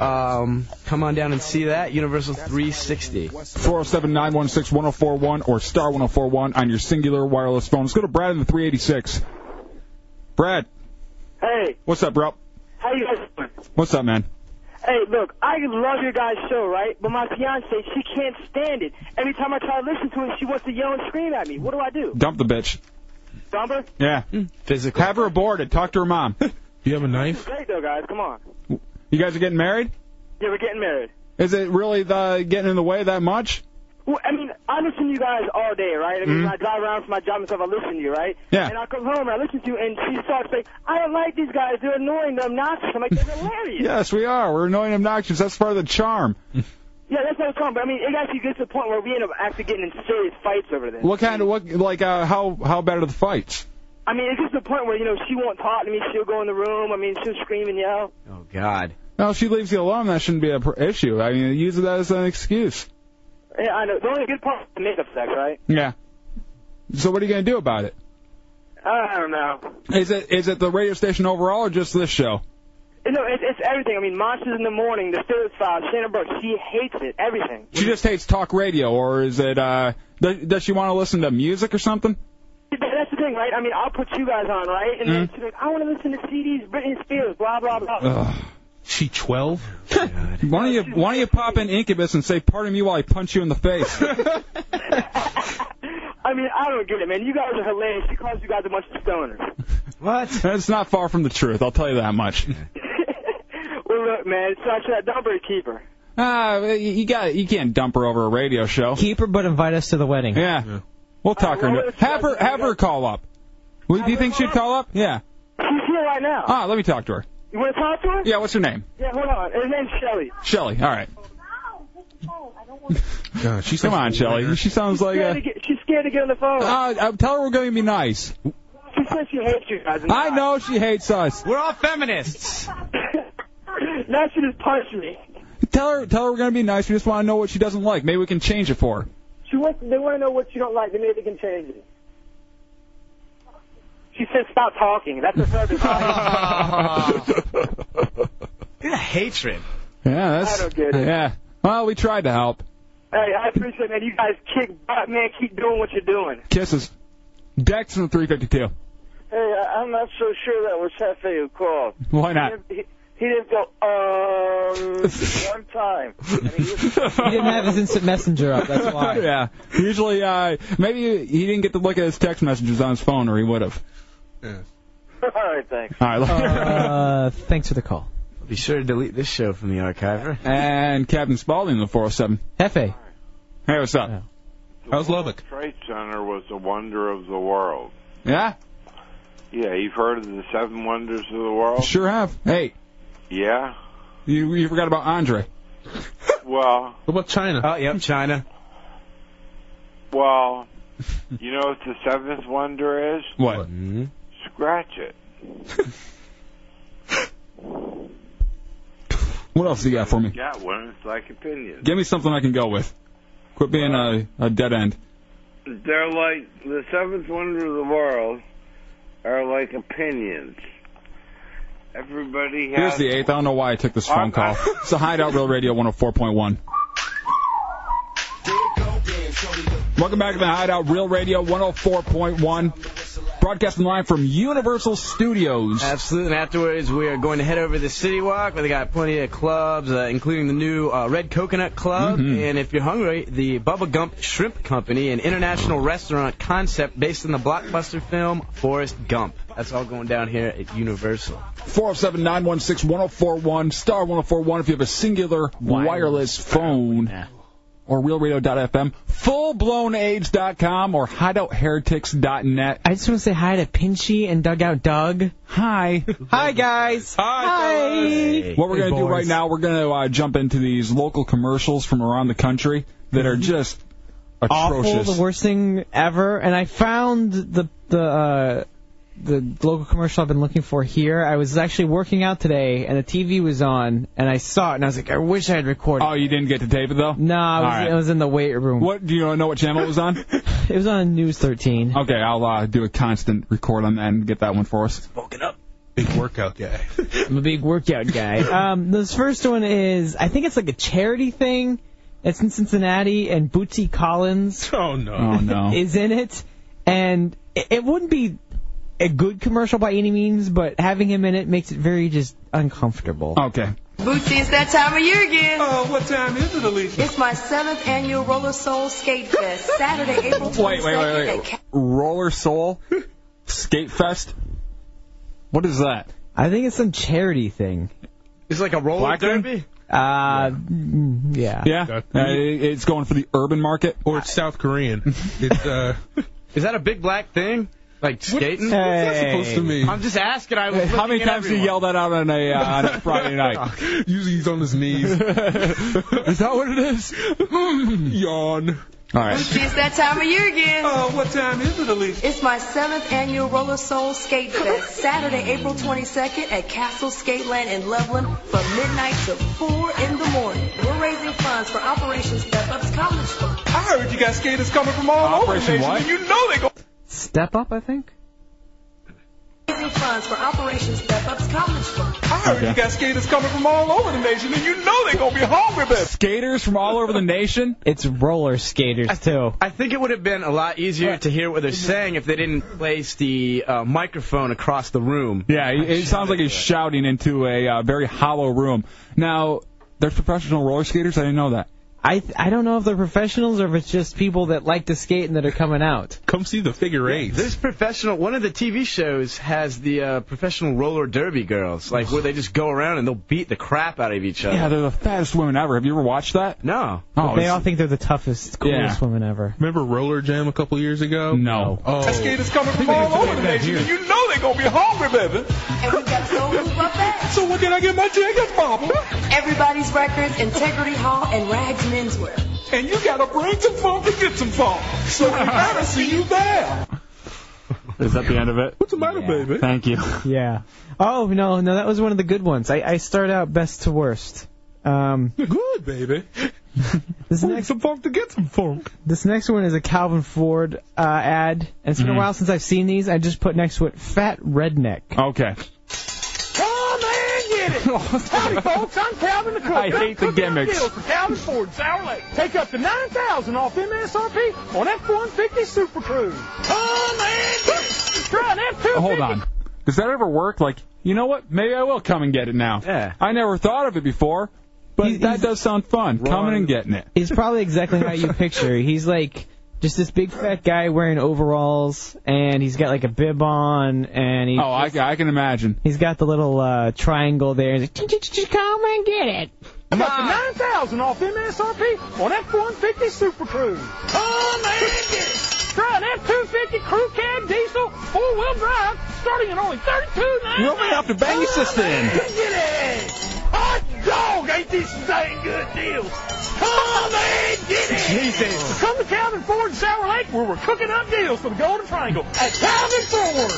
Speaker 3: Um, come on down and see that Universal 360.
Speaker 1: 407 916 1041 or star 1041 on your singular wireless phone. Let's go to Brad in the 386. Brad,
Speaker 12: Hey,
Speaker 1: what's up, bro?
Speaker 12: how you guys doing?
Speaker 1: What's up, man?
Speaker 12: Hey, look, I love your guys' show, right? But my fiance, she can't stand it. Every time I try to listen to it, she wants to yell and scream at me. What do I do?
Speaker 1: Dump the bitch.
Speaker 12: Dumber?
Speaker 1: Yeah. Physical. Have her aborted. Talk to her mom. Do you have a knife?
Speaker 12: Great though, guys. Come on.
Speaker 1: You guys are getting married?
Speaker 12: Yeah, we're getting married.
Speaker 1: Is it really the getting in the way that much?
Speaker 12: Well, I mean, I listen to you guys all day, right? I mean,
Speaker 1: Mhm.
Speaker 12: when I drive around from my job and stuff, I listen to you, right?
Speaker 1: Yeah.
Speaker 12: And I come home and I listen to you, and she starts saying, I don't like these guys. They're annoying. They're obnoxious. I'm like, they're hilarious.
Speaker 1: Yes, we are. We're annoying and obnoxious. That's part of the charm.
Speaker 12: yeah, that's what I was talking about. I mean, it actually gets to the point where we end up actually getting in serious fights over this.
Speaker 1: What kind of what like uh, how how bad are the fights?
Speaker 12: I mean, it's just the point where, you know, she won't talk to me. She'll go in the room. I mean, she'll scream and yell.
Speaker 1: Oh God. No, if she leaves you alone, that shouldn't be a pr- issue. I mean, use that as an excuse.
Speaker 12: Yeah, I know. The only good part is the makeup sex, right?
Speaker 1: Yeah. So what are you gonna do about it?
Speaker 12: I don't know.
Speaker 1: Is it is it the radio station overall or just this show?
Speaker 12: No, it's, it's everything. I mean, Monsters in the Morning, The Steelers Files, Shannon Brooks. She hates it. Everything.
Speaker 1: She just hates talk radio, or is it uh does, does she want to listen to music or something?
Speaker 12: That- That's the thing, right? I mean, I'll put you guys on, right? And then
Speaker 1: Mhm.
Speaker 12: she's like, I want to listen to CDs, Britney Spears, blah blah blah.
Speaker 1: Ugh. She twelve? why don't you why don't you pop in Incubus and say "Pardon me" while I punch you in the face?
Speaker 12: I mean, I don't get it, man. You guys are hilarious. She calls you guys a bunch of stoners.
Speaker 1: What? That's not far from the truth. I'll tell you that much.
Speaker 12: Well, look, man, Sasha, don't be a keeper.
Speaker 1: Ah, you- you got you can't dump her over a radio show. Keep her, but invite us to the wedding. Yeah, we'll talk her into it. Have her have her call up. Well, Do you think she'd call up? Yeah.
Speaker 12: She's here right now.
Speaker 1: Ah, let me talk to her.
Speaker 12: You want to talk to her?
Speaker 1: Yeah, what's her name?
Speaker 12: Yeah, hold on. Her name's Shelly.
Speaker 1: Shelly. All right. God, she Come on, Shelly. She sounds like
Speaker 12: Scared
Speaker 1: a.
Speaker 12: to get- she's scared to get on the phone.
Speaker 1: Uh, uh, tell her we're going to be nice.
Speaker 12: She says she hates you guys.
Speaker 1: I know she hates us.
Speaker 12: We're all feminists. now she just punched me.
Speaker 1: Tell her, tell her we're going to be nice. We just want to know what she doesn't like. Maybe we can change it for her.
Speaker 12: She wants. They want to know what you don't like. Then maybe they can change it. She said, "Stop talking." That's a third
Speaker 3: The hatred.
Speaker 1: Yeah, that's.
Speaker 12: I don't get it.
Speaker 1: Yeah. Well, we tried to help.
Speaker 12: Hey, I appreciate that. You guys kick butt, man. Keep doing what you're doing.
Speaker 1: Kisses. Dex in the 352.
Speaker 29: Hey, I- I'm not so sure that was Hefe who called.
Speaker 1: Why not?
Speaker 29: He didn't, he, he didn't go, um, one time.
Speaker 9: He didn't have his instant messenger up. That's why.
Speaker 1: yeah. Usually, uh, maybe he didn't get to look at his text messages on his phone, or he would have.
Speaker 29: All right, thanks.
Speaker 1: All right.
Speaker 9: Uh, thanks for the call.
Speaker 1: Be sure to delete this show from the archiver. And Captain Spaulding in the 407. Hefe. Hey, what's up? How's Lubbock?
Speaker 30: Trade Center was a wonder of the world.
Speaker 1: Yeah?
Speaker 30: Yeah, you've heard of the seven wonders of the world?
Speaker 1: Sure have. Hey,
Speaker 30: Yeah.
Speaker 1: you, you forgot about Andre.
Speaker 30: Well,
Speaker 7: What about China?
Speaker 3: Oh, yep, China.
Speaker 30: well, you know what the seventh wonder is?
Speaker 1: What?
Speaker 30: Scratch it.
Speaker 1: What else do you got for me?
Speaker 30: Got one. It's like opinions.
Speaker 1: Give me something I can go with. Quit being a, a dead end.
Speaker 30: They're like the seventh wonder of the world are like opinions. Everybody
Speaker 1: Here's the eighth. I don't know why I took this phone call. It's a Hideout Real Radio 104.1. Welcome back to the Hideout Real Radio 104.1. Broadcasting live from Universal Studios.
Speaker 3: Absolutely. And afterwards, we are going to head over to the City Walk, where they got plenty of clubs, uh, including the new uh, Red Coconut Club.
Speaker 1: Mm-hmm.
Speaker 3: And if you're hungry, the Bubba Gump Shrimp Company, an international restaurant concept based on the blockbuster film Forrest Gump. That's all going down here at Universal.
Speaker 1: 407 916 1041, star 1041 if you have a singular wireless phone. Or realradio.fm, fullblownaids.com, or hideoutheretics.net.
Speaker 9: I just want to say hi to Pinchy and Dugout Doug.
Speaker 1: Hi.
Speaker 9: Hi, guys. Hi.
Speaker 1: What we're going to do right now, we're going to uh, jump into these local commercials from around the country that are just atrocious.
Speaker 9: Awful, the worst thing ever. And I found the the uh, the local commercial I've been looking for here. I was actually working out today, and the TV was on, and I saw it, and I was like, I wish I had recorded.
Speaker 1: Oh, you didn't get to tape it though?
Speaker 9: No, I was,
Speaker 1: All right.
Speaker 9: I was in the weight room.
Speaker 1: What do you know? What channel it was on?
Speaker 9: it was on News 13.
Speaker 1: Okay, I'll uh, do a constant record on that and get that one for us.
Speaker 7: Big workout guy.
Speaker 9: I'm a big workout guy. Um, this first one is, I think it's like a charity thing. It's in Cincinnati, and Bootsy Collins.
Speaker 7: Oh no!
Speaker 1: Oh, no.
Speaker 9: is in it, and it, it wouldn't be a good commercial by any means, but having him in it makes it very just uncomfortable.
Speaker 1: Okay.
Speaker 31: Bootsy, it's that time of year again. Oh, what time is it,
Speaker 7: Alicia?
Speaker 31: It's my seventh annual Roller Soul Skate Fest, Saturday, April 22nd.
Speaker 1: Wait, wait, wait, wait. Roller Soul Skate Fest. What is that?
Speaker 9: I think it's some charity thing.
Speaker 3: It's like a roller derby?
Speaker 9: Uh, mm, yeah.
Speaker 1: Yeah, uh, it's going for the urban market,
Speaker 7: or it's South Korean. It's uh,
Speaker 3: Is that a big black thing? Like skating?
Speaker 7: what's that supposed to mean?
Speaker 3: I'm just asking. I was
Speaker 1: How
Speaker 3: looking
Speaker 1: many
Speaker 3: at
Speaker 1: times do you
Speaker 3: everyone.
Speaker 1: yell that out on a, uh, on a Friday night?
Speaker 7: usually he's on his knees. is
Speaker 1: that what it is?
Speaker 7: Yawn.
Speaker 1: All right.
Speaker 31: Bootsy, it's that time of year again.
Speaker 7: Oh, what time is it, Alicia?
Speaker 31: It's my seventh annual Roller Soul Skate Fest, Saturday, April 22nd at Castle Skate Land in Loveland from midnight to 4 in the morning. We're raising funds for Operation Step Up's college fund.
Speaker 7: I heard you got skaters coming from all
Speaker 1: Operation
Speaker 7: over the
Speaker 1: what?
Speaker 7: nation. and You know they go.
Speaker 9: Step up, I think.
Speaker 31: Raising funds for Operation Step Up's college fund.
Speaker 7: I heard you got skaters coming from all over the nation, and you know they gonna be hungry, baby.
Speaker 1: Skaters from all over the nation.
Speaker 9: It's roller skaters too.
Speaker 3: I think it would have been a lot easier to hear what they're saying if they didn't place the uh, microphone across the room.
Speaker 1: Yeah, it, it sounds like he's shouting into a uh, very hollow room. Now, there's professional roller skaters. I didn't know that.
Speaker 9: I I don't know if they're professionals or if it's just people that like to skate and that are coming out.
Speaker 7: Come see the figure eight.
Speaker 3: This professional, one of the TV shows has the uh, professional roller derby girls, like where they just go around and they'll beat the crap out of each other.
Speaker 1: Yeah, they're the fattest women ever. Have you ever watched that?
Speaker 3: No.
Speaker 1: Oh,
Speaker 9: they
Speaker 1: it's-
Speaker 9: all think they're the toughest, coolest
Speaker 1: Yeah.
Speaker 9: women ever.
Speaker 7: Remember Roller Jam a couple years ago?
Speaker 1: No.
Speaker 7: Oh.
Speaker 4: That skaters coming from all over the nation. and You know they're going to be hungry, baby.
Speaker 31: And we got Soul Food Buffet.
Speaker 4: So where can I get my tickets, Papa?
Speaker 31: Everybody's Records, Integrity Hall, and Rags Menswear.
Speaker 4: And you got to bring some funk to get some funk. So we got to see you there.
Speaker 1: Is that the end of it?
Speaker 7: What's the matter, baby?
Speaker 1: Thank you.
Speaker 9: Yeah. Oh no, no, that was one of the good ones. I I start out best to worst. Um,
Speaker 7: Good, baby.
Speaker 9: this next
Speaker 7: some funk to get some funk.
Speaker 9: This next one is a Calvin Ford uh, ad. And it's been
Speaker 1: Mhm.
Speaker 9: a while since I've seen these. I just put next to it fat redneck.
Speaker 1: Okay.
Speaker 4: Come and get it. Howdy, folks. I'm Calvin the Cook.
Speaker 1: I
Speaker 4: and
Speaker 1: hate
Speaker 4: I'm
Speaker 1: the
Speaker 4: cooking up
Speaker 1: gimmicks.
Speaker 4: deals for Calvin Ford Sour Lake. Take up to 9000 off MSRP on F-150 Super Cruise. Come and get it. Try an F-250.
Speaker 1: Hold on. Does that ever work? Like, you know what? Maybe I will come and get it now. Yeah. I never thought of it before, but that does sound fun. Coming and getting it.
Speaker 9: He's probably exactly how you picture. He's like just this big fat guy wearing overalls, and he's got like a bib on, and he's
Speaker 1: Oh, I, I can imagine.
Speaker 9: he's got the little uh, triangle there. He's like, Come and get it.
Speaker 4: Take up to 9000 off MSRP on F-150 Super Cruise. Come and get it. Try an F-250 crew cab diesel four-wheel drive starting at only 32
Speaker 1: You only have to bang your sister in.
Speaker 4: Hot dog, ain't this a dang good deal? Come and get it! Jesus. Come to Calvin Ford in Sour Lake where we're cooking up deals for the Golden Triangle at Calvin Ford.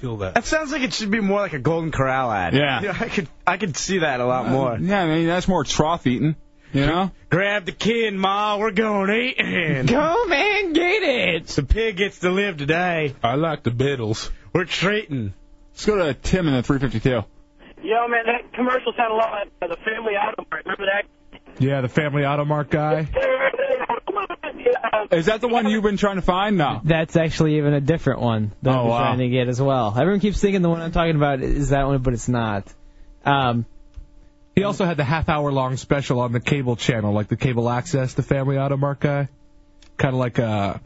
Speaker 7: Kill that.
Speaker 3: That sounds like it should be more like a Golden Corral ad.
Speaker 1: Yeah.
Speaker 3: I could I could see that a lot more.
Speaker 1: Yeah, I mean, that's more trough eating. You know?
Speaker 3: Grab the kid, Ma. We're going eating.
Speaker 9: Come and get it.
Speaker 3: The pig gets to live today.
Speaker 7: I like the biddles.
Speaker 3: We're treating.
Speaker 1: Let's go to Tim in the 352.
Speaker 29: Yo, man, that commercial sounded a lot like uh, the Family Auto Mart. Remember that?
Speaker 19: Yeah, the Family Automark guy.
Speaker 1: Is that the one you've been trying to find? No.
Speaker 9: That's actually even a different one that
Speaker 1: Oh,
Speaker 9: I'm
Speaker 1: wow.
Speaker 9: trying to get as well. Everyone keeps thinking the one I'm talking about is that one, but it's not. Um,
Speaker 19: He also had uh, the half hour long special on the cable channel, like the cable access, the Family Automark guy. Kind of like uh,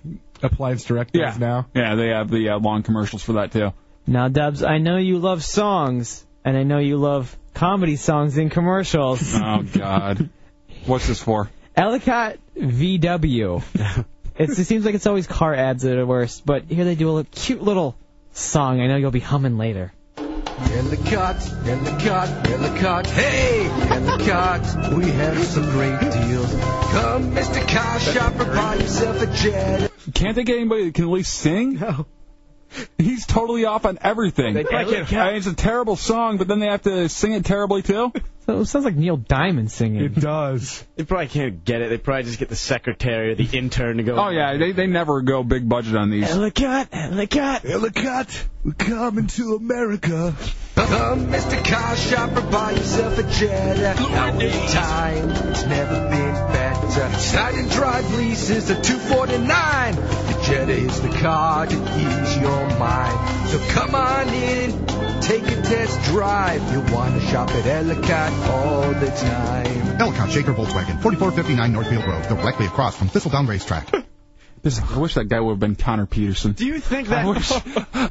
Speaker 19: Appliance Direct does
Speaker 1: Yeah.
Speaker 19: now.
Speaker 1: Yeah, they have the uh, long commercials for that, too.
Speaker 9: Now, Dubs, I know you love songs, and I know you love comedy songs in commercials.
Speaker 1: Oh, God. What's this for?
Speaker 9: Ellicott VW. it's, it seems like it's always car ads that are worse, but here they do a little, cute little song I know you'll be humming later.
Speaker 6: Ellicott, Ellicott, Ellicott, hey! Ellicott, we have some great deals. Come, Mr. Car Shopper, buy yourself a jet.
Speaker 1: Can't they get anybody that can at least sing? No. He's totally off on everything.
Speaker 9: They can't.
Speaker 1: I mean, it's a terrible song, but then they have to sing it terribly, too?
Speaker 9: So it sounds like Neil Diamond singing. It
Speaker 19: does.
Speaker 3: They probably can't get it. They probably just get the secretary or the intern to go.
Speaker 1: Oh, yeah, they, they never go big budget on these.
Speaker 6: Ellicott, Ellicott, Ellicott, we're coming to America. Come, Mr. Car Shopper, buy yourself a jet. Now it's time, it's never been better. Slide and drive leases are 249 The jet is the car to ease your mind. So come on in, take a test drive. You'll want to shop at Ellicott all the time.
Speaker 5: Ellicott Shaker Volkswagen, 4459 Northfield Road, directly across from Thistledown Racetrack.
Speaker 1: This, I wish that guy would have been Connor Peterson. Do
Speaker 3: you think
Speaker 1: that? I wish,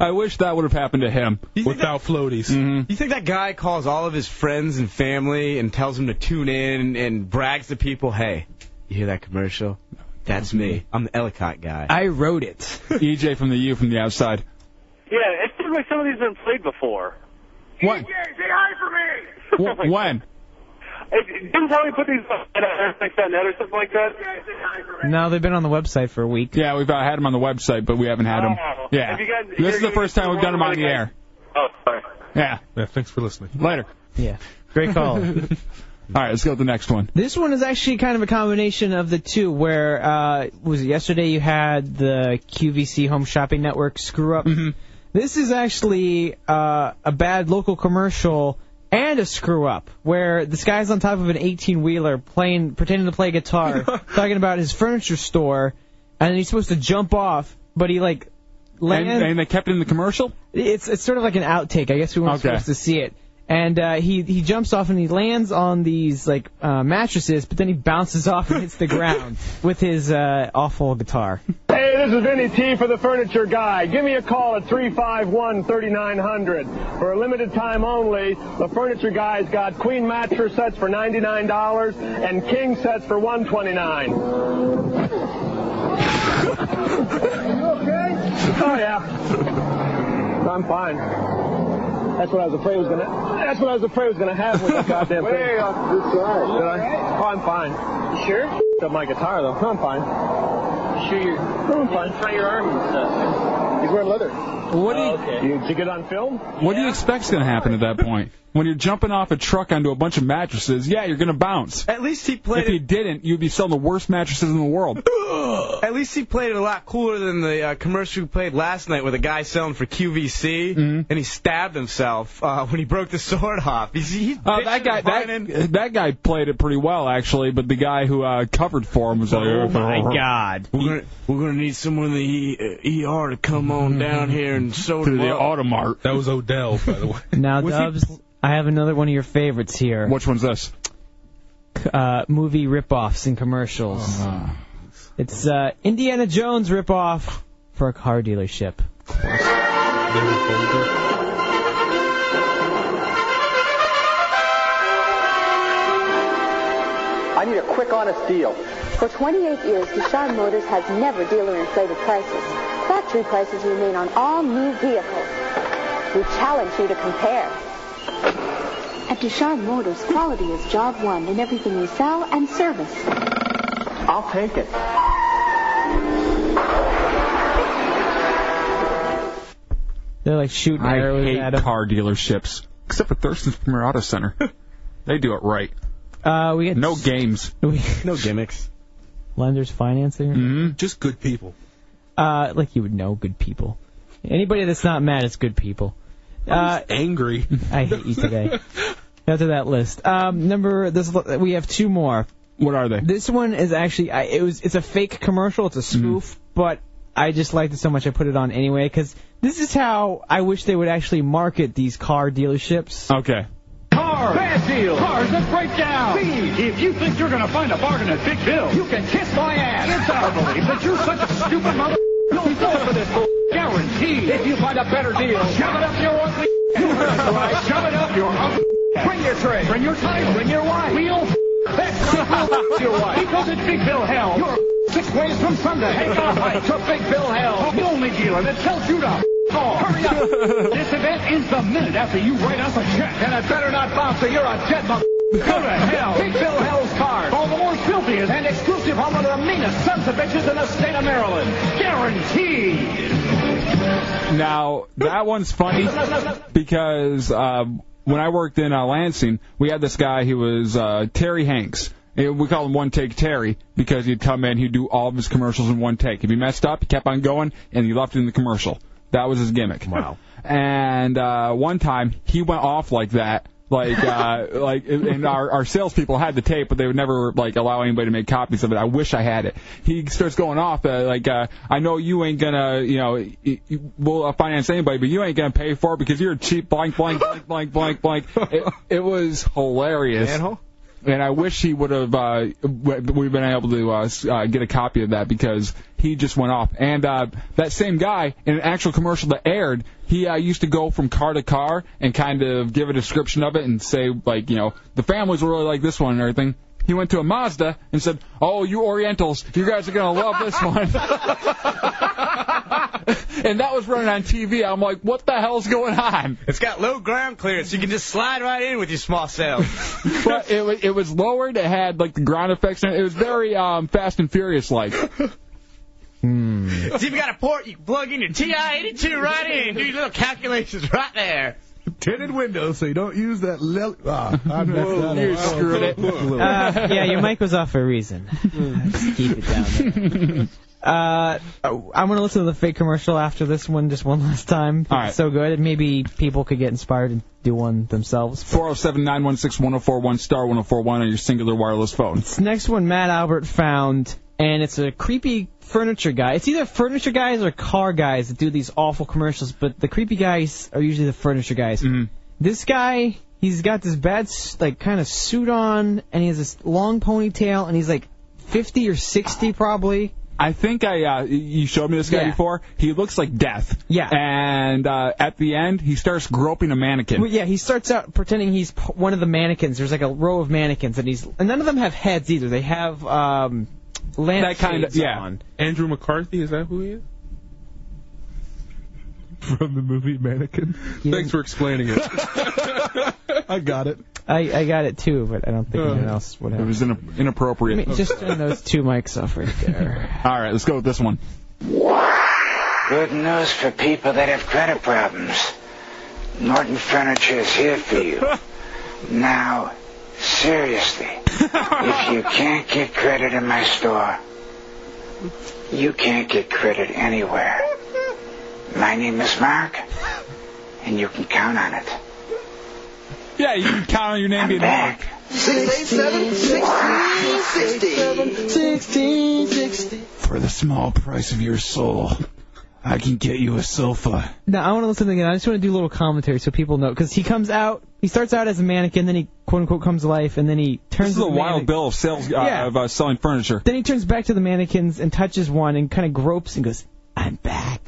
Speaker 1: I wish that would have happened to him Mm-hmm.
Speaker 7: without floaties.
Speaker 3: Mm-hmm. You think that guy calls all of his friends and family and tells them to tune in and brags to people, hey, you hear that commercial? That's me. I'm the Ellicott guy.
Speaker 9: I wrote it.
Speaker 1: EJ E from the U from the outside.
Speaker 2: Yeah, it seems like some of these have been played before.
Speaker 1: What?
Speaker 2: say hi for me!
Speaker 1: Wh- when?
Speaker 2: It, didn't somebody put these up at Earth.net or something like that?
Speaker 9: No, they've been on the website for a week.
Speaker 1: Yeah, we've uh, had him on the website, but we haven't had him.
Speaker 2: Oh.
Speaker 1: Yeah.
Speaker 2: Have you guys-
Speaker 1: this is the first time we've done him on the air.
Speaker 2: Oh, sorry.
Speaker 1: Yeah.
Speaker 7: Yeah, thanks for listening.
Speaker 1: Later.
Speaker 9: Yeah. Great call.
Speaker 1: All right, let's go to the next one.
Speaker 9: This one is actually kind of a combination of the two. Where uh, was it yesterday? You had the QVC Home Shopping Network screw up.
Speaker 1: Mm-hmm.
Speaker 9: This is actually uh, a bad local commercial and a screw up, where this guy's on top of an 18 wheeler playing, pretending to play guitar, talking about his furniture store, and he's supposed to jump off, but he like
Speaker 1: And,
Speaker 9: lands.
Speaker 1: and they kept it in the commercial?
Speaker 9: It's it's sort of like an outtake. I guess we weren't
Speaker 1: Okay.
Speaker 9: supposed to see it. And uh, he he jumps off and he lands on these like uh, mattresses, but then he bounces off and hits the ground with his uh, awful guitar.
Speaker 8: Hey, this is Vinny T for the Furniture Guy. Give me a call at 351-3900. For a limited time only, the Furniture Guy's got queen mattress sets for $99 and king sets for $129. Oh yeah. I'm fine. That's what I was afraid was gonna. That's what I was afraid was gonna happen with that goddamn thing.
Speaker 4: Way off to the side.
Speaker 8: Did I? Oh, I'm fine. You sure? Up my guitar though. No, I'm fine. Sure, you're. No, I'm fine. Try your arm and stuff. Oh, He's wearing leather.
Speaker 1: What do you?
Speaker 8: you did you get on film?
Speaker 1: What do you expect's going to happen at that point? When you're jumping off a truck onto a bunch of mattresses, yeah, you're going to bounce.
Speaker 3: At least he played.
Speaker 1: If you didn't, you'd be selling the worst mattresses in the world.
Speaker 3: At least he played it a lot cooler than the uh, commercial we played last night with a guy selling for QVC,
Speaker 1: Mm-hmm.
Speaker 3: and he stabbed himself uh, when he broke the sword off. He's, he's
Speaker 1: Uh, that guy, that, that guy played it pretty well actually, but the guy who uh, covered for him was like,
Speaker 3: Oh my God! We're gonna we're gonna need someone in the e, uh, ER to come on down here and sew
Speaker 9: To
Speaker 3: them
Speaker 9: the
Speaker 3: up.
Speaker 1: Automart.
Speaker 7: That was Odell, by the way.
Speaker 9: Now,
Speaker 3: Was he-
Speaker 9: Dubs, I have another one of your favorites here.
Speaker 1: Which one's this?
Speaker 9: Uh, movie ripoffs and commercials.
Speaker 1: Ah.
Speaker 9: It's uh, Indiana Jones ripoff for a car dealership.
Speaker 23: I need a quick, honest deal.
Speaker 24: For 28 years, Deshaun Motors has never dealer-inflated prices. Factory prices remain on all new vehicles. We challenge you to compare. At Deshaun Motors, quality is job one in everything we sell and service.
Speaker 23: I'll take it.
Speaker 9: They're like shooting
Speaker 1: I
Speaker 9: arrows
Speaker 1: hate
Speaker 9: at him.
Speaker 1: car dealerships, except for Thurston's Premier Auto Center. they do it right.
Speaker 9: Uh, we
Speaker 1: no games.
Speaker 3: no gimmicks.
Speaker 9: Lenders financing.
Speaker 1: Mm-hmm.
Speaker 7: Just good people.
Speaker 9: Uh, like you would know, good people. Anybody that's not mad is good people. Uh,
Speaker 7: angry.
Speaker 9: I hate you today. Go to that list. Um, number this we have two more.
Speaker 1: What are they? Mm.
Speaker 9: This one is actually I, it was it's a fake commercial. It's a spoof, but I just liked it so much I put it on anyway because this is how I wish they would actually market these car dealerships.
Speaker 1: Okay.
Speaker 4: Cars! Bad deals! Cars that break down! If you think you're gonna find a bargain at Big Bill, you can kiss my ass! It's unbelievable that you're such a stupid mother... You'll fall for this bull... Guaranteed! If you find a better deal, shove it up your ugly... That's right, shove it up your ugly... Bring your tray! Bring your title! Bring your wife! We'll... That's right, we'll your wife! Because it's Big Bill hell, you're six ways from Sunday! Take a hike to Big Bill hell! The only dealer that tells you to... Oh, hurry up! this event is the minute after you write us a check. And it better not bounce or you're a dead mother. Go to hell! Big Bill Hell's card. All the more filthiest and exclusive home of the meanest sons of bitches in the state of Maryland. Guaranteed!
Speaker 1: Now that one's funny because uh, when I worked in uh, Lansing, we had this guy who was uh, Terry Hanks. And We call him One Take Terry because he'd come in, he'd do all of his commercials in one take. If he messed up, he kept on going, and he left it in the commercial. That was his gimmick. Wow. And uh, one time, he went off like that. Like, uh, like, and our, our salespeople had the tape, but they would never, like, allow anybody to make copies of it. I wish I had it. He starts going off, uh, like, uh, I know you ain't gonna, you know, y- y- we'll uh, finance anybody, but you ain't gonna pay for it because you're a cheap blank, blank, blank, blank, blank, blank. It, it was hilarious.
Speaker 3: Manhole?
Speaker 1: And I wish he would have. Uh, w- we've been able to uh, s- uh, get a copy of that because he just went off. And uh, that same guy in an actual commercial that aired, he uh, used to go from car to car and kind of give a description of it and say like, you know, the families will really like this one and everything. He went to a Mazda and said, "Oh, you Orientals, you guys are gonna love this one." and that was running on TV. I'm like, "What the hell's going on?"
Speaker 3: It's got low ground clearance. You can just slide right in with your small cells.
Speaker 1: but it was it was lowered. It had like the ground effects. In it. it was very um, Fast and Furious like.
Speaker 3: it's even got a port. You can plug in your TI-82 right in. Do your little calculations right there.
Speaker 19: Tinted windows, so you don't use that. Le- ah, I messed
Speaker 3: Whoa,
Speaker 19: that up.
Speaker 3: you
Speaker 19: Oh,
Speaker 3: screwed
Speaker 19: whoa,
Speaker 3: it. Hmm.
Speaker 19: whoa.
Speaker 9: Uh, yeah, your mic was off for a reason. Just keep it down. There. Uh, I'm gonna listen to the fake commercial after this one, just one last time. All right. It's so good, and maybe people could get inspired and do one themselves.
Speaker 1: 407 916 1041 star 1041 on your singular wireless phone.
Speaker 9: This next one, Matt Albert found, and it's a creepy furniture guy. It's either furniture guys or car guys that do these awful commercials, but the creepy guys are usually the furniture guys. This guy he's got this bad s- like kind of suit on, and he has this long ponytail, and he's like 50 or 60 probably.
Speaker 1: I think I uh, you showed me this guy
Speaker 9: Yeah.
Speaker 1: before. He looks like death. Yeah. And uh, at the end, he starts groping a mannequin.
Speaker 9: Well, yeah, he starts out pretending he's p- one of the mannequins. There's like a row of mannequins, and he's and none of them have heads either. They have um, lampshades on.
Speaker 7: Andrew McCarthy, is that who he is?
Speaker 19: From the movie Mannequin.
Speaker 7: Thanks for explaining it.
Speaker 19: I got it.
Speaker 9: I, I got it too, but I don't think anyone else would have.
Speaker 1: It was in
Speaker 9: I
Speaker 1: inappropriate.
Speaker 9: mean, just turn those two mics off right there.
Speaker 1: All right, let's go with this one.
Speaker 28: Good news for people that have credit problems. Norton Furniture is here for you. Now, seriously, if you can't get credit in my store, you can't get credit anywhere. My name is Mark, and you can count on it.
Speaker 1: Yeah, you can count on your name being Mark.
Speaker 6: 67, 16,
Speaker 28: 67,
Speaker 6: 16, 60.
Speaker 28: For the small price of your soul, I can get you a sofa.
Speaker 9: Now I want to listen again. I just want to do a little commentary so people know because he comes out, he starts out as a mannequin, then he quote unquote comes to life, and then he turns.
Speaker 1: This is a
Speaker 9: into
Speaker 1: wild
Speaker 9: mannequin-
Speaker 1: bill of sales uh,
Speaker 9: Yeah.
Speaker 1: of uh, selling furniture.
Speaker 9: Then he turns back to the mannequins and touches one and kind of gropes and goes, "I'm back."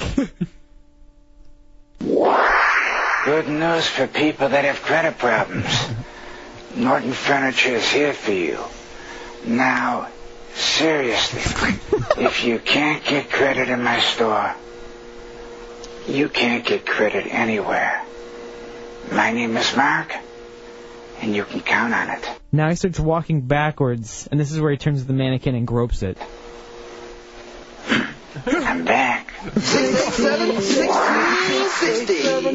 Speaker 28: Good news for people that have credit problems. Norton Furniture is here for you. Now, seriously, if you can't get credit in my store, you can't get credit anywhere. My name is Mark, and you can count on it.
Speaker 9: now he starts walking backwards, and this is where he turns to the mannequin and gropes it.
Speaker 28: I'm back.
Speaker 6: 67, 16,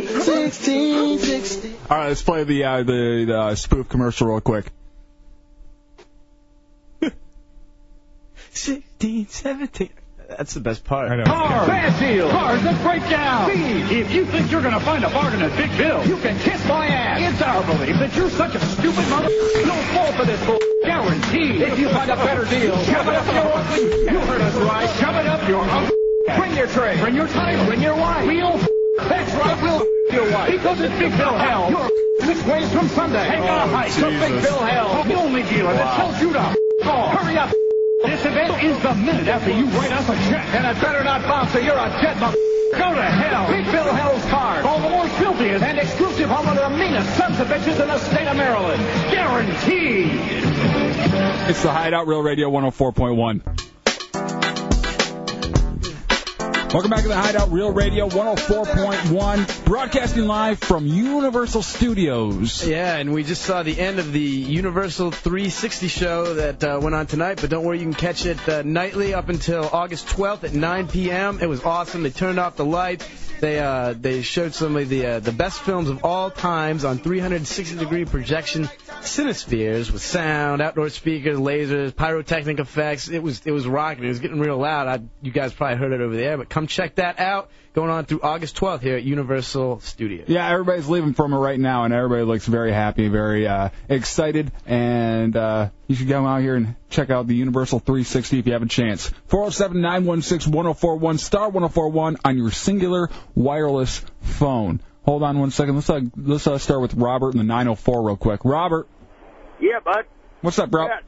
Speaker 6: 60. 16, 60.
Speaker 1: All right, let's play the uh, the, the uh, spoof commercial real quick.
Speaker 3: 16, 17. That's the best part. I know.
Speaker 4: Cars, bad deals, cars that break down. Thieves. If you think you're gonna find a bargain at Big Bill, you can kiss my ass. It's our belief that you're such a stupid mother. No fall for this bull. Guaranteed. If you find a better deal, shove it up your ugly. You heard us right. Shove it up your ugly. Bring your tray. Bring your title. Bring your wife. We'll. That's right. We'll your wife. Because it's Big Bill hell. You're six ways from Sunday. Hang on,
Speaker 6: Oh,
Speaker 4: hike. From Big
Speaker 6: Jesus.
Speaker 4: Bill hell. The only dealer that tells you to. off. Hurry up. This event is the minute after you write us a check. And it better not bounce or you're a dead mother. Go to hell. Big Bill Hell's card. All the more filthiest and exclusive home of the meanest sons of bitches in the state of Maryland. Guaranteed.
Speaker 1: It's the Hideout Real Radio 104.1. Welcome back to the Hideout Real Radio 104.1, broadcasting live from Universal Studios.
Speaker 3: Yeah, and we just saw the end of the Universal 360 show that uh, went on tonight, but don't worry, you can catch it uh, nightly up until August 12th at 9 p.m. It was awesome. They turned off the lights. They uh, they showed some of the uh, the best films of all times on 360 degree projection cinespheres with sound, outdoor speakers, lasers, pyrotechnic effects. It was it was rocking. It was getting real loud. I, you guys probably heard it over there, but come check that out. Going on through August 12th here at Universal Studios.
Speaker 1: Yeah, everybody's leaving from it right now, and everybody looks very happy, very uh, excited, and uh, you should come out here and check out the Universal 360 if you have a chance. 407-916-1041, star 1041 on your singular wireless phone. Hold on one second. Let's uh, let's uh, start with Robert in the 904 real quick. Robert,
Speaker 25: Yeah, bud.
Speaker 1: what's up, bro?
Speaker 25: Yeah.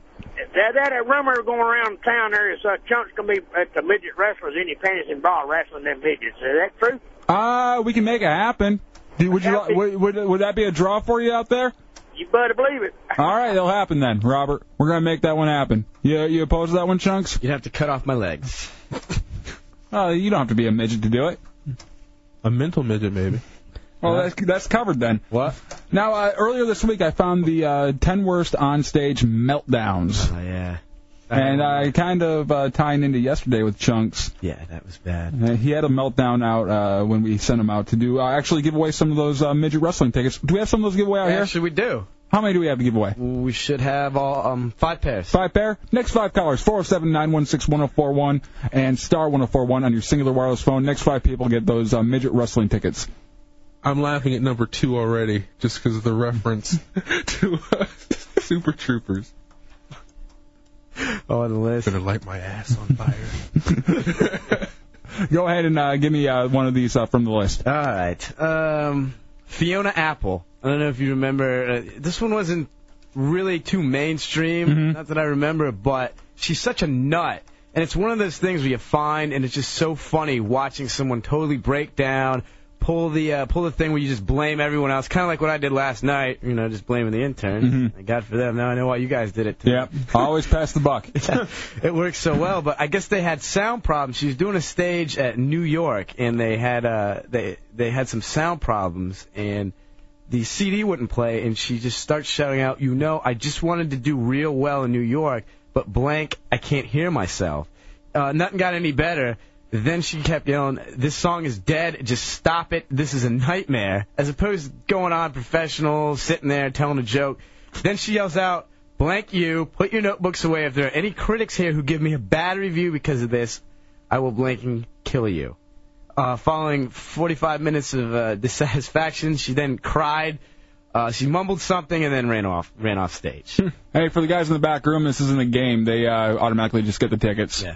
Speaker 25: That, that, that rumor going around town there is uh, Chunk's going to be at the midget wrestlers in your panties and bra wrestling them midgets. Is that true?
Speaker 1: Uh, we can make it happen. Do, would you li- would, would would that be a draw for you out there?
Speaker 25: You better believe it.
Speaker 1: All right, it'll happen then, Robert. We're gonna make that one happen. You you oppose to that one, chunks?
Speaker 3: You'd have to cut off my legs.
Speaker 1: Oh, you don't have to be a midget to do it.
Speaker 7: A mental midget, maybe.
Speaker 1: Well, that's that's covered then.
Speaker 3: What?
Speaker 1: Now, uh, earlier this week, I found the uh, ten worst onstage meltdowns.
Speaker 3: Oh yeah.
Speaker 1: And I kind of uh, tying into yesterday with chunks.
Speaker 3: Yeah, that was bad.
Speaker 1: Uh, He had a meltdown out uh, when we sent him out to do uh, actually give away some of those uh, midget wrestling tickets. Do we have some of those giveaway out here?
Speaker 3: Actually, we do.
Speaker 1: How many do we have to give away?
Speaker 3: We should have all um five pairs.
Speaker 1: Five pair. Next five callers, 407-916-1041 and star 1041 on your singular wireless phone. Next five people get those uh, midget wrestling tickets.
Speaker 7: I'm laughing at number two already, just because of the reference to uh, Super Troopers.
Speaker 3: Oh, on the list.
Speaker 7: Gonna light my ass on fire.
Speaker 1: Go ahead and uh, give me uh, one of these uh, from the list.
Speaker 3: All right. Um, Fiona Apple. I don't know if you remember. Uh, this one wasn't really too mainstream,
Speaker 1: Mm-hmm.
Speaker 3: not that I remember, but she's such a nut. And it's one of those things where you find, and it's just so funny watching someone totally break down, pull the uh, pull the thing where you just blame everyone else, kind of like what I did last night. You know, just blaming the intern. Thank God for them. Now I know why you guys did it. Too. Yep.
Speaker 1: Mm-hmm. Always pass the buck.
Speaker 3: it works so well, but I guess they had sound problems. She was doing a stage at New York, and they had uh they they had some sound problems, and the CD wouldn't play, and she just starts shouting out, "You know, I just wanted to do real well in New York, but blank, I can't hear myself." Uh, nothing got any better. Then she kept yelling, "This song is dead. Just stop it. This is a nightmare." As opposed to going on professional, sitting there telling a joke. Then she yells out, "Blank you! Put your notebooks away. If there are any critics here who give me a bad review because of this, I will blanking kill you." Uh, following 45 minutes of uh, dissatisfaction, she then cried. Uh, she mumbled something and then ran off ran off stage.
Speaker 7: Hmm.
Speaker 1: hey, for the guys in the back room, this isn't a game. They uh, automatically just get the tickets.
Speaker 3: Yeah.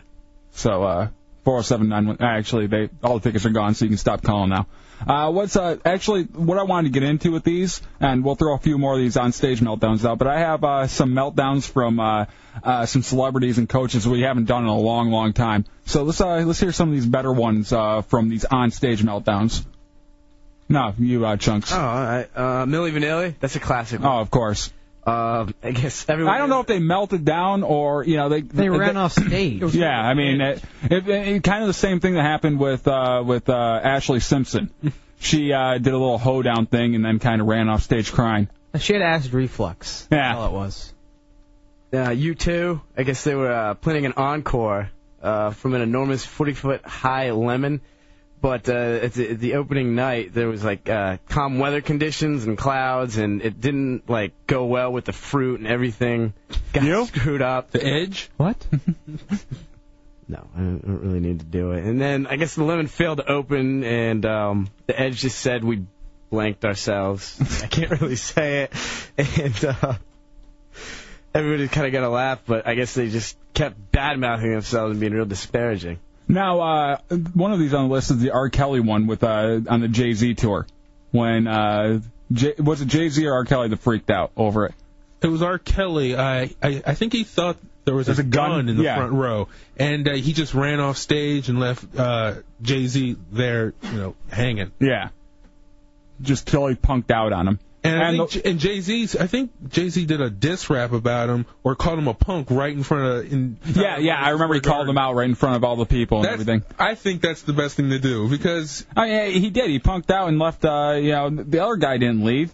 Speaker 1: So uh, 4079. Actually, they all the tickets are gone, so you can stop calling now. Uh, what's uh, actually what I wanted to get into with these, and we'll throw a few more of these on stage meltdowns out. But I have uh, some meltdowns from uh, uh, some celebrities and coaches we haven't done in a long, long time. So let's uh, let's hear some of these better ones uh, from these on stage meltdowns. No, you uh, chunks.
Speaker 3: Oh, all right. Uh, Millie Vanilli, that's a classic. One.
Speaker 1: Oh, of course.
Speaker 3: Uh, I guess everyone.
Speaker 1: I don't know if they melted down or you know they
Speaker 3: They ran off stage.
Speaker 1: yeah, I mean, it, it, it, kind of the same thing that happened with uh, with uh, Ashley Simpson. She uh, did a little hoedown thing and then kind of ran off stage crying.
Speaker 9: She had acid reflux.
Speaker 1: Yeah.
Speaker 9: That's all it was.
Speaker 3: Uh, you two, I guess they were uh, planning an encore uh, from an enormous 40 foot high lemon. But uh, at, the, at the opening night, there was like uh, calm weather conditions and clouds, and it didn't like go well with the fruit and everything. Got screwed up.
Speaker 7: The edge?
Speaker 9: What?
Speaker 3: no, I don't don't really need to do it. And then I guess the lemon failed to open, and um, the edge just said we blanked ourselves. I can't really say it, and uh, everybody kind of got a laugh, but I guess they just kept bad mouthing themselves and being real disparaging.
Speaker 1: Now, uh, one of these on the list is the R. Kelly one with uh, on the Jay Z tour when uh, J- was it Jay Z or R. Kelly that freaked out over it?
Speaker 7: It was R. Kelly. I I, I think he thought there was
Speaker 1: There's
Speaker 7: a,
Speaker 1: a gun?
Speaker 7: in the
Speaker 1: Yeah.
Speaker 7: front row, and uh, he just ran off stage and left uh, Jay Z there, you know, hanging.
Speaker 1: Yeah, just totally punked out on him.
Speaker 7: And, I
Speaker 1: And
Speaker 7: think, and Jay Z, I think Jay Z did a diss rap about him or called him a punk right in front of. In,
Speaker 1: Yeah, yeah, I remember he called them out right in front of all the people and everything.
Speaker 7: I think that's the best thing to do because
Speaker 1: I mean, he did. He punked out and left. Uh, you know, the other guy didn't leave.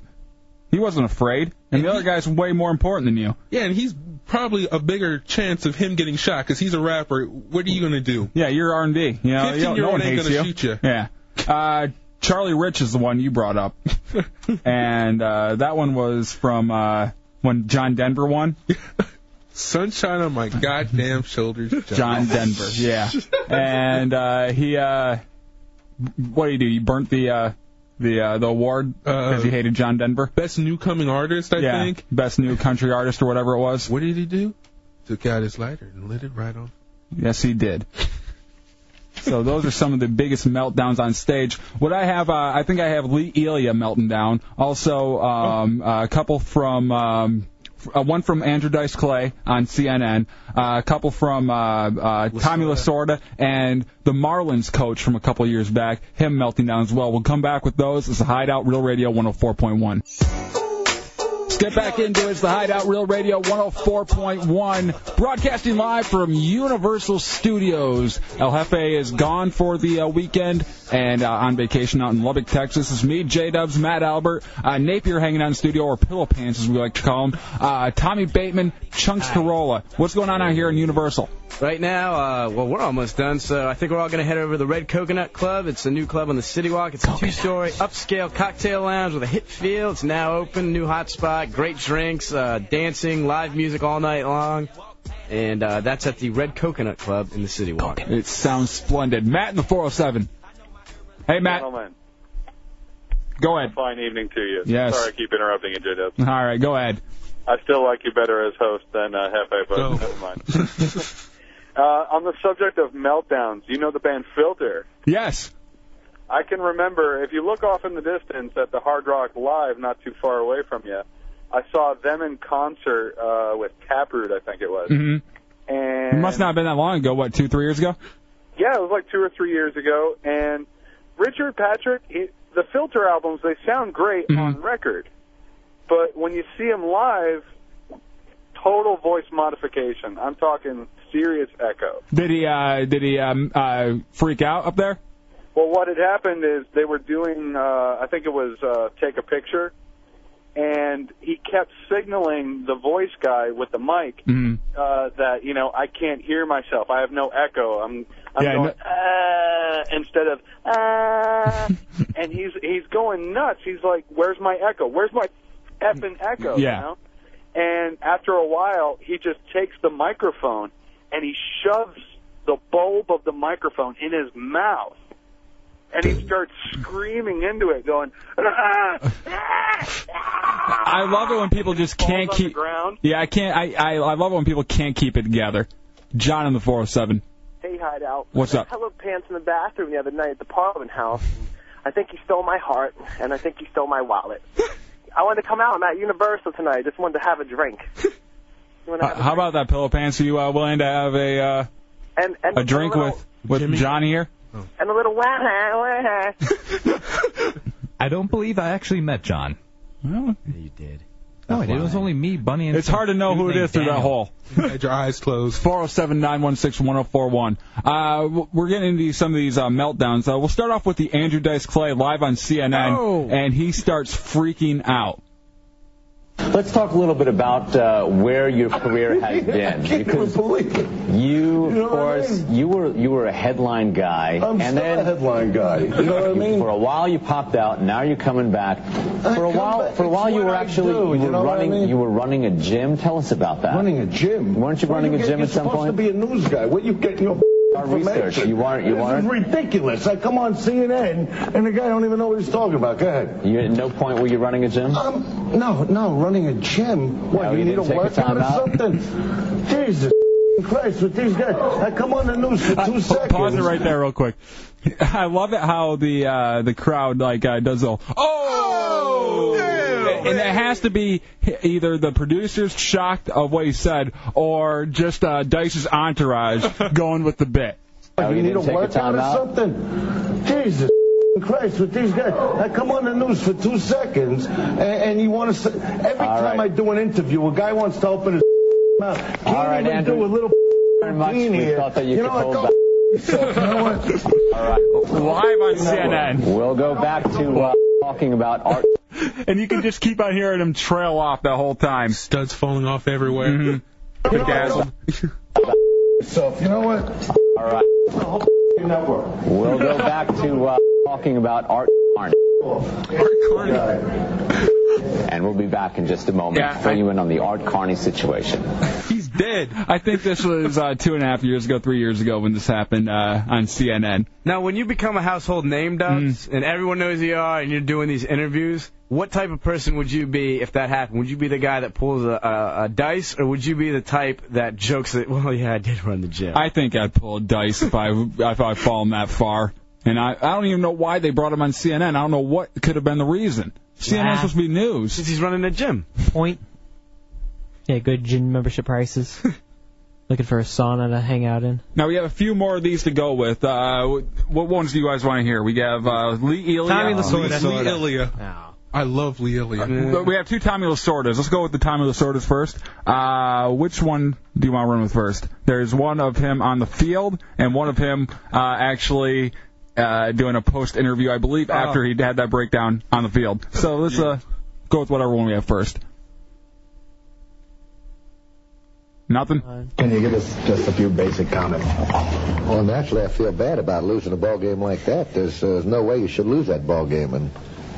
Speaker 1: He wasn't afraid, and the other guy's way more important than you.
Speaker 7: yeah, and he's probably a bigger chance of him getting shot because he's a rapper. What are you gonna do?
Speaker 1: Yeah, you're R and D. You know, you don't-
Speaker 7: 15-year-old
Speaker 1: no one
Speaker 7: ain't
Speaker 1: hates
Speaker 7: gonna
Speaker 1: you.
Speaker 7: shoot you.
Speaker 1: Yeah. Uh, Charlie Rich is the one you brought up, and uh, that one was from uh, when John Denver won.
Speaker 7: Sunshine on my goddamn shoulders,
Speaker 1: John Denver, yeah. And uh, he, uh, what did he do? He burnt the uh, the uh, the award because he hated John Denver.
Speaker 7: Best new coming artist, I
Speaker 1: yeah,
Speaker 7: think.
Speaker 1: Best new country artist or whatever it was.
Speaker 7: What did he do? Took out his lighter and lit it right on.
Speaker 1: Yes, he did. So those are some of the biggest meltdowns on stage. What I have, uh, I think I have Lee Elia melting down. Also, um, a couple from um, f- uh, one from Andrew Dice Clay on CNN, uh, a couple from uh, uh, Tommy Lasorda, and the Marlins coach from a couple years back. Him melting down as well. We'll come back with those. It's a Hideout Real Radio 104.1. Let's get back into it. It's the Hideout Real Radio 104.1, broadcasting live from Universal Studios. El Jefe is gone for the uh, weekend and uh, on vacation out in Lubbock, Texas. It's me, J Dubs, Matt Albert, uh, Napier hanging out in studio, or Pillow Pants as we like to call him, uh, Tommy Bateman, Chunks Corolla. What's going on out here in Universal?
Speaker 3: Right now, uh, well, we're almost done, so I think we're all going to head over to the Red Coconut Club. It's a new club on the City Walk. It's a two story upscale cocktail lounge with a hit feel. It's now open, new hot spot, great drinks, uh, dancing, live music all night long. And uh, that's at the Red Coconut Club in the City Walk.
Speaker 1: It sounds splendid. Matt in the 407. Hey, Matt.
Speaker 10: Gentlemen,
Speaker 1: Go ahead.
Speaker 10: fine evening to you.
Speaker 1: Yes.
Speaker 10: Sorry I keep interrupting you, J-Dub.
Speaker 1: All right, go ahead.
Speaker 10: I still like you better as host than uh, Hefe, but never mind. uh, on the subject of meltdowns, you know the band Filter.
Speaker 1: Yes.
Speaker 2: I can remember, if you look off in the distance at the Hard Rock Live, not too far away from you, I saw them in concert uh, with Taproot, I think it was.
Speaker 1: hmm
Speaker 2: And
Speaker 1: It must not have been that long ago. What, two, three years ago?
Speaker 2: Yeah, it was like two or three years ago. And Richard Patrick, he, the Filter albums, they sound great
Speaker 1: Mhm.
Speaker 2: on record, but when you see him live, total voice modification. I'm talking serious echo.
Speaker 1: Did he uh, did he um, uh, freak out up there?
Speaker 2: Well, what had happened is they were doing, uh, I think it was uh, Take a Picture, and he kept signaling the voice guy with the mic
Speaker 1: Mm.
Speaker 2: uh, that, you know, I can't hear myself. I have no echo. I'm, I'm
Speaker 1: Yeah, I
Speaker 2: going, uh, instead of, uh, and he's, he's going nuts. He's like, where's my echo? Where's my effing echo?
Speaker 1: Yeah.
Speaker 2: You know? And after a while, he just takes the microphone and he shoves the bulb of the microphone in his mouth. And he starts screaming into it, going, "Ah,
Speaker 1: I love it when people just can't
Speaker 2: on the
Speaker 1: keep.
Speaker 2: ground.
Speaker 1: Yeah, I can't. I, I I love it when people can't keep it together. John in the 407.
Speaker 12: Hey, hideout.
Speaker 1: What's up?
Speaker 12: I held pants in the bathroom the other night at the Parliament House. I think he stole my heart, and I think he stole my wallet. I wanted to come out. I'm at Universal tonight. Just wanted to have a drink.
Speaker 1: Uh, how about that pillow pants? Are you uh, willing to have a uh,
Speaker 12: And and
Speaker 1: a drink
Speaker 12: a little,
Speaker 1: with with John here?
Speaker 12: and a little wah wah
Speaker 32: I don't believe I actually met John.
Speaker 1: Well,
Speaker 32: you did. No, I did. It was only me, Bunny, and
Speaker 1: It's
Speaker 32: some
Speaker 1: hard to know
Speaker 32: dude
Speaker 1: who it
Speaker 32: named
Speaker 1: is through that
Speaker 32: Daniel.
Speaker 1: hole. oh Had your eyes closed. 407 916 1041. Uh, w- we're getting into some of these uh, meltdowns. Uh, we'll start off with the Andrew Dice Clay live on CNN,
Speaker 32: Oh.
Speaker 1: and he starts freaking out.
Speaker 8: Let's talk a little bit about uh, where your career has been. Because you, of course, you were you were a headline guy,
Speaker 4: I'm
Speaker 8: and
Speaker 4: still
Speaker 8: then
Speaker 4: a headline guy. You know what I mean?
Speaker 8: For a while you popped out. Now you're coming back. For a while, for a while you were actually
Speaker 4: do,
Speaker 8: you
Speaker 4: you
Speaker 8: were
Speaker 4: know what I
Speaker 8: running
Speaker 4: mean?
Speaker 8: you were running a gym. Tell us about that. Running
Speaker 4: a gym.
Speaker 8: Weren't you running
Speaker 4: Where you
Speaker 8: a
Speaker 4: get-
Speaker 8: gym
Speaker 4: you're
Speaker 8: at some
Speaker 4: supposed
Speaker 8: point?
Speaker 4: to be a news guy. Where you getting your
Speaker 8: Our research. You aren't. You
Speaker 4: this
Speaker 8: aren't.
Speaker 4: is ridiculous. I come on CNN and the guy don't even know what he's talking about. Go ahead.
Speaker 8: You at no point were you running a gym?
Speaker 4: Um, no, no, running a gym. What,
Speaker 8: No,
Speaker 4: you,
Speaker 8: you
Speaker 4: need a
Speaker 8: didn't take a
Speaker 4: workout
Speaker 8: time
Speaker 4: or
Speaker 8: out?
Speaker 4: something? Jesus Christ, with these guys. I come on the news for two seconds.
Speaker 1: Pause it right there, real quick. I love it how the uh, the crowd like uh, does the oh, and it has to be either the producers shocked of what he said or just uh, Dice's entourage going with the bit.
Speaker 4: What, you need a workout or something? Jesus Christ, with these guys. I come on the news for two seconds, and, and you want to. Say, every time I do an interview, a guy wants to open his mouth. Can't
Speaker 8: right,
Speaker 4: even
Speaker 8: Andrew.
Speaker 4: do a little
Speaker 8: much.
Speaker 4: routine
Speaker 8: We
Speaker 4: here.
Speaker 8: thought that you could
Speaker 4: know what?
Speaker 8: hold
Speaker 4: Go
Speaker 8: back.
Speaker 4: yourself. You know what?
Speaker 1: Live on CNN.
Speaker 8: We'll go back to uh, talking about art.
Speaker 1: and you can just keep on hearing him trail off the whole time. Mm-hmm.
Speaker 7: Studs falling off everywhere.
Speaker 4: You know what? Yourself. You know what?
Speaker 8: All right.
Speaker 4: The whole network.
Speaker 8: We'll go back to uh, talking about Art Carney. And we'll be back in just a moment to fill you in on the Art Carney situation.
Speaker 1: He's dead. I think this was uh, two and a half years ago, three years ago when this happened uh, on CNN.
Speaker 3: Now, when you become a household
Speaker 1: Mm.
Speaker 3: name, Dubs, and everyone knows who you are, and you're doing these interviews, what type of person would you be if that happened? Would you be the guy that pulls a, a, a dice, or would you be the type that jokes that, well, yeah, I did run the gym?
Speaker 1: I think I'd pull a dice if I if I fall him that far. And I I don't even know why they brought him on CNN. I don't know what could have been the reason. CNN's
Speaker 9: Nah.
Speaker 1: supposed to be news. Since
Speaker 3: he's running a gym.
Speaker 9: Point. Yeah, good gym membership prices. Looking for a sauna to hang out in.
Speaker 1: Now we have a few more of these to go with. Uh, what ones do you guys want to hear? We have uh, Lee Ilya.
Speaker 7: Tommy Lasorda.
Speaker 1: Lee, Lee Ilya.
Speaker 7: I love Lee Ilya.
Speaker 1: Uh, But we have two Tommy Lasordas. Let's go with the Tommy Lasordas first. Uh, which one do you want to run with first? There's one of him on the field and one of him uh, actually uh, doing a post interview, I believe, after he had that breakdown on the field. So let's uh, go with whatever one we have first. Nothing.
Speaker 33: Can you give us just a few basic comments?
Speaker 34: Well, naturally, I feel bad about losing a ball game like that. There's uh, no way you should lose that ball game, and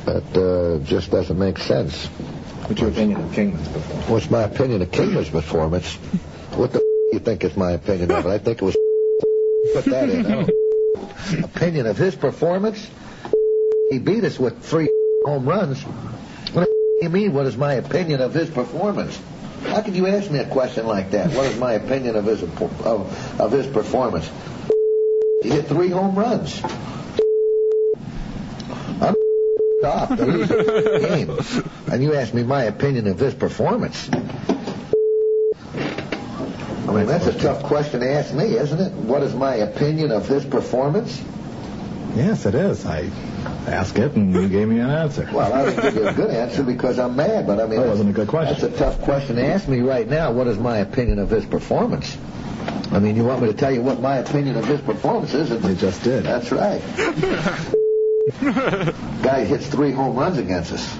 Speaker 34: that uh, just doesn't make sense. What's your opinion of Kingman's performance? What's my opinion of Kingman's performance? What the f- you think is my opinion of it? I think it was. Put that in. I don't- opinion of his performance? He beat us with three home runs. What the f- you mean? What is my opinion of his performance? How could you ask me a question like that? What is my opinion of his of, of his performance? He hit three home runs.
Speaker 35: off to lose a game. And you asked me my opinion of this performance. I mean, that's a tough question to ask me, isn't it? What is my opinion of this performance?
Speaker 36: Yes, it is. I asked it, and you gave me an answer.
Speaker 35: Well, I didn't give you a good answer because I'm mad, but I mean,
Speaker 36: That wasn't a good question.
Speaker 35: That's a tough question to ask me right now. What is my opinion of his performance? I mean, you want me to tell you what my opinion of his performance is? And you just did. That's right. Guy hits three home runs against us.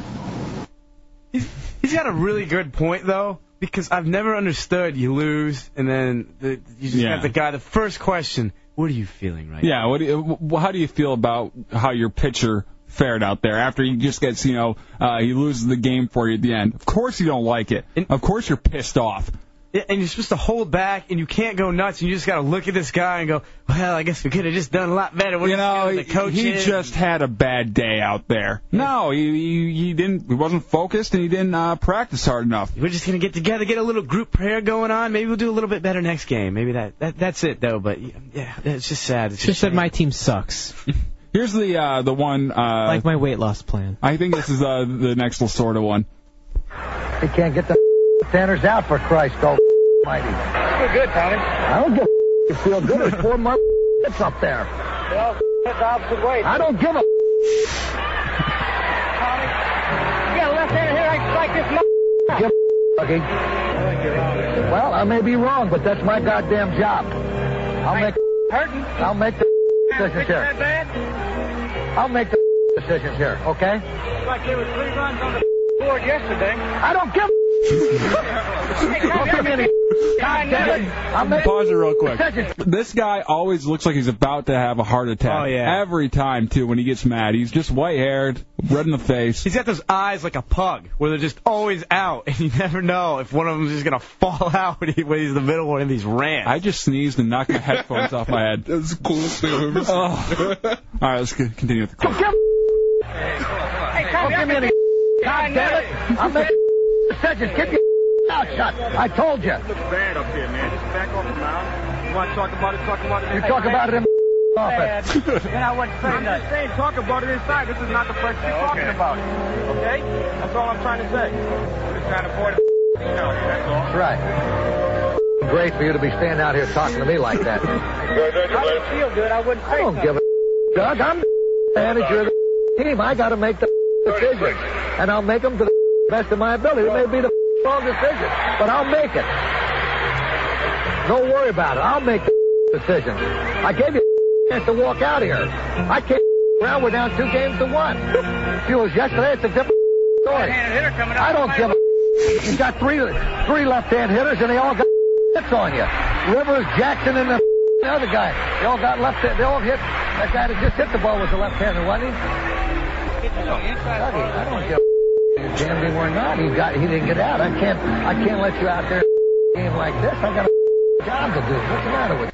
Speaker 3: He's got a really good point though, because I've never understood you lose and then the, you just
Speaker 1: Yeah.
Speaker 3: got the guy. The first question, what are you feeling right?
Speaker 1: Yeah. What do you, wh- how do you feel about how your pitcher fared out there after he just gets, you know, uh, he loses the game for you at the end? Of course you don't like it. Of course you're pissed off.
Speaker 3: Yeah, and you're supposed to hold back, and you can't go nuts, and you just got to look at this guy and go, "Well, I guess we could have just done a lot better." What
Speaker 1: You know,
Speaker 3: the coach
Speaker 1: he
Speaker 3: is.
Speaker 1: just had a bad day out there. No, he, he, he didn't. He wasn't focused, and he didn't uh, practice hard enough.
Speaker 3: We're just gonna get together, get a little group prayer going on. Maybe we'll do a little bit better next game. Maybe that, that that's it though. But yeah, it's just sad. It's
Speaker 9: Just said my team sucks.
Speaker 1: Here's the uh, the one. Uh, like
Speaker 9: my weight loss plan.
Speaker 1: I think this is uh, the next sort of one.
Speaker 35: They can't get the centers out for Christ almighty.
Speaker 4: We're good, Tommy.
Speaker 35: I don't give a you feel good. There's four more up there.
Speaker 4: Well, that's the opposite way.
Speaker 35: I don't give a
Speaker 4: Yeah, left hand here, I like this.
Speaker 35: give a okay. Well, I may be wrong, but that's my goddamn job. I'll make hurting. I'll make the decisions here. I'll make the decisions here, okay?
Speaker 4: Like there was three runs on the board yesterday.
Speaker 35: I don't give. Don't give me any. God damn it. I'll make
Speaker 1: Pause it real quick.
Speaker 35: decisions.
Speaker 1: This guy always looks like he's about to have a heart attack.
Speaker 3: Oh, yeah.
Speaker 1: Every time too, when he gets mad, he's just white haired, red in the face.
Speaker 3: He's got those eyes like a pug, where they're just always out, and you never know if one of them's just gonna fall out when, he, when he's in the middle of one of these rants.
Speaker 1: I just sneezed and knocked my headphones off my head. That's the coolest thing I've ever seen. All right, let's c- continue with the call.
Speaker 4: Don't give me any. God damn it!
Speaker 35: I'll make decisions. Get your mouth shut. I told you.
Speaker 4: Looks bad up here, man. Just back off the mound. You want to talk about it? Talk about it.
Speaker 35: You talk about it in office.
Speaker 4: Then I wouldn't say I'm just saying, talk about it inside. This is not the first you're talking about it. Okay? That's all I'm trying to say. We're just trying to avoid a count, that's all.
Speaker 35: That's right. Great for you to be standing out here talking to me like that.
Speaker 4: I would feel good. I wouldn't say
Speaker 35: I don't give a Doug. I'm the manager of the team. I got to make the decisions, and I'll make them to the best of my ability. It may be the wrong decision, but I'll make it. Don't worry about it. I'll make the decisions. I gave you a chance to walk out of here. I can't around. We're down two games to one. If it was yesterday, it's a different story. I don't give a. You got three three left-hand hitters, and they all got hits on you. Rivers, Jackson, and the the other guy. They all got left. They all hit. That guy that just hit the ball was a left-hander, wasn't he? Buddy, I don't give a damn they were not. He got. He didn't get out. I can't. I can't let you out there game like this. I got a job to do. What's the matter with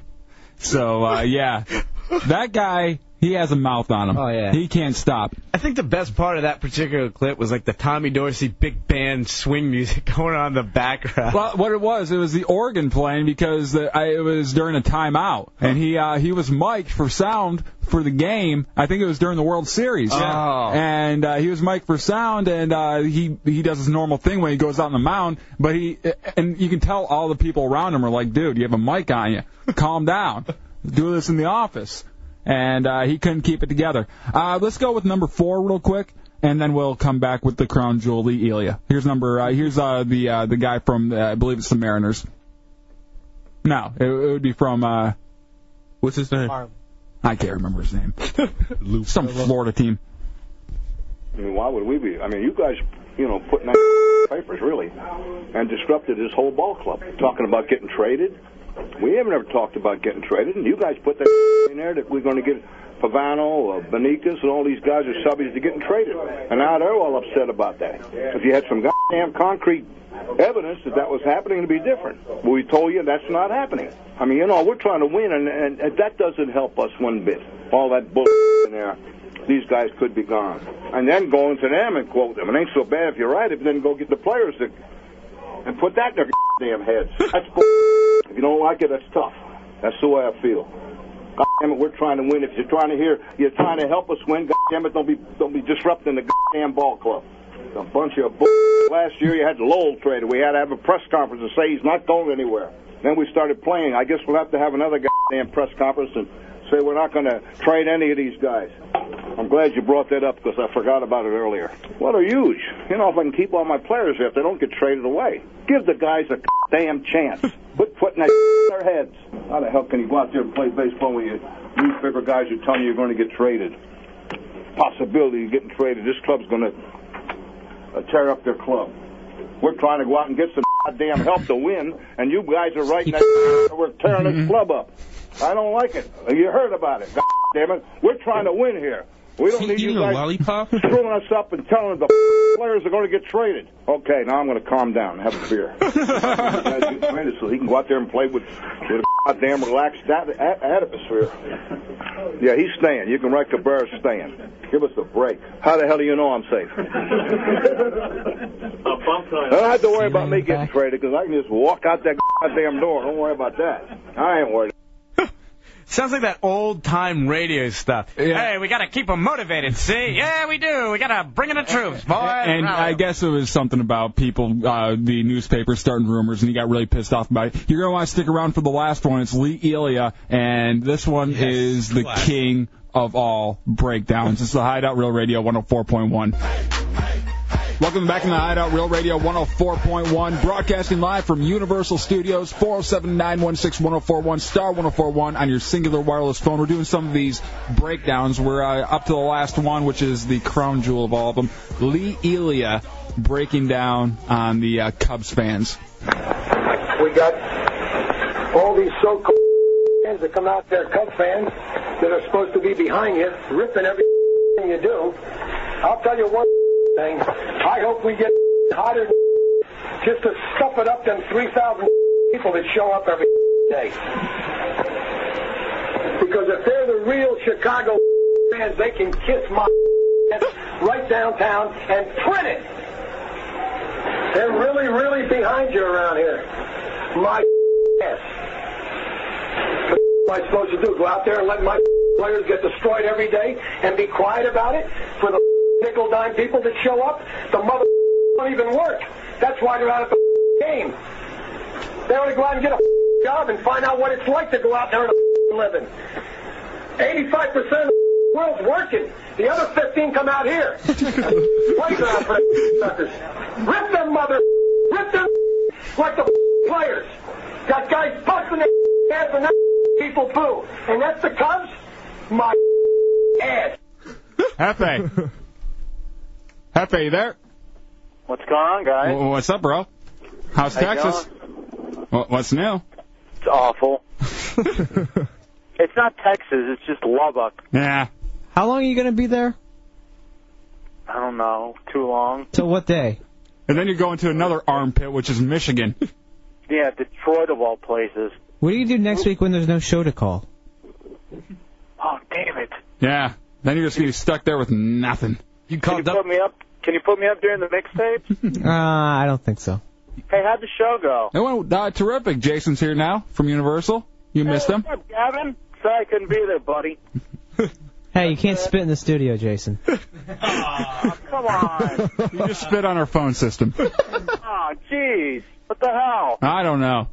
Speaker 1: So uh, yeah, that guy, he has a mouth on him. Oh yeah. He can't stop.
Speaker 3: I think the best part of that particular clip was like the Tommy Dorsey big band swing music going on in the background.
Speaker 1: Well, what it was, it was the organ playing because the, I, it was during a timeout, and he uh, he was mic'd for sound for the game. I think it was during the World Series,
Speaker 3: Oh.
Speaker 1: and uh, he was mic'd for sound, and uh, he he does his normal thing when he goes out on the mound. But he and you can tell all the people around him are like, dude, you have a mic on you, calm down, do this in the office, and uh, he couldn't keep it together. Uh, let's go with number four real quick. And then we'll come back with the crown jewel, Lee Elia. Here's number. Uh, here's uh, the uh, the guy from uh, I believe it's the Mariners. No, it, it would be from. Uh,
Speaker 7: What's his name?
Speaker 1: I can't remember his name. Some Florida team.
Speaker 29: I mean, why would we be? I mean, you guys, you know, putting that in the papers really, and disrupted this whole ball club. Talking about getting traded, we haven't ever talked about getting traded, and you guys put that in there that we're going to get Pavano, uh, Benicas, and all these guys are subbies to getting traded, and now they're all upset about that. If you had some goddamn concrete evidence that that was happening, it'd be different. But we told you that's not happening. I mean, you know, we're trying to win, and, and, and that doesn't help us one bit. All that bull in there these guys could be gone. And then go into them and quote them. It ain't so bad if you're right, if then go get the players that, and put that in their damn heads. That's bull. If you don't like it, that's tough. That's the way I feel. God damn it, we're trying to win. If you're trying to hear, you're trying to help us win. God damn it, don't be don't be disrupting the damn ball club. A bunch of bull. Last year you had Lowell traded. We had to have a press conference and say he's not going anywhere. Then we started playing. I guess we'll have to have another goddamn press conference and say we're not going to trade any of these guys. I'm glad you brought that up because I forgot about it earlier. Well, they're huge. You know, if I can keep all my players here, if they don't get traded away, give the guys a damn chance. Quit putting that in their heads. How the hell can you go out there and play baseball when you newspaper guys are telling you you're going to get traded? Possibility of getting traded. This club's going to uh, tear up their club. We're trying to go out and get some goddamn help to win, and you guys are writing that. we're tearing this club up. I don't like it. You heard about it. God damn it. We're trying to win here. We don't need you guys screwing us up and telling the players are going to get traded. Okay, now I'm going to calm down and have a beer. You guys get traded so he can go out there and play with, with a goddamn relaxed at- at- atmosphere. Yeah, he's staying. You can write Cabrera's staying. Give us a break. How the hell do you know I'm safe? I don't have to worry about me getting traded because I can just walk out that goddamn door. Don't worry about that. I ain't worried.
Speaker 3: Sounds like that old time radio stuff. Hey, we gotta keep 'em motivated. See? Yeah, we do. We gotta bring in the troops, boys.
Speaker 1: And I guess it was something about people, uh, the newspaper starting rumors, and he got really pissed off about it. You're going to want to stick around for the last one. It's Lee Elia, and this one is the king of all breakdowns. It's the Hideout Real Radio 104.1. Welcome back to the Hideout Real Radio 104.1, broadcasting live from Universal Studios, 407 916 1041, star 1041 on your singular wireless phone. We're doing some of these breakdowns. We're uh, up to the last one, which is the crown jewel of all of them. Lee Elia breaking down on the uh, Cubs fans.
Speaker 4: We got all these so-called fans that come out there, Cub fans, that are supposed to be behind you, ripping every thing you do. I'll tell you one thing. I hope we get hotter than just to stuff it up them 3,000 people that show up every day. Because if they're the real Chicago fans, they can kiss my right downtown and print it. They're really, really behind you around here. My ass. What am I supposed to do? Go out there and let my players get destroyed every day and be quiet about it for the nickel dime people that show up? The mother don't even work. That's why they're out of the game. They ought to go out and get a job and find out what it's like to go out there and living. 85% of the world's working. The other 15 come out here. Playground for the suckers. Rip them mother. Rip them like the players. Got guys busting their ass and that people boo. And that's the Cubs? My ass.
Speaker 1: Hefe. Hefe, you there?
Speaker 2: What's going on, guys?
Speaker 1: Wh- What's up, bro? How's
Speaker 2: How you
Speaker 1: Texas? Wh- What's new?
Speaker 2: It's awful. it's not Texas. It's just Lubbock.
Speaker 1: Yeah.
Speaker 9: How long are you going to be there?
Speaker 2: I don't know. Too long.
Speaker 9: Till what day?
Speaker 1: And then you're going to another armpit, which is Michigan.
Speaker 2: Yeah, Detroit of all places.
Speaker 9: What do you do next week when there's no show to call?
Speaker 2: Oh, damn it.
Speaker 1: Yeah. Then you're just going to be stuck there with nothing.
Speaker 2: You Can you put me up? Can you put me up during the mixtape?
Speaker 9: Uh, I don't think so.
Speaker 2: hey, how'd the show go?
Speaker 1: It went uh, terrific. Jason's here now from Universal. You missed him.
Speaker 2: What's up, Gavin? Sorry I couldn't be there, buddy.
Speaker 9: Hey, you can't spit in the studio, Jason.
Speaker 2: Come on.
Speaker 1: You just spit on our phone system.
Speaker 2: oh, jeez. What the hell?
Speaker 1: I don't know.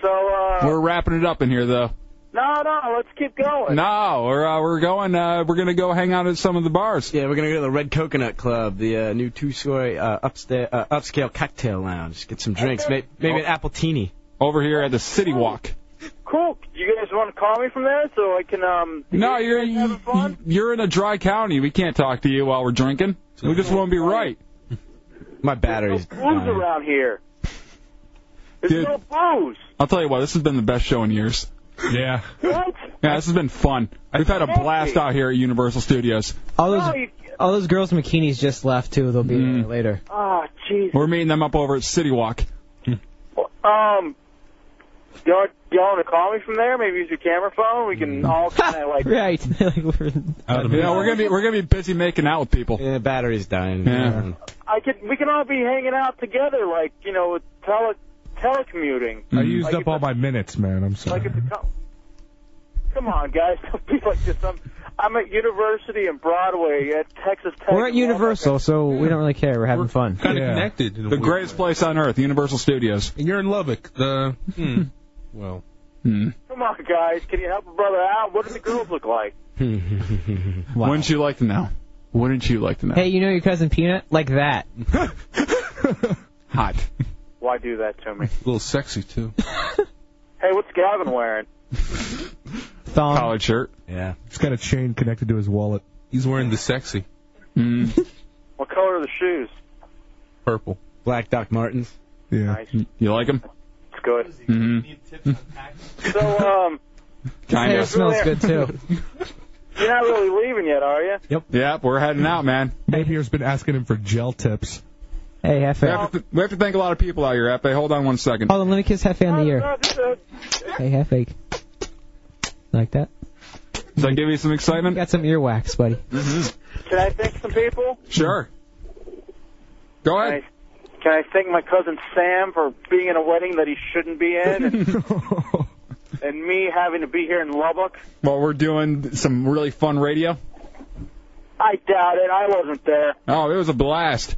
Speaker 2: So, uh,
Speaker 1: We're wrapping it up in here, though.
Speaker 2: no, no, let's keep going.
Speaker 1: No, we're uh, we're going. Uh, we're gonna go hang out at some of the bars.
Speaker 3: Yeah, we're gonna go to the Red Coconut Club, the uh, new two-story uh, upsta- uh, upscale cocktail lounge. Get some drinks, maybe, maybe an
Speaker 1: Oh.
Speaker 3: apple teeny.
Speaker 1: Over here at the City Walk.
Speaker 2: Cool. You guys want to call me from there so I can, um,
Speaker 1: No, you're you're in a dry county. We can't talk to you while we're drinking. We just won't be right.
Speaker 3: My battery's.
Speaker 2: booze around here? There's
Speaker 1: Dude.
Speaker 2: no booze.
Speaker 1: I'll tell you what. This has been the best show in years. Yeah.
Speaker 2: What?
Speaker 1: Yeah, this has been fun. We've had a blast out here at Universal Studios.
Speaker 9: All those, all those girls from McKinney's just left too. They'll be
Speaker 1: Mm.
Speaker 9: there later.
Speaker 2: Oh, jeez.
Speaker 1: We're meeting them up over at City Walk.
Speaker 2: Um, y'all, y'all want to call me from there? Maybe use your camera phone. We can all kind of like.
Speaker 9: Right. like we're,
Speaker 1: yeah, we're gonna be we're gonna be busy making out with people.
Speaker 3: Yeah, battery's dying.
Speaker 1: Yeah.
Speaker 2: I could. We can all be hanging out together, like you know, with tele telecommuting.
Speaker 7: I
Speaker 1: Mm.
Speaker 7: used
Speaker 2: like
Speaker 7: up all my minutes, man. I'm sorry.
Speaker 2: Like if the co- Come on, guys. Don't be like this. I'm,
Speaker 12: I'm at University and Broadway at Texas Tech.
Speaker 9: We're at Universal, so we don't really care. We're having fun.
Speaker 7: Kind of connected. in a
Speaker 1: The
Speaker 7: weird
Speaker 1: greatest place on earth, Universal Studios.
Speaker 7: And you're in Lubbock. The hmm. well.
Speaker 1: Hmm.
Speaker 12: Come on, guys, can you help a brother out? What do the girls look like?
Speaker 1: Wouldn't you like to know? Wouldn't you like to know?
Speaker 9: Hey, you know your cousin Peanut? Like that.
Speaker 1: Hot.
Speaker 12: Why do that to me?
Speaker 7: A little sexy too.
Speaker 12: Hey, what's Gavin wearing?
Speaker 9: Thong.
Speaker 1: Collared shirt.
Speaker 7: Yeah. He's got a chain connected to his wallet. He's wearing the sexy.
Speaker 1: Mm.
Speaker 12: What color are the shoes?
Speaker 7: Purple.
Speaker 3: Black Doc Martens.
Speaker 7: Yeah.
Speaker 1: You like him?
Speaker 12: It's good.
Speaker 1: Mm-hmm.
Speaker 12: So, um,
Speaker 1: Kind
Speaker 12: Hey,
Speaker 1: of.
Speaker 12: smells good, too. you're not really leaving yet, are you?
Speaker 1: Yep. Yep, we're heading out, man.
Speaker 19: Napier's been asking him for gel tips.
Speaker 9: Hey, Hefe.
Speaker 1: We have, to we have to thank a lot of people out here, Hefe. Hold on one second.
Speaker 9: Hold on, let me kiss Hefe on the ear. Hey, Hefe. Like that?
Speaker 1: Does that give you some excitement? Mm-hmm.
Speaker 9: Got some earwax, buddy.
Speaker 12: Can I thank some people?
Speaker 1: Sure. Go ahead.
Speaker 12: Can I thank my cousin Sam for being in a wedding that he shouldn't be in, and, and me having to be here in Lubbock?
Speaker 1: Well, we're doing some really fun radio.
Speaker 12: I doubt it. I wasn't there.
Speaker 1: Oh, it was a blast.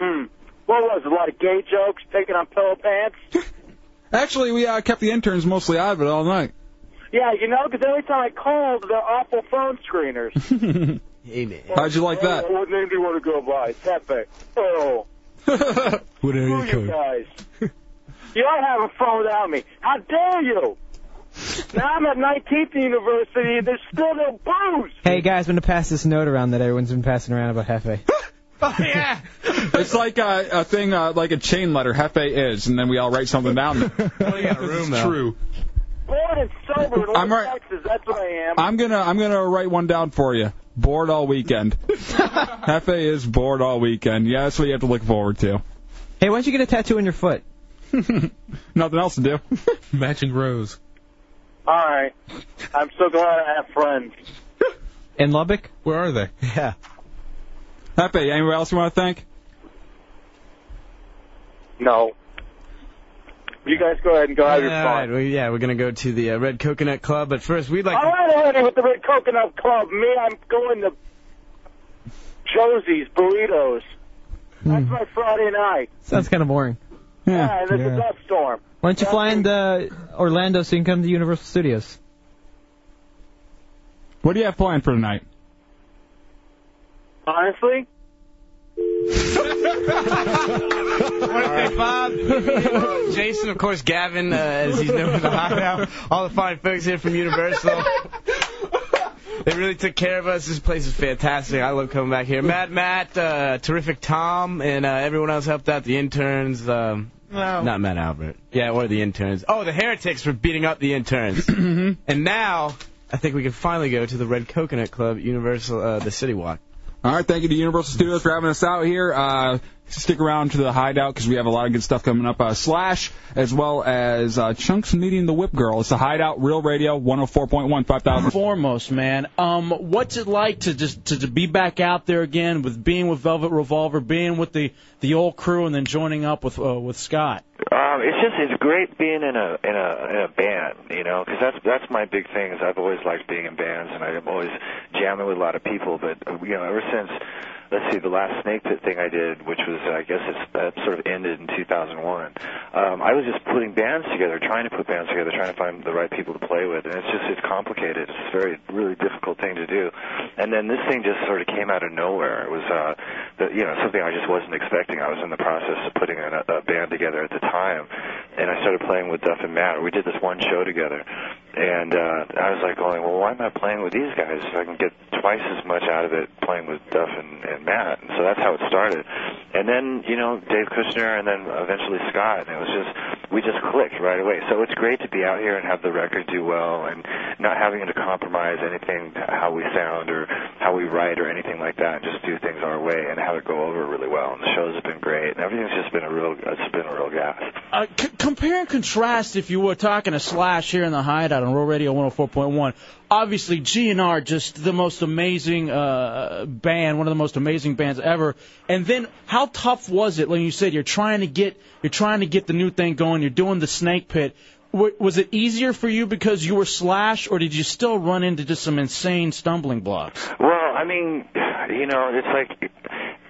Speaker 12: Hmm. What was it? A lot of gay jokes, taking on pillow pants?
Speaker 1: Actually, we uh, kept the interns mostly out of it all night.
Speaker 12: Yeah, you know, 'cause every time I called, they're awful phone screeners.
Speaker 1: Amen. How'd you like that?
Speaker 12: Oh, what name do you want to go by? Tepe. Oh,
Speaker 19: What are
Speaker 12: who you guys? you don't have a phone without me. How dare you? Now I'm at 19th University, and there's still no booze.
Speaker 9: Hey, guys, I'm going to pass this note around that everyone's been passing around about Hefe.
Speaker 7: Oh,
Speaker 1: yeah. it's like a, a thing, uh, like a chain letter. Hefe is, and then we all write something down.
Speaker 7: room
Speaker 1: now. true.
Speaker 12: Born and sober in
Speaker 1: I'm
Speaker 12: Lubbock,
Speaker 1: right-
Speaker 12: Texas. That's what I am.
Speaker 1: I'm gonna, I'm gonna write one down for you. Bored all weekend. Hefe is bored all weekend. Yeah, that's what you have to look forward to.
Speaker 9: Hey, why don't you get a tattoo on your foot?
Speaker 1: Nothing else to do.
Speaker 7: Matching rose.
Speaker 12: All right. I'm so glad I have friends.
Speaker 9: In Lubbock?
Speaker 7: Where are they?
Speaker 1: Yeah. Hefe, anywhere else you want to thank?
Speaker 12: No. You guys go ahead and go have your
Speaker 3: All
Speaker 12: fun.
Speaker 3: right, well, yeah, we're gonna go to the uh, Red Coconut Club, but first we'd like.
Speaker 12: All right, already with the Red Coconut Club. Me, I'm going to Josie's Burritos. That's
Speaker 1: Hmm.
Speaker 12: my Friday night.
Speaker 9: Sounds kind of boring.
Speaker 12: Yeah, and there's a dust storm.
Speaker 9: Why don't you fly into Orlando so you can come to Universal Studios?
Speaker 1: What do you have planned for tonight?
Speaker 12: Honestly?
Speaker 3: Hey, Bob, Jason, of course, Gavin, uh, as he's known in the hot now. All the fine folks here from Universal. They really took care of us. This place is fantastic. I love coming back here. Matt, Matt, uh, terrific Tom, and uh, everyone else helped out. The interns, um,
Speaker 8: Oh.
Speaker 3: not Matt Albert. Yeah, or the interns. Oh, the heretics were beating up the interns.
Speaker 8: Mm-hmm.
Speaker 3: and now, I think we can finally go to the Red Coconut Club, Universal, uh, the City Walk.
Speaker 1: All right, thank you to Universal Studios for having us out here. Uh, stick around to the hideout because we have a lot of good stuff coming up. Uh, Slash, as well as uh, Chunks meeting the Whip Girl. It's the hideout, Real Radio, 104.1, 5000.
Speaker 8: foremost, man. Um, what's it like to just to, to be back out there again with being with Velvet Revolver, being with the the old crew, and then joining up with uh, with Scott?
Speaker 5: Um, it's just it's great being in a in a in a band, you know, because that's that's my big thing. Is I've always liked being in bands, and I'm always jamming with a lot of people. But uh, you know, ever since let's see, the last Snake Pit thing I did, which was I guess it's that sort of ended in 2001. Um, I was just putting bands together, trying to put bands together, trying to find the right people to play with, and it's just it's complicated. It's a very really difficult thing to do. And then this thing just sort of came out of nowhere. It was uh, the, you know something I just wasn't expecting. I was in the process of putting a, a band together at the time, and I started playing with Duff and Matt. We did this one show together, and uh, I was like going, well, why am I playing with these guys if I can get twice as much out of it playing with Duff and, and Matt? And so that's how it started. And then you know Dave Kushner, and then eventually Scott, and it was just we just clicked right away. So it's great to be out here and have the record do well, and not having to compromise anything to how we sound or how we write or anything like that, and just do things our way and have it go over really well. And the shows have been great, and everything's just been a real it's been a real gas.
Speaker 8: Uh, c- compare and contrast, if you were talking to Slash here in the Hideout on Roll Radio 104.1. Obviously, GNR just the most amazing uh, band, one of the most amazing bands ever. And then, how tough was it when you said you're trying to get you're trying to get the new thing going? You're doing the Snake Pit. W- was it easier for you because you were Slash, or did you still run into just some insane stumbling blocks?
Speaker 5: Well, I mean, you know, it's like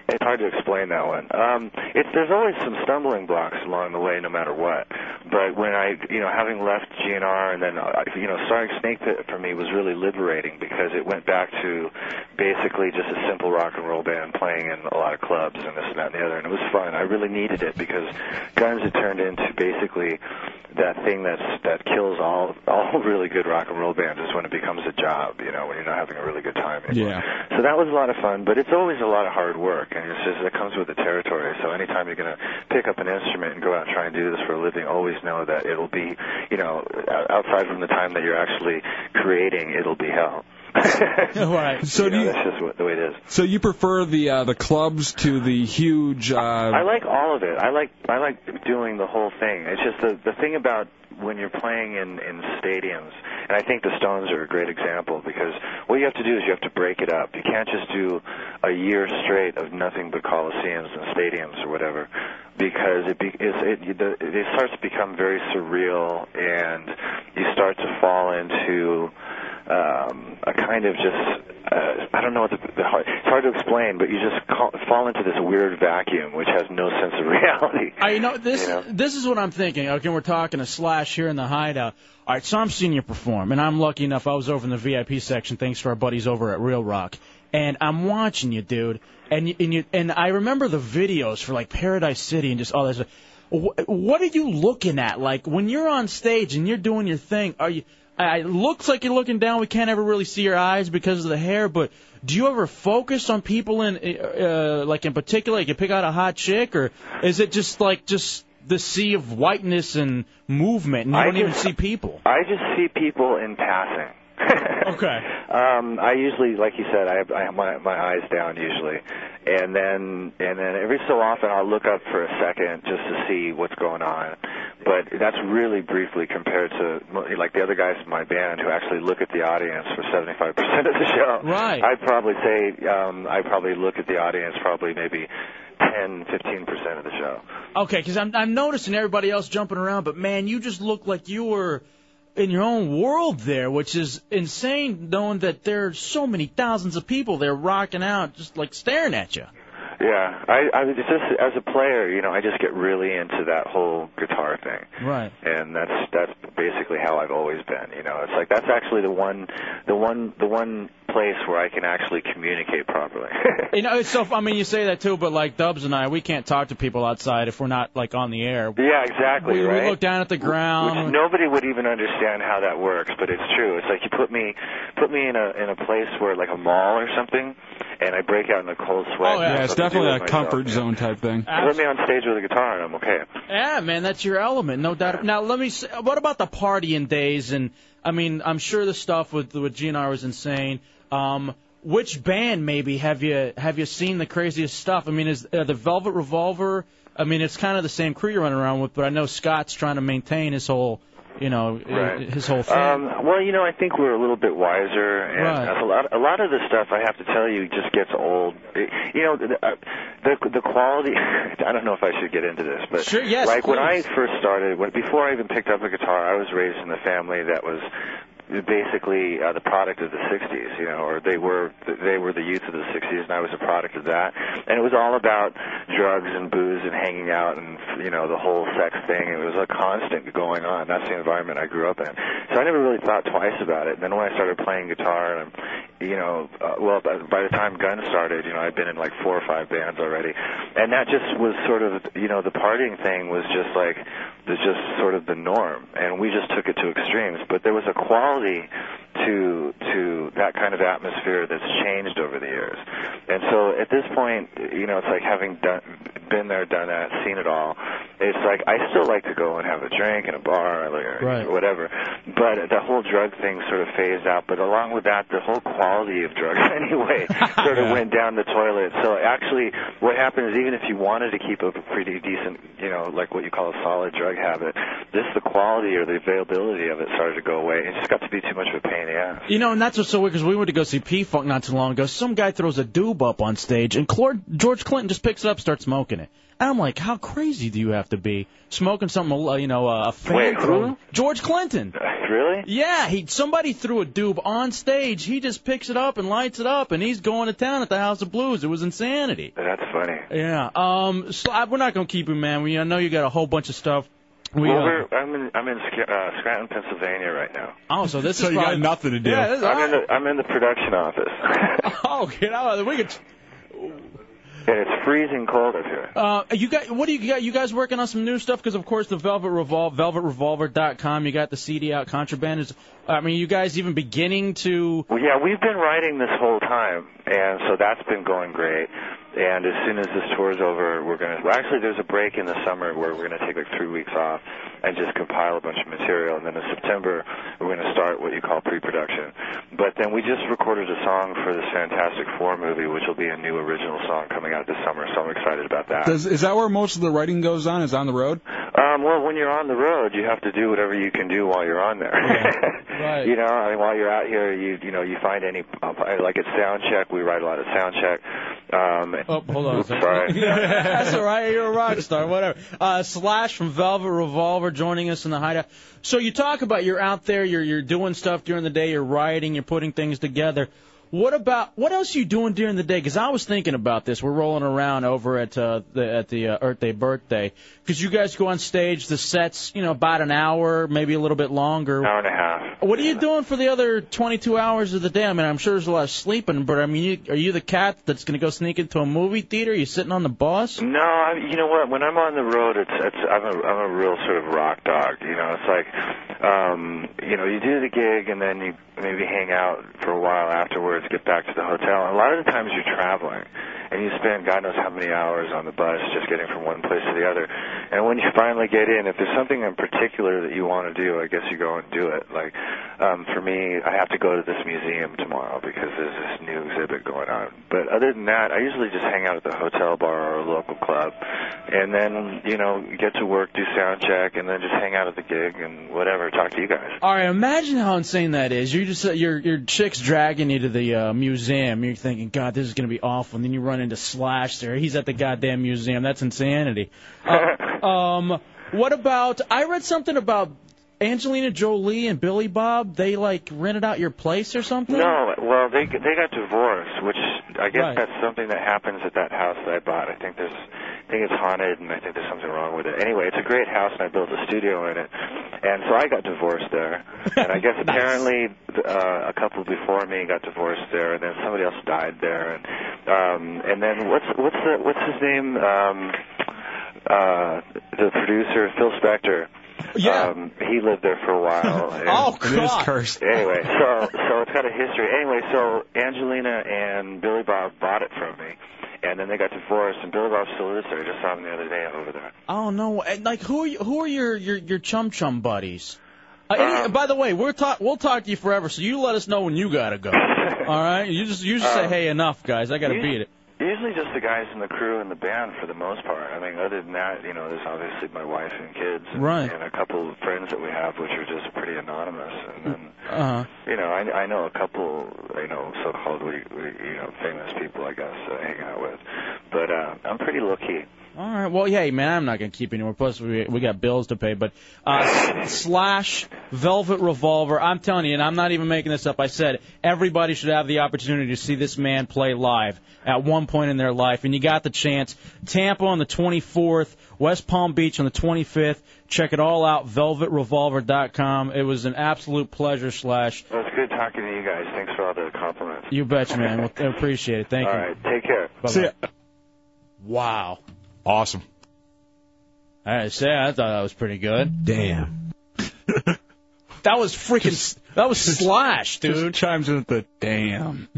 Speaker 5: it's hard to explain that one. Um, it's there's always some stumbling blocks along the way, no matter what. But when I, you know, having left GNR and then, uh, you know, starting Snake Pit for me was really liberating because it went back to basically just a simple rock and roll band playing in a lot of clubs and this and that and the other, and it was fun. I really needed it because Guns had turned into basically that thing that's that kills all all really good rock and roll bands is when it becomes a job, you know, when you're not having a really good time anymore.
Speaker 1: Yeah.
Speaker 5: So that was a lot of fun, but it's always a lot of hard work, and it's just it comes with the territory. So anytime you're going to pick up an instrument and go out and try and do this for a living, always know that it'll be, you know, o- outside from the time that you're actually creating, it'll be hell.
Speaker 8: right.
Speaker 1: So
Speaker 5: do you know, that's just what, the way it is.
Speaker 1: So you prefer the uh, the clubs to the huge? Uh,
Speaker 5: I like all of it. I like I like doing the whole thing. It's just the the thing about when you're playing in in stadiums, and I think the Stones are a great example because what you have to do is you have to break it up. You can't just do a year straight of nothing but coliseums and stadiums or whatever, because it be, it's, it the, it starts to become very surreal, and you start to fall into um, a kind of just uh, I don't know what the, the hard, it's hard to explain, but you just call, fall into this weird vacuum which has no sense of reality.
Speaker 8: I you know this.
Speaker 5: You know?
Speaker 8: This is what I'm thinking. Okay, we're talking a slash here in the hideout. All right, so I'm seeing you perform, and I'm lucky enough. I was over in the VIP section, thanks to our buddies over at Real Rock, and I'm watching you, dude. And you, and you and I remember the videos for like Paradise City and just all that. Stuff. Wh- What are you looking at? Like when you're on stage and you're doing your thing, are you? I- It looks like you're looking down. We can't ever really see your eyes because of the hair, but do you ever focus on people in, uh, like in particular? Like you pick out a hot chick, or is it just like just the sea of whiteness and movement, and you
Speaker 5: I
Speaker 8: don't even
Speaker 5: just-
Speaker 8: see people?
Speaker 5: I just see people in passing.
Speaker 8: okay.
Speaker 5: Um, I usually, like you said, I have, I have my my eyes down usually, and then and then every so often I'll look up for a second just to see what's going on, but that's really briefly compared to like the other guys in my band who actually look at the audience for 75% of the show.
Speaker 8: Right.
Speaker 5: I'd probably say um, I probably look at the audience probably maybe 10, 15% of the show.
Speaker 8: Okay, because I'm I'm noticing everybody else jumping around, but man, you just look like you were in your own world there, which is insane, knowing that there are so many thousands of people there rocking out, just like staring at you.
Speaker 5: Yeah, I, I mean, it's just as a player, you know, I just get really into that whole guitar thing.
Speaker 8: Right.
Speaker 5: and that's that's basically how I've always been. You know, it's like that's actually the one, the one, the one place where I can actually communicate properly.
Speaker 8: You know, it's so. I mean, you say that too, but like Dubs and I, we can't talk to people outside if we're not like on the air.
Speaker 5: yeah, exactly.
Speaker 8: We,
Speaker 5: right.
Speaker 8: we look down at the
Speaker 5: Which
Speaker 8: ground.
Speaker 5: nobody would even understand how that works, but it's true. It's like you put me, put me in a in a place where like a mall or something, and I break out in a cold sweat.
Speaker 1: Oh, yeah, it's definitely a comfort zone
Speaker 5: zone.
Speaker 1: type thing.
Speaker 5: Put me on stage with a guitar and I'm okay.
Speaker 8: Yeah, man, that's your element, no doubt. Now, let me. Say, what about the partying days? And I mean, I'm sure the stuff with with GNR was insane. Um, which band maybe have you have you seen the craziest stuff? I mean, is uh, the Velvet Revolver? I mean, it's kind of the same crew you're running around with, but I know Scott's trying to maintain his whole, you know,
Speaker 5: Right.
Speaker 8: his whole thing.
Speaker 5: Um, well, you know, I think we're a little bit wiser, and
Speaker 8: Right.
Speaker 5: a lot, a lot of the stuff I have to tell you just gets old. It- you know, the uh, the, the quality. I don't know if I should get into this, but
Speaker 8: Sure, yes,
Speaker 5: like when I
Speaker 8: please.
Speaker 5: first started, when before I even picked up a guitar, I was raised in a family that was basically uh, the product of the 60s, you know, or they were they were the youth of the 60s, and I was a product of that. And it was all about drugs and booze and hanging out and you know the whole sex thing. It was a constant going on. That's the environment I grew up in. So I never really thought twice about it. And then when I started playing guitar, and I'm, you know, uh, well, by, by the time Gun started, you know, I'd been in like four or five bands already, and that just was sort of, you know, the partying thing was just like, was just sort of the norm, and we just took it to extremes. But there was a quality to to that kind of atmosphere that's changed over the years. And so at this point, you know, it's like having done, been there, done that, seen it all. It's like I still like to go and have a drink in a bar or
Speaker 28: Right.
Speaker 5: whatever, but the whole drug thing sort of phased out. But along with that, the whole quality of drugs anyway sort of went down the toilet. So actually, what happened is even if you wanted to keep a pretty decent, you know, like what you call a solid drug habit, just the quality or the availability of it started to go away. It just got to be too much of a pain in the ass.
Speaker 8: You know, and that's what's so weird because we went to go see P Funk not too long ago. Some guy throws a doob up on stage, and Clor- George Clinton just picks it up, starts smoking it. And I'm like, how crazy do you have to be smoking something? uh, You know, uh, a fan
Speaker 5: Wait, who?
Speaker 8: throw- George Clinton.
Speaker 5: Really?
Speaker 8: Yeah, he somebody threw a doob on stage. He just picks it up and lights it up, and he's going to town at the House of Blues. It was insanity.
Speaker 5: That's funny.
Speaker 8: Yeah. Um. So I, we're not gonna keep you, man. We I know you got a whole bunch of stuff. We,
Speaker 5: well,
Speaker 8: uh,
Speaker 5: we're, I'm in I'm in Sc- uh, Scranton, Pennsylvania right now.
Speaker 8: Oh, so this
Speaker 5: So
Speaker 8: is
Speaker 5: you got
Speaker 8: probably-
Speaker 5: nothing
Speaker 1: to
Speaker 8: do. Yeah, this is-
Speaker 5: I'm in the I'm in the production office,
Speaker 8: oh, get out! We could.
Speaker 5: and it's freezing cold up here.
Speaker 8: Uh, you got what do you got? You guys working on some new stuff? Because of course the Velvet Revolve, VelvetRevolver.com. You got the CD out. Contraband is. I mean, you guys even beginning to.
Speaker 5: Well, yeah, we've been writing this whole time, and so that's been going great. And as soon as this tour's over, we're gonna. Well, actually, there's a break in the summer where we're gonna take like three weeks off and just compile a bunch of material. And then in September, we're gonna start what you call pre-production. But then we just recorded a song for this Fantastic Four movie, which will be a new original song coming out this summer. So I'm excited about that.
Speaker 1: Does, is that where most of the writing goes on? Is on the road?
Speaker 5: Um, well, when you're on the road, you have to do whatever you can do while you're on there.
Speaker 1: Right.
Speaker 5: you know, I mean, while you're out here, you you know, you find any uh, like at sound check. We write a lot of sound check. Um,
Speaker 8: oh, hold on. a second.
Speaker 5: sorry.
Speaker 8: That's all right. You're a rock star. Whatever. Uh, Slash from Velvet Revolver joining us in the hideout. So you talk about you're out there, you're you're doing stuff during the day, you're writing, you're putting things together. What about what else are you doing during the day? Because I was thinking about this. We're rolling around over at uh, the at the uh, Earth Day birthday because you guys go on stage. The sets, you know, about an hour, maybe a little bit longer.
Speaker 5: Hour and a half.
Speaker 8: What are you doing for the other 22 hours of the day? I mean, I'm sure there's a lot of sleeping, but I mean, you, are you the cat that's going to go sneak into a movie theater? Are you sitting on the bus?
Speaker 5: No, I, you know what? When I'm on the road, it's it's I'm a I'm a real sort of rock dog. You know, it's like, um, you know, you do the gig and then you maybe hang out for a while afterwards, get back to the hotel. And a lot of the times you're traveling, and you spend God knows how many hours on the bus just getting from one place to the other. And when you finally get in, if there's something in particular that you want to do, I guess you go and do it. Like, um, for me, I have to go to this museum tomorrow because there's this new exhibit going on. But other than that, I usually just hang out at the hotel bar or a local club, and then you know get to work, do sound check, and then just hang out at the gig and whatever. Talk to you guys.
Speaker 8: All right, imagine how insane that is. You just uh, your your chick's dragging you to the uh, museum. You're thinking, God, this is going to be awful. And then you run into Slash there. He's at the goddamn museum. That's insanity. Uh, um, what about? I read something about Angelina Jolie and Billy Bob. They like rented out your place or something.
Speaker 5: No, well they they got divorced, which I guess
Speaker 8: Right.
Speaker 5: that's something that happens at that house that I bought. I think there's I think it's haunted and I think there's something wrong with it. Anyway, it's a great house and I built a studio in it. And so I got divorced there. And I guess apparently uh, a couple before me got divorced there and then somebody else died there and um and then what's what's the what's his name um uh the producer Phil Spector. Yeah. Um, he lived there for a while. And-
Speaker 8: Oh, It is God. cursed.
Speaker 5: Anyway, so so it's got a history. Anyway, so Angelina and Billy Bob bought it from me, and then they got divorced, and Billy Bob still lives there. I just saw him the other day over there.
Speaker 8: Oh no! And, Like who are you, who are your your your chum chum buddies? Uh, any- by the way, we're talk we'll talk to you forever, so you let us know when you gotta go. All right, you just you just say,
Speaker 5: Um,
Speaker 8: hey, enough, guys, I gotta
Speaker 5: you-
Speaker 8: beat it.
Speaker 5: Usually just the guys in the crew and the band for the most part. I mean, other than that, you know, there's obviously my wife and kids, and,
Speaker 8: Right.
Speaker 5: and a couple of friends that we have, which are just pretty anonymous. And then,
Speaker 4: Uh-huh.
Speaker 8: Uh huh.
Speaker 5: you know, I, I know a couple, you know, so-called, we, we, you know, famous people, I guess, that I hang out with. But uh, I'm pretty lucky.
Speaker 8: All right. Well, hey, man, I'm not gonna keep you anymore. Plus, we we got bills to pay. But uh, s- slash Velvet Revolver. I'm telling you, and I'm not even making this up. I said everybody should have the opportunity to see this man play live at one point in their life, and you got the chance. Tampa on the 24th, West Palm Beach on the 25th. Check it all out. VelvetRevolver.com. It was an absolute pleasure. Slash.
Speaker 5: Well, it's good talking to you guys. Thanks for all the compliments.
Speaker 8: You betcha, man. Well, I appreciate it. Thank
Speaker 5: All
Speaker 8: you.
Speaker 5: right, take care.
Speaker 8: Bye-bye. Wow. Awesome. I say I thought that was pretty good. Damn. that was freaking. That was Slash, dude.
Speaker 1: chimes in with the damn.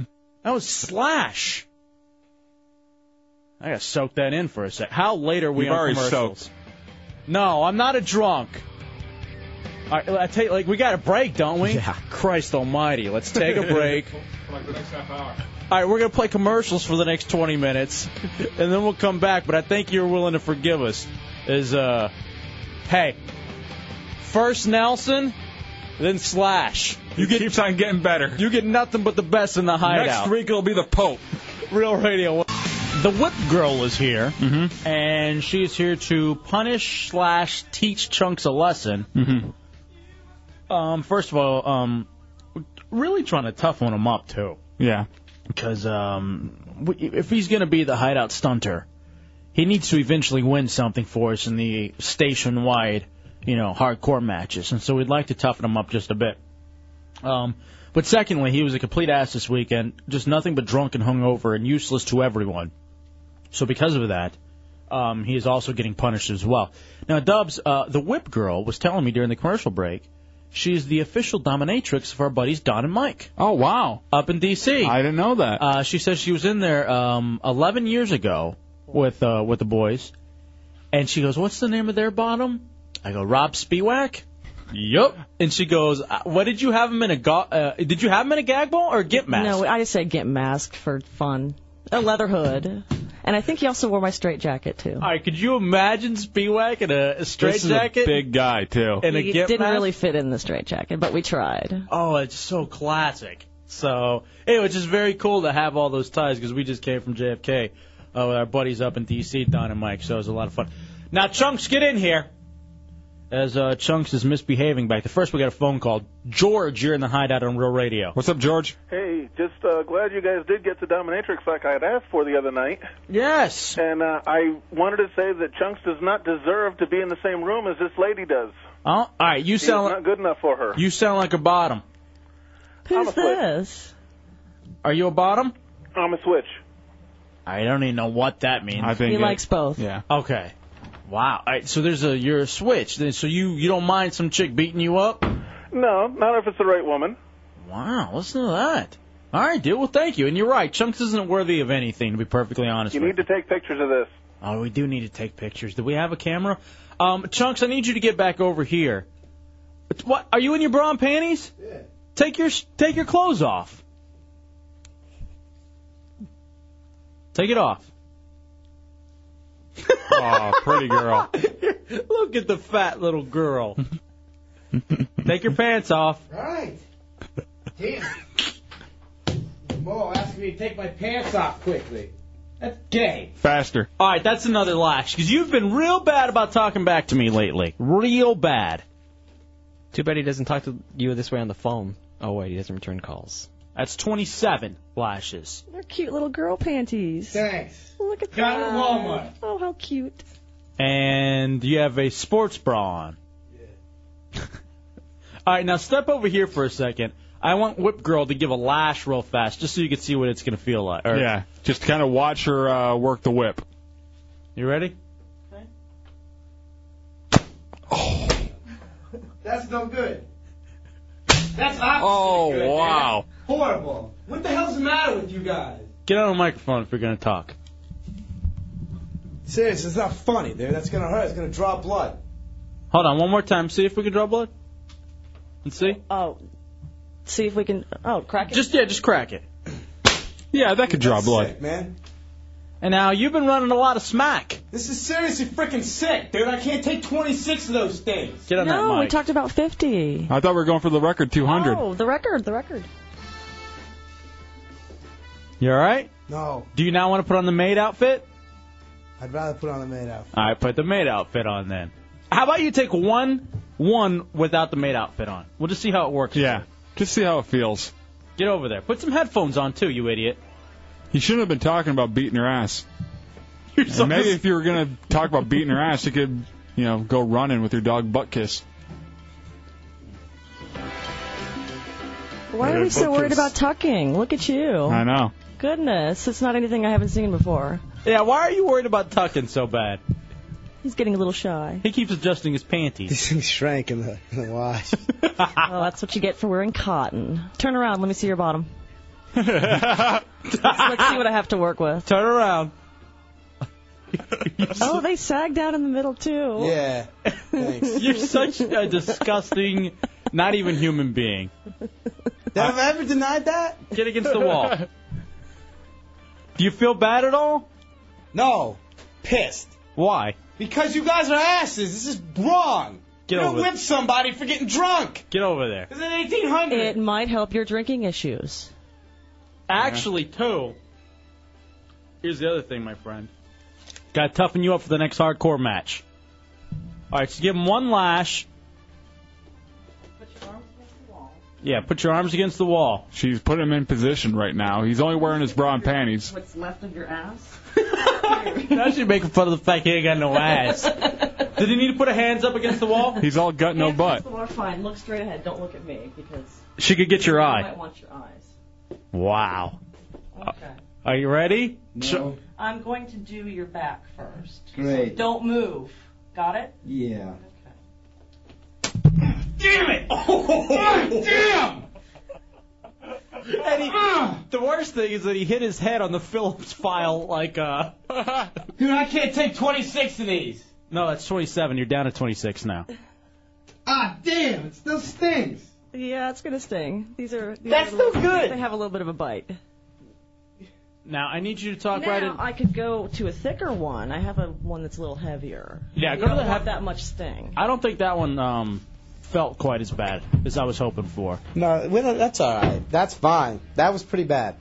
Speaker 8: That was Slash. I gotta soak that in for a sec. How late are we
Speaker 1: You've
Speaker 8: on
Speaker 1: already
Speaker 8: commercials? No, I'm not a drunk. All right, I tell you, like we got a break, don't we? Yeah. Christ Almighty, let's take a break. All right, we're going to play commercials for the next 20 minutes, and then we'll come back. But I think you're willing to forgive us. Is uh, hey, First Nelson, then Slash. You get,
Speaker 1: keeps on getting better.
Speaker 8: You get nothing but the best in the hideout.
Speaker 1: Next week it'll be the Pope.
Speaker 8: Real radio. The Whip Girl is here,
Speaker 1: Mm-hmm.
Speaker 8: and she is here to punish slash teach Chunks a lesson. Um, first of all, um, really trying to toughen him up too,
Speaker 1: Yeah.
Speaker 8: because um, w- if he's going to be the hideout stunter, he needs to eventually win something for us in the station-wide, you know, hardcore matches, and so we'd like to toughen him up just a bit. Um, but secondly, he was a complete ass this weekend, just nothing but drunk and hungover and useless to everyone. So because of that, um, he is also getting punished as well. Now, Dubs, uh, the whip girl was telling me during the commercial break, she's the official dominatrix of our buddies Don and Mike.
Speaker 1: Oh wow!
Speaker 8: Up in D.C.
Speaker 1: I didn't know that.
Speaker 8: Uh, she says she was in there um, 11 years ago with uh, with the boys, and she goes, "What's the name of their bottom?" I go, "Rob Spiewak." Yup. And she goes, "Uh, "What did you have him in a go- uh, did you have him in a gag ball or get mask?"
Speaker 37: No, I just said get masked for fun. A leather hood. And I think he also wore my straight jacket too.
Speaker 8: All right, could you imagine Spiewak in a, a straight
Speaker 1: this is
Speaker 8: jacket?
Speaker 1: a big guy too.
Speaker 8: Oh. And a
Speaker 37: he
Speaker 8: get
Speaker 37: didn't
Speaker 8: mask?
Speaker 37: really fit in the straight jacket, but we tried.
Speaker 8: Oh, it's so classic. So anyway, it's just very cool to have all those ties because we just came from JFK uh, with our buddies up in D.C. Don and Mike. So it was a lot of fun. Now, Chunks, get in here. As uh, Chunks is misbehaving back there. First, we got a phone call. George, you're in the hideout on Real Radio.
Speaker 1: What's up, George?
Speaker 2: Hey, just uh, glad you guys did get the dominatrix like I had asked for the other night.
Speaker 8: Yes.
Speaker 2: And uh, I wanted to say that Chunks does not deserve to be in the same room as this lady does.
Speaker 8: Oh, all right, you
Speaker 2: He's not
Speaker 8: sound
Speaker 2: good enough for her.
Speaker 8: you sound like a bottom.
Speaker 2: I'm a switch.
Speaker 37: Yes.
Speaker 8: Are you a bottom?
Speaker 2: I'm a switch.
Speaker 8: I don't even know what that means.
Speaker 2: I think He it- likes both.
Speaker 1: Yeah.
Speaker 8: Okay. Wow. All right, so there's a you're a switch. Then- So you you don't mind some chick beating you up?
Speaker 2: No, not if it's the right woman.
Speaker 8: Wow, listen to that. All right, dude. Well, thank you. And you're right. Chunks isn't worthy of anything, to be perfectly honest
Speaker 2: You
Speaker 8: with
Speaker 2: need to take pictures of this.
Speaker 8: Oh, we do need to take pictures. Do we have a camera? Um, Chunks, I need you to get back over here. But What? Are you in your bra and panties? Yeah. Take your take your clothes off. Take it off.
Speaker 1: oh, pretty girl.
Speaker 8: Look at the fat little girl. take your pants off.
Speaker 4: Right. Damn. Mo asked me to take my pants off quickly. That's gay.
Speaker 1: Faster.
Speaker 8: All right, that's another lash because you've been real bad about talking back to me lately. Real bad.
Speaker 38: Too bad he doesn't talk to you this way on the phone. Oh wait, he doesn't return calls.
Speaker 8: That's 27 lashes.
Speaker 37: They're cute little girl panties.
Speaker 4: Thanks.
Speaker 37: Look at
Speaker 4: Got
Speaker 37: that.
Speaker 4: at Walmart.
Speaker 37: Oh, how cute.
Speaker 8: And you have a sports bra on. All right, now step over here for a second. I want Whip Girl to give a lash real fast, just so you can see what it's gonna feel like. Or-
Speaker 1: Yeah. Just kind of watch her uh, work the whip.
Speaker 8: You ready?
Speaker 4: That's no good. That's opposite.
Speaker 1: Oh
Speaker 4: good,
Speaker 1: wow.
Speaker 4: man. Horrible. What the hell's the matter with you guys?
Speaker 8: Get on the microphone if you're gonna talk.
Speaker 3: Seriously, it's not funny, dude. That's gonna hurt. It's gonna draw blood.
Speaker 8: Hold on, one more time. See if we can draw blood. And see.
Speaker 37: Oh. See if we can. Oh, crack it.
Speaker 8: Just yeah, just crack it.
Speaker 1: Yeah, that could draw blood.
Speaker 3: man.
Speaker 8: And now you've been running a lot of smack.
Speaker 3: This is seriously freaking sick, dude. I can't take 26 of those things.
Speaker 8: Get on
Speaker 37: no,
Speaker 1: that mic.
Speaker 37: we talked about 50.
Speaker 1: I thought we were going for the record 200.
Speaker 37: Oh, the record, the record.
Speaker 8: You all right?
Speaker 3: No,
Speaker 8: Do you now want to put on the maid outfit?
Speaker 3: I'd rather put on a maid outfit.
Speaker 8: All right, put the maid outfit on then. How about you take one, one without the maid outfit on? We'll just see how it works.
Speaker 1: Yeah. Just see how it feels.
Speaker 8: Get over there. Put some headphones on too, you idiot.
Speaker 1: He shouldn't have been talking about beating her ass. And
Speaker 8: so-
Speaker 1: maybe if you were gonna talk about beating her ass, you could, you know, go running with your dog butt kiss.
Speaker 37: Why are we so worried about tucking? Look at you.
Speaker 1: I know.
Speaker 37: Goodness, it's not anything I haven't seen before.
Speaker 8: Yeah, why are you worried about tucking so bad?
Speaker 37: He's getting a little shy.
Speaker 8: He keeps adjusting his panties.
Speaker 3: These things shrank in the, in the wash.
Speaker 37: well, that's what you get for wearing cotton. Turn around. Let me see your bottom. Let's see what I have to work with.
Speaker 8: Turn around.
Speaker 37: oh, they sag down in the middle too.
Speaker 3: Yeah.
Speaker 8: You're such a disgusting, not even human being.
Speaker 3: Have I ever denied that?
Speaker 8: Get against the wall. Do you feel bad at all?
Speaker 3: No. Pissed.
Speaker 8: Why?
Speaker 3: Because you guys are asses. This is wrong.
Speaker 39: Get
Speaker 4: you don't
Speaker 39: over it.
Speaker 4: whip somebody for getting drunk.
Speaker 39: Get over there.
Speaker 4: It's an 1800.
Speaker 6: It might help your drinking issues.
Speaker 8: Actually, too. Here's the other thing, my friend. Got to toughen you up for the next hardcore match. All right, so give him one lash. Yeah, put your arms against the wall.
Speaker 1: She's put him in position right now. He's only wearing his bra and panties.
Speaker 37: What's left of your ass?
Speaker 8: now she's making fun of the fact he ain't got no ass. Did he need to put her hands up against the wall?
Speaker 1: He's all gut, no butt.
Speaker 37: Well, fine. Look straight ahead. Don't look at me because
Speaker 8: She could get your
Speaker 37: I
Speaker 8: eye. Uh,
Speaker 37: want your eyes.
Speaker 8: Wow.
Speaker 37: Okay.
Speaker 8: Are you ready? Ch-
Speaker 37: I'm going to do your back first.
Speaker 8: Great.
Speaker 37: So don't move. Got it?
Speaker 8: Yeah.
Speaker 4: Damn it! God damn! Ah!
Speaker 8: And he, the worst thing is that he hit his head on the Phillips file like uh
Speaker 4: Dude, I can't take 26 of these.
Speaker 8: No, that's 27. You're down to 26 now.
Speaker 4: Ah, damn! It still stings.
Speaker 6: Yeah, it's gonna sting. These are these
Speaker 4: That's
Speaker 6: are little-
Speaker 4: still good.
Speaker 6: They have a little bit of a bite.
Speaker 8: Now I need you to talk
Speaker 37: now
Speaker 8: right in.
Speaker 37: I could go to a thicker one. I have a one that's a little heavier.
Speaker 8: Yeah,
Speaker 37: You
Speaker 8: go to
Speaker 37: don't
Speaker 8: the
Speaker 37: have
Speaker 8: hev-
Speaker 37: that much sting.
Speaker 8: I don't think that one um felt quite as bad as I was hoping for.
Speaker 3: No, we don't, that's all right. That's fine. That was pretty bad.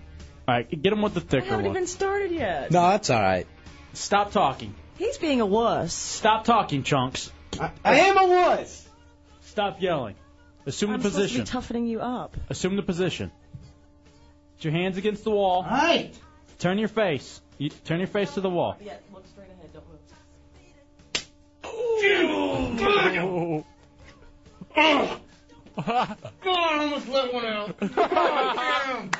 Speaker 8: All right, get him with the
Speaker 37: I
Speaker 8: thicker
Speaker 37: haven't
Speaker 8: one.
Speaker 37: even started yet.
Speaker 3: No, that's all right.
Speaker 8: Stop talking.
Speaker 37: He's being a wuss.
Speaker 8: Stop talking, chunks.
Speaker 3: I,
Speaker 37: am
Speaker 3: a wuss.
Speaker 8: Stop yelling. Assume
Speaker 37: I'm
Speaker 8: the
Speaker 37: supposed to
Speaker 8: position.
Speaker 37: be toughening you up.
Speaker 8: Assume the position. Put your hands against the wall. All
Speaker 37: right.
Speaker 8: Turn your face. You, turn your face to the wall.
Speaker 37: Yeah, look straight ahead. Don't move.
Speaker 4: God, I Oh! almost let one out. God,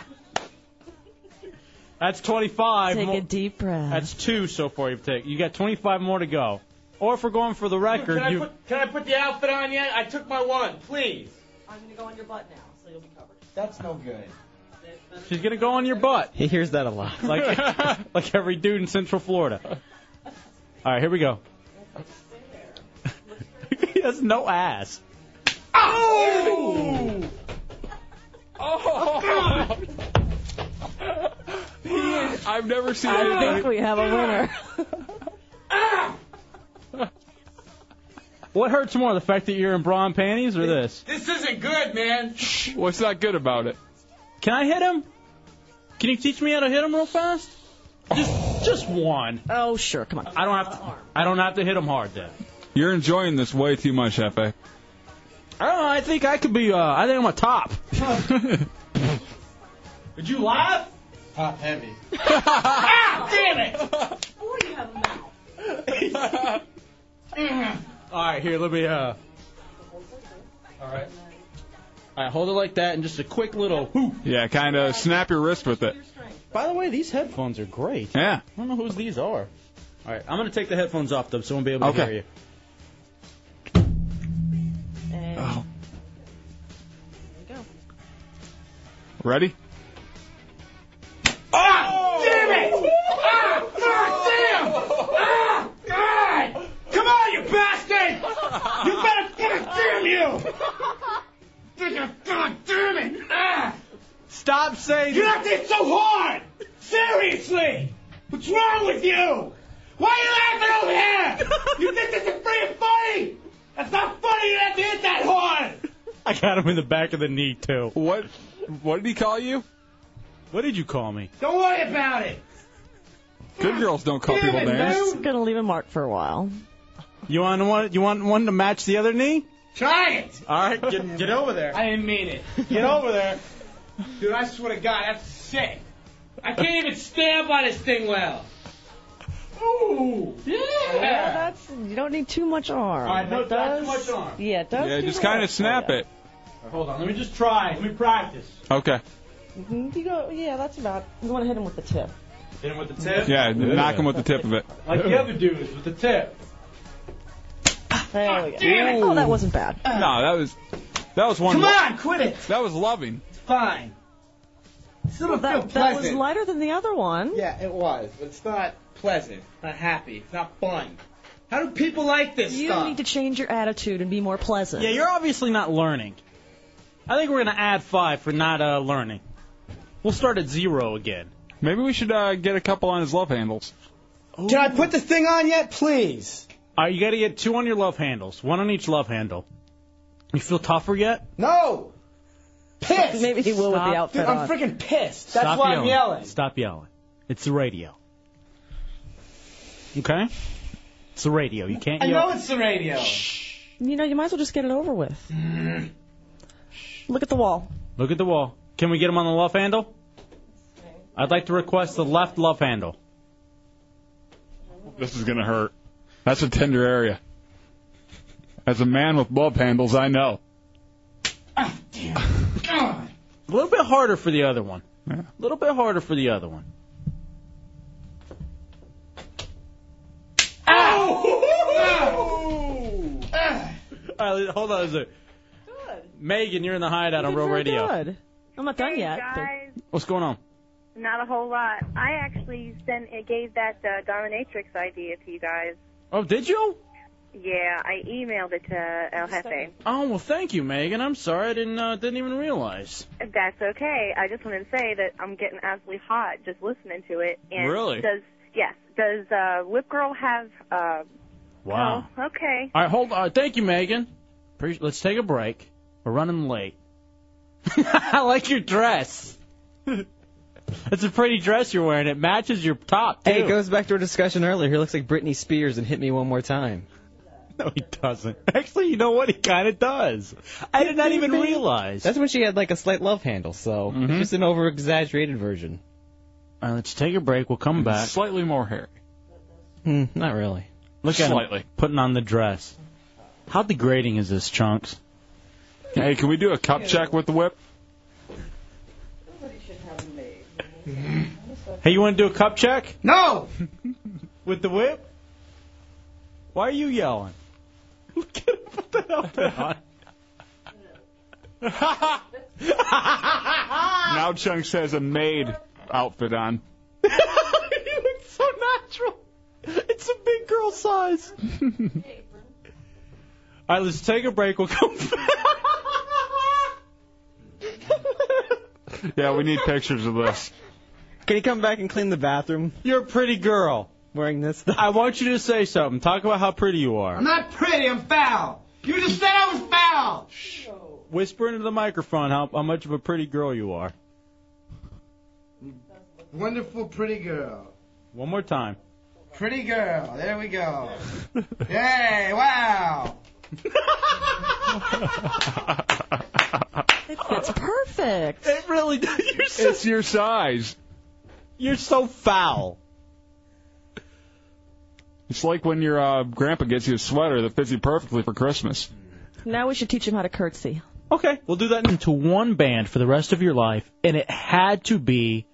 Speaker 8: That's 25.
Speaker 6: Take
Speaker 8: more-
Speaker 6: a deep breath.
Speaker 8: That's two so far you've taken. You got 25 more to go. Or if we're going for the
Speaker 4: damn.
Speaker 8: record,
Speaker 4: Can I,
Speaker 8: you
Speaker 4: put, can I put the outfit on yet? I took my one, please.
Speaker 37: I'm gonna go on your butt now, so you'll be covered.
Speaker 3: That's no good.
Speaker 8: she's gonna go on your butt.
Speaker 39: He hears that a lot.
Speaker 8: Like like every dude in Central Florida. All right, here we go. he has no ass.
Speaker 4: Oh!
Speaker 1: Oh! I've never seen.
Speaker 6: I
Speaker 1: anybody-
Speaker 6: think we have a winner.
Speaker 8: What hurts more, the fact that you're in bra and panties or this?
Speaker 4: This isn't good, man.
Speaker 8: What's not good about it? Can I hit him? Can you teach me how to hit him real fast? Just just one.
Speaker 6: Oh sure, come on.
Speaker 8: I don't have to. I don't have to hit him hard then.
Speaker 1: You're enjoying this way too much, Hefe.
Speaker 8: I don't know. I think I could be. Uh, I think I'm a top.
Speaker 4: Would you laugh?
Speaker 3: Top heavy.
Speaker 4: ah, damn it!
Speaker 37: Oh, you have a mouth.
Speaker 6: Mm-hmm.
Speaker 8: All right, here, let me. uh All right. All right, hold it like that, and just a quick little whoop.
Speaker 1: Yeah, kind of snap your wrist with it.
Speaker 8: By the way, these headphones are great.
Speaker 1: Yeah.
Speaker 8: I don't know whose these are. All right, I'm gonna take the headphones off though, so I won't be able to
Speaker 1: Okay.
Speaker 8: hear you.
Speaker 37: And
Speaker 8: Oh.
Speaker 37: there you go.
Speaker 1: Ready?
Speaker 4: Ah, damn it! Ah, God, damn! Ah, God! Come on, you bastard! You better God damn you! Digga, God damn it! Ah!
Speaker 8: Stop saying.
Speaker 4: You're not there so hard. Seriously, what's wrong with you? Why are you laughing over here? You think this is pretty funny? That's not funny. You have to hit that hard.
Speaker 8: I got him in the back of the knee too.
Speaker 1: What? What did he call you?
Speaker 8: What did you call me?
Speaker 4: Don't worry about it.
Speaker 1: Good girls don't call people
Speaker 6: That's
Speaker 1: names.
Speaker 6: gonna leave a mark for a while.
Speaker 8: You want one? You want one to match the other knee?
Speaker 4: Try it.
Speaker 8: All right, get, get over there.
Speaker 4: I didn't mean it,
Speaker 8: Get over there.
Speaker 4: dude. I swear to God, that's sick. I can't even stand by this thing well. Ooh,
Speaker 6: Yeah,
Speaker 4: yeah.
Speaker 6: that's you don't need too much arm.
Speaker 4: All right, no,
Speaker 6: It
Speaker 4: not too
Speaker 6: does-
Speaker 4: much arm.
Speaker 6: Yeah, it does.
Speaker 1: Yeah,
Speaker 6: do
Speaker 1: just
Speaker 6: work
Speaker 1: kind of
Speaker 6: for
Speaker 1: snap
Speaker 6: ya.
Speaker 1: it.
Speaker 8: Hold on, let me just try. Let me practice.
Speaker 1: Okay.
Speaker 6: Mhm, You go, yeah, that's about.
Speaker 37: You want to hit him with the tip.
Speaker 8: Hit him with the tip.
Speaker 1: Yeah, knock him with the tip of it.
Speaker 8: Like the other dudes with the tip.
Speaker 6: There we go.
Speaker 1: damn it.
Speaker 6: Oh, that wasn't bad.
Speaker 1: No, that was that was one.
Speaker 4: Come on, quit it.
Speaker 1: That was loving.
Speaker 4: Fine. Still
Speaker 6: Well,
Speaker 4: don't feel
Speaker 6: that, that was
Speaker 4: pleasant.
Speaker 6: lighter than the other one.
Speaker 3: Yeah, it was, but it's not pleasant.
Speaker 4: not happy. It's not fun. How do people like this
Speaker 6: You
Speaker 4: stuff?
Speaker 6: need to change your attitude and be more pleasant.
Speaker 8: Yeah, you're obviously not learning. I think we're gonna add five for not uh, learning. We'll start at zero again.
Speaker 1: Maybe we should uh, get a couple on his love handles.
Speaker 3: Can I put the thing on yet, please?
Speaker 8: All right, Uh, you got to get two on your love handles, one on each love handle. You feel tougher yet?
Speaker 10: No. Pissed.
Speaker 28: Maybe he will with the outfit
Speaker 10: Dude, I'm
Speaker 28: on.
Speaker 10: freaking pissed. That's
Speaker 8: Stop
Speaker 10: why I'm
Speaker 8: yelling.
Speaker 10: yelling.
Speaker 8: Stop yelling. It's the radio. Okay? It's the radio. You can't
Speaker 10: I
Speaker 8: yell.
Speaker 10: know it's the radio.
Speaker 28: You know, you might as well just get it over with. Look at the wall.
Speaker 8: Look at the wall. Can we get him on the left handle? I'd like to request the left love handle.
Speaker 1: This is gonna hurt. That's a tender area. As a man with love handles, I know.
Speaker 4: Ah.
Speaker 8: A little bit harder for the other one. A little bit harder for the other one.
Speaker 4: Ah.
Speaker 8: All right, hold on a second. Megan, you're in the hideout on Real Radio.
Speaker 28: Good. I'm not done yet. but-
Speaker 6: Guys,
Speaker 8: What's going on?
Speaker 6: not a whole lot. I actually sent it gave that uh, dominatrix idea to you guys.
Speaker 8: Oh, did you?
Speaker 6: Yeah, I emailed it to El Jefe.
Speaker 8: Oh well, thank you, Megan. I'm sorry, I didn't uh, didn't even realize.
Speaker 6: That's okay. I just wanted to say that I'm getting absolutely hot just listening to it. And
Speaker 8: Really?
Speaker 6: Does yes? Does uh, Whip Girl have? Uh,
Speaker 8: Wow.
Speaker 6: Oh, okay.
Speaker 8: All right, hold on. Thank you, Megan. Appreciate- Let's take a break. We're running late. I like your dress. That's a pretty dress you're wearing. It matches your top too.
Speaker 23: Hey, it goes back to our discussion earlier. He looks like Britney Spears and hit me one more time.
Speaker 8: No, he doesn't. Actually, you know what? He kind of does. I did not even realize.
Speaker 23: That's when she had like a slight love handle, so it's
Speaker 1: Mm-hmm.
Speaker 23: just an over exaggerated version.
Speaker 8: All right, let's take a break. We'll come back.
Speaker 1: Slightly more hairy.
Speaker 23: Hmm, not really.
Speaker 8: Look at
Speaker 1: Slightly.
Speaker 8: him putting on the dress. How degrading is this, Chunks?
Speaker 1: Hey, can we do a cup check with the whip?
Speaker 8: Hey, you want to do a cup check?
Speaker 10: No.
Speaker 8: With the whip? Why are you yelling? Look at him put the helmet
Speaker 1: Now Chunks has a maid outfit on.
Speaker 24: you look so natural. It's a big girl size.
Speaker 8: All right, let's take a break. We'll come back.
Speaker 1: Yeah, we need pictures of this.
Speaker 23: Can you come back and clean the bathroom?
Speaker 8: You're a pretty girl.
Speaker 23: Wearing this stuff.
Speaker 8: I want you to say something. Talk about how pretty you are.
Speaker 10: I'm not pretty. I'm foul. You just said I was foul.
Speaker 8: Whisper into the microphone how, how much of a pretty girl you are.
Speaker 10: Wonderful, pretty girl.
Speaker 8: One more time.
Speaker 10: Pretty girl. There we go. Yay! Wow.
Speaker 28: It's perfect.
Speaker 8: It really does. You're so,
Speaker 1: it's your size.
Speaker 8: You're so foul.
Speaker 1: It's like when your uh, grandpa gets you a sweater that fits you perfectly for Christmas.
Speaker 28: Now we should teach him how to curtsy.
Speaker 8: Okay, we'll do that into one band for the rest of your life, and it had to be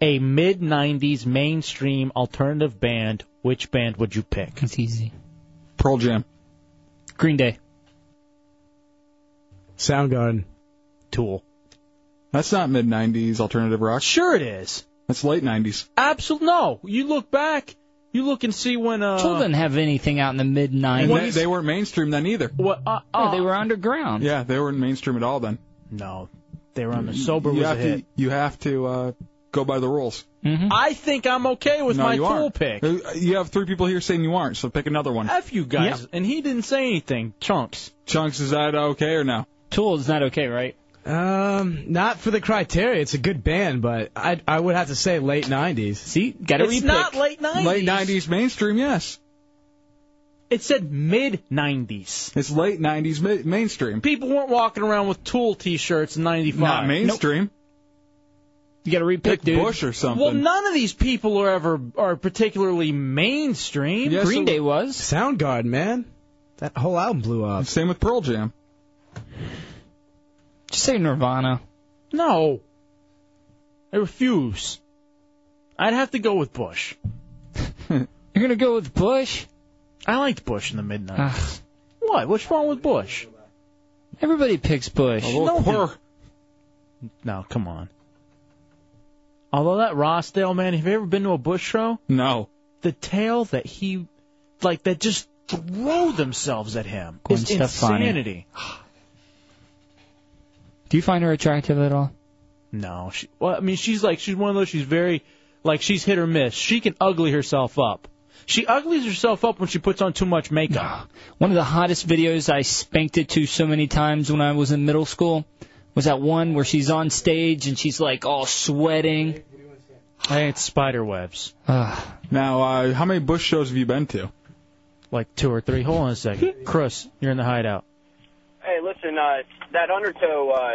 Speaker 8: a mid '90s mainstream alternative band. Which band would you pick? It's easy.
Speaker 1: Pearl Jam.
Speaker 8: Green Day.
Speaker 1: Soundgarden.
Speaker 8: Tool.
Speaker 1: That's not mid 90s alternative rock.
Speaker 8: Sure it is.
Speaker 1: That's late 90s.
Speaker 8: Absolutely no. You look back, you look and see when uh.
Speaker 27: Tool didn't have anything out in the mid
Speaker 1: And they,
Speaker 27: 90s.
Speaker 1: they weren't mainstream then either.
Speaker 8: What? Uh,
Speaker 27: No, they were underground.
Speaker 1: Yeah, they weren't mainstream at all then.
Speaker 8: No, they were on the sober
Speaker 1: you
Speaker 8: was
Speaker 1: have
Speaker 8: a
Speaker 1: to,
Speaker 8: hit.
Speaker 1: You have to uh, go by the rules.
Speaker 8: I think I'm okay with
Speaker 1: Mm-hmm. no,
Speaker 8: my
Speaker 1: you
Speaker 8: Tool
Speaker 1: aren't.
Speaker 8: pick.
Speaker 1: Uh, You have three people here saying you aren't, so pick another one.
Speaker 8: F you guys.
Speaker 1: Yep.
Speaker 8: And he didn't say anything. Chunks.
Speaker 1: Chunks, is that okay or no?
Speaker 27: Tool is not okay, right?
Speaker 3: Um, not for the criteria. It's a good band, but I I would have to say late '90s.
Speaker 27: See, got
Speaker 8: It's not late 90s.
Speaker 1: Late 90s mainstream, yes.
Speaker 8: It said mid 90s.
Speaker 1: It's late 90s ma- mainstream.
Speaker 8: People weren't walking around with Tool T-shirts in '95.
Speaker 1: Not mainstream.
Speaker 27: You got to repick,
Speaker 1: Pick
Speaker 27: dude.
Speaker 1: Bush or something.
Speaker 8: Well, none of these people are ever are particularly mainstream.
Speaker 27: Green Day was.
Speaker 3: Soundgarden, man. That whole album blew up.
Speaker 1: Same with Pearl Jam.
Speaker 27: Just say Nirvana.
Speaker 8: No, I refuse. I'd have to go with Bush.
Speaker 27: You're gonna go with Bush?
Speaker 8: I liked Bush in the mid
Speaker 27: Ugh.
Speaker 8: 90s. What? What's wrong with Bush?
Speaker 27: Everybody picks Bush.
Speaker 8: No, dude. no, come on. Although that Rossdale man, have you ever been to a Bush show?
Speaker 1: No.
Speaker 8: The tale that he, like, that just throw themselves at him
Speaker 27: Gwen
Speaker 8: is
Speaker 27: Stefani.
Speaker 8: insanity.
Speaker 27: Do you find her attractive at all?
Speaker 8: No, she, well, I mean, she's like, she's one of those. She's very, like, she's hit or miss. She can ugly herself up. She uglies herself up when she puts on too much makeup.
Speaker 4: One of the hottest videos I spanked it to so many times when I was in middle school was that one where she's on stage and she's like all sweating.
Speaker 1: Hey, it's spider webs. now, uh, how many Bush shows have you been to?
Speaker 8: Like two or three. Hold on a second. Chris, you're in the hideout.
Speaker 12: Hey, listen, uh, that Undertow uh,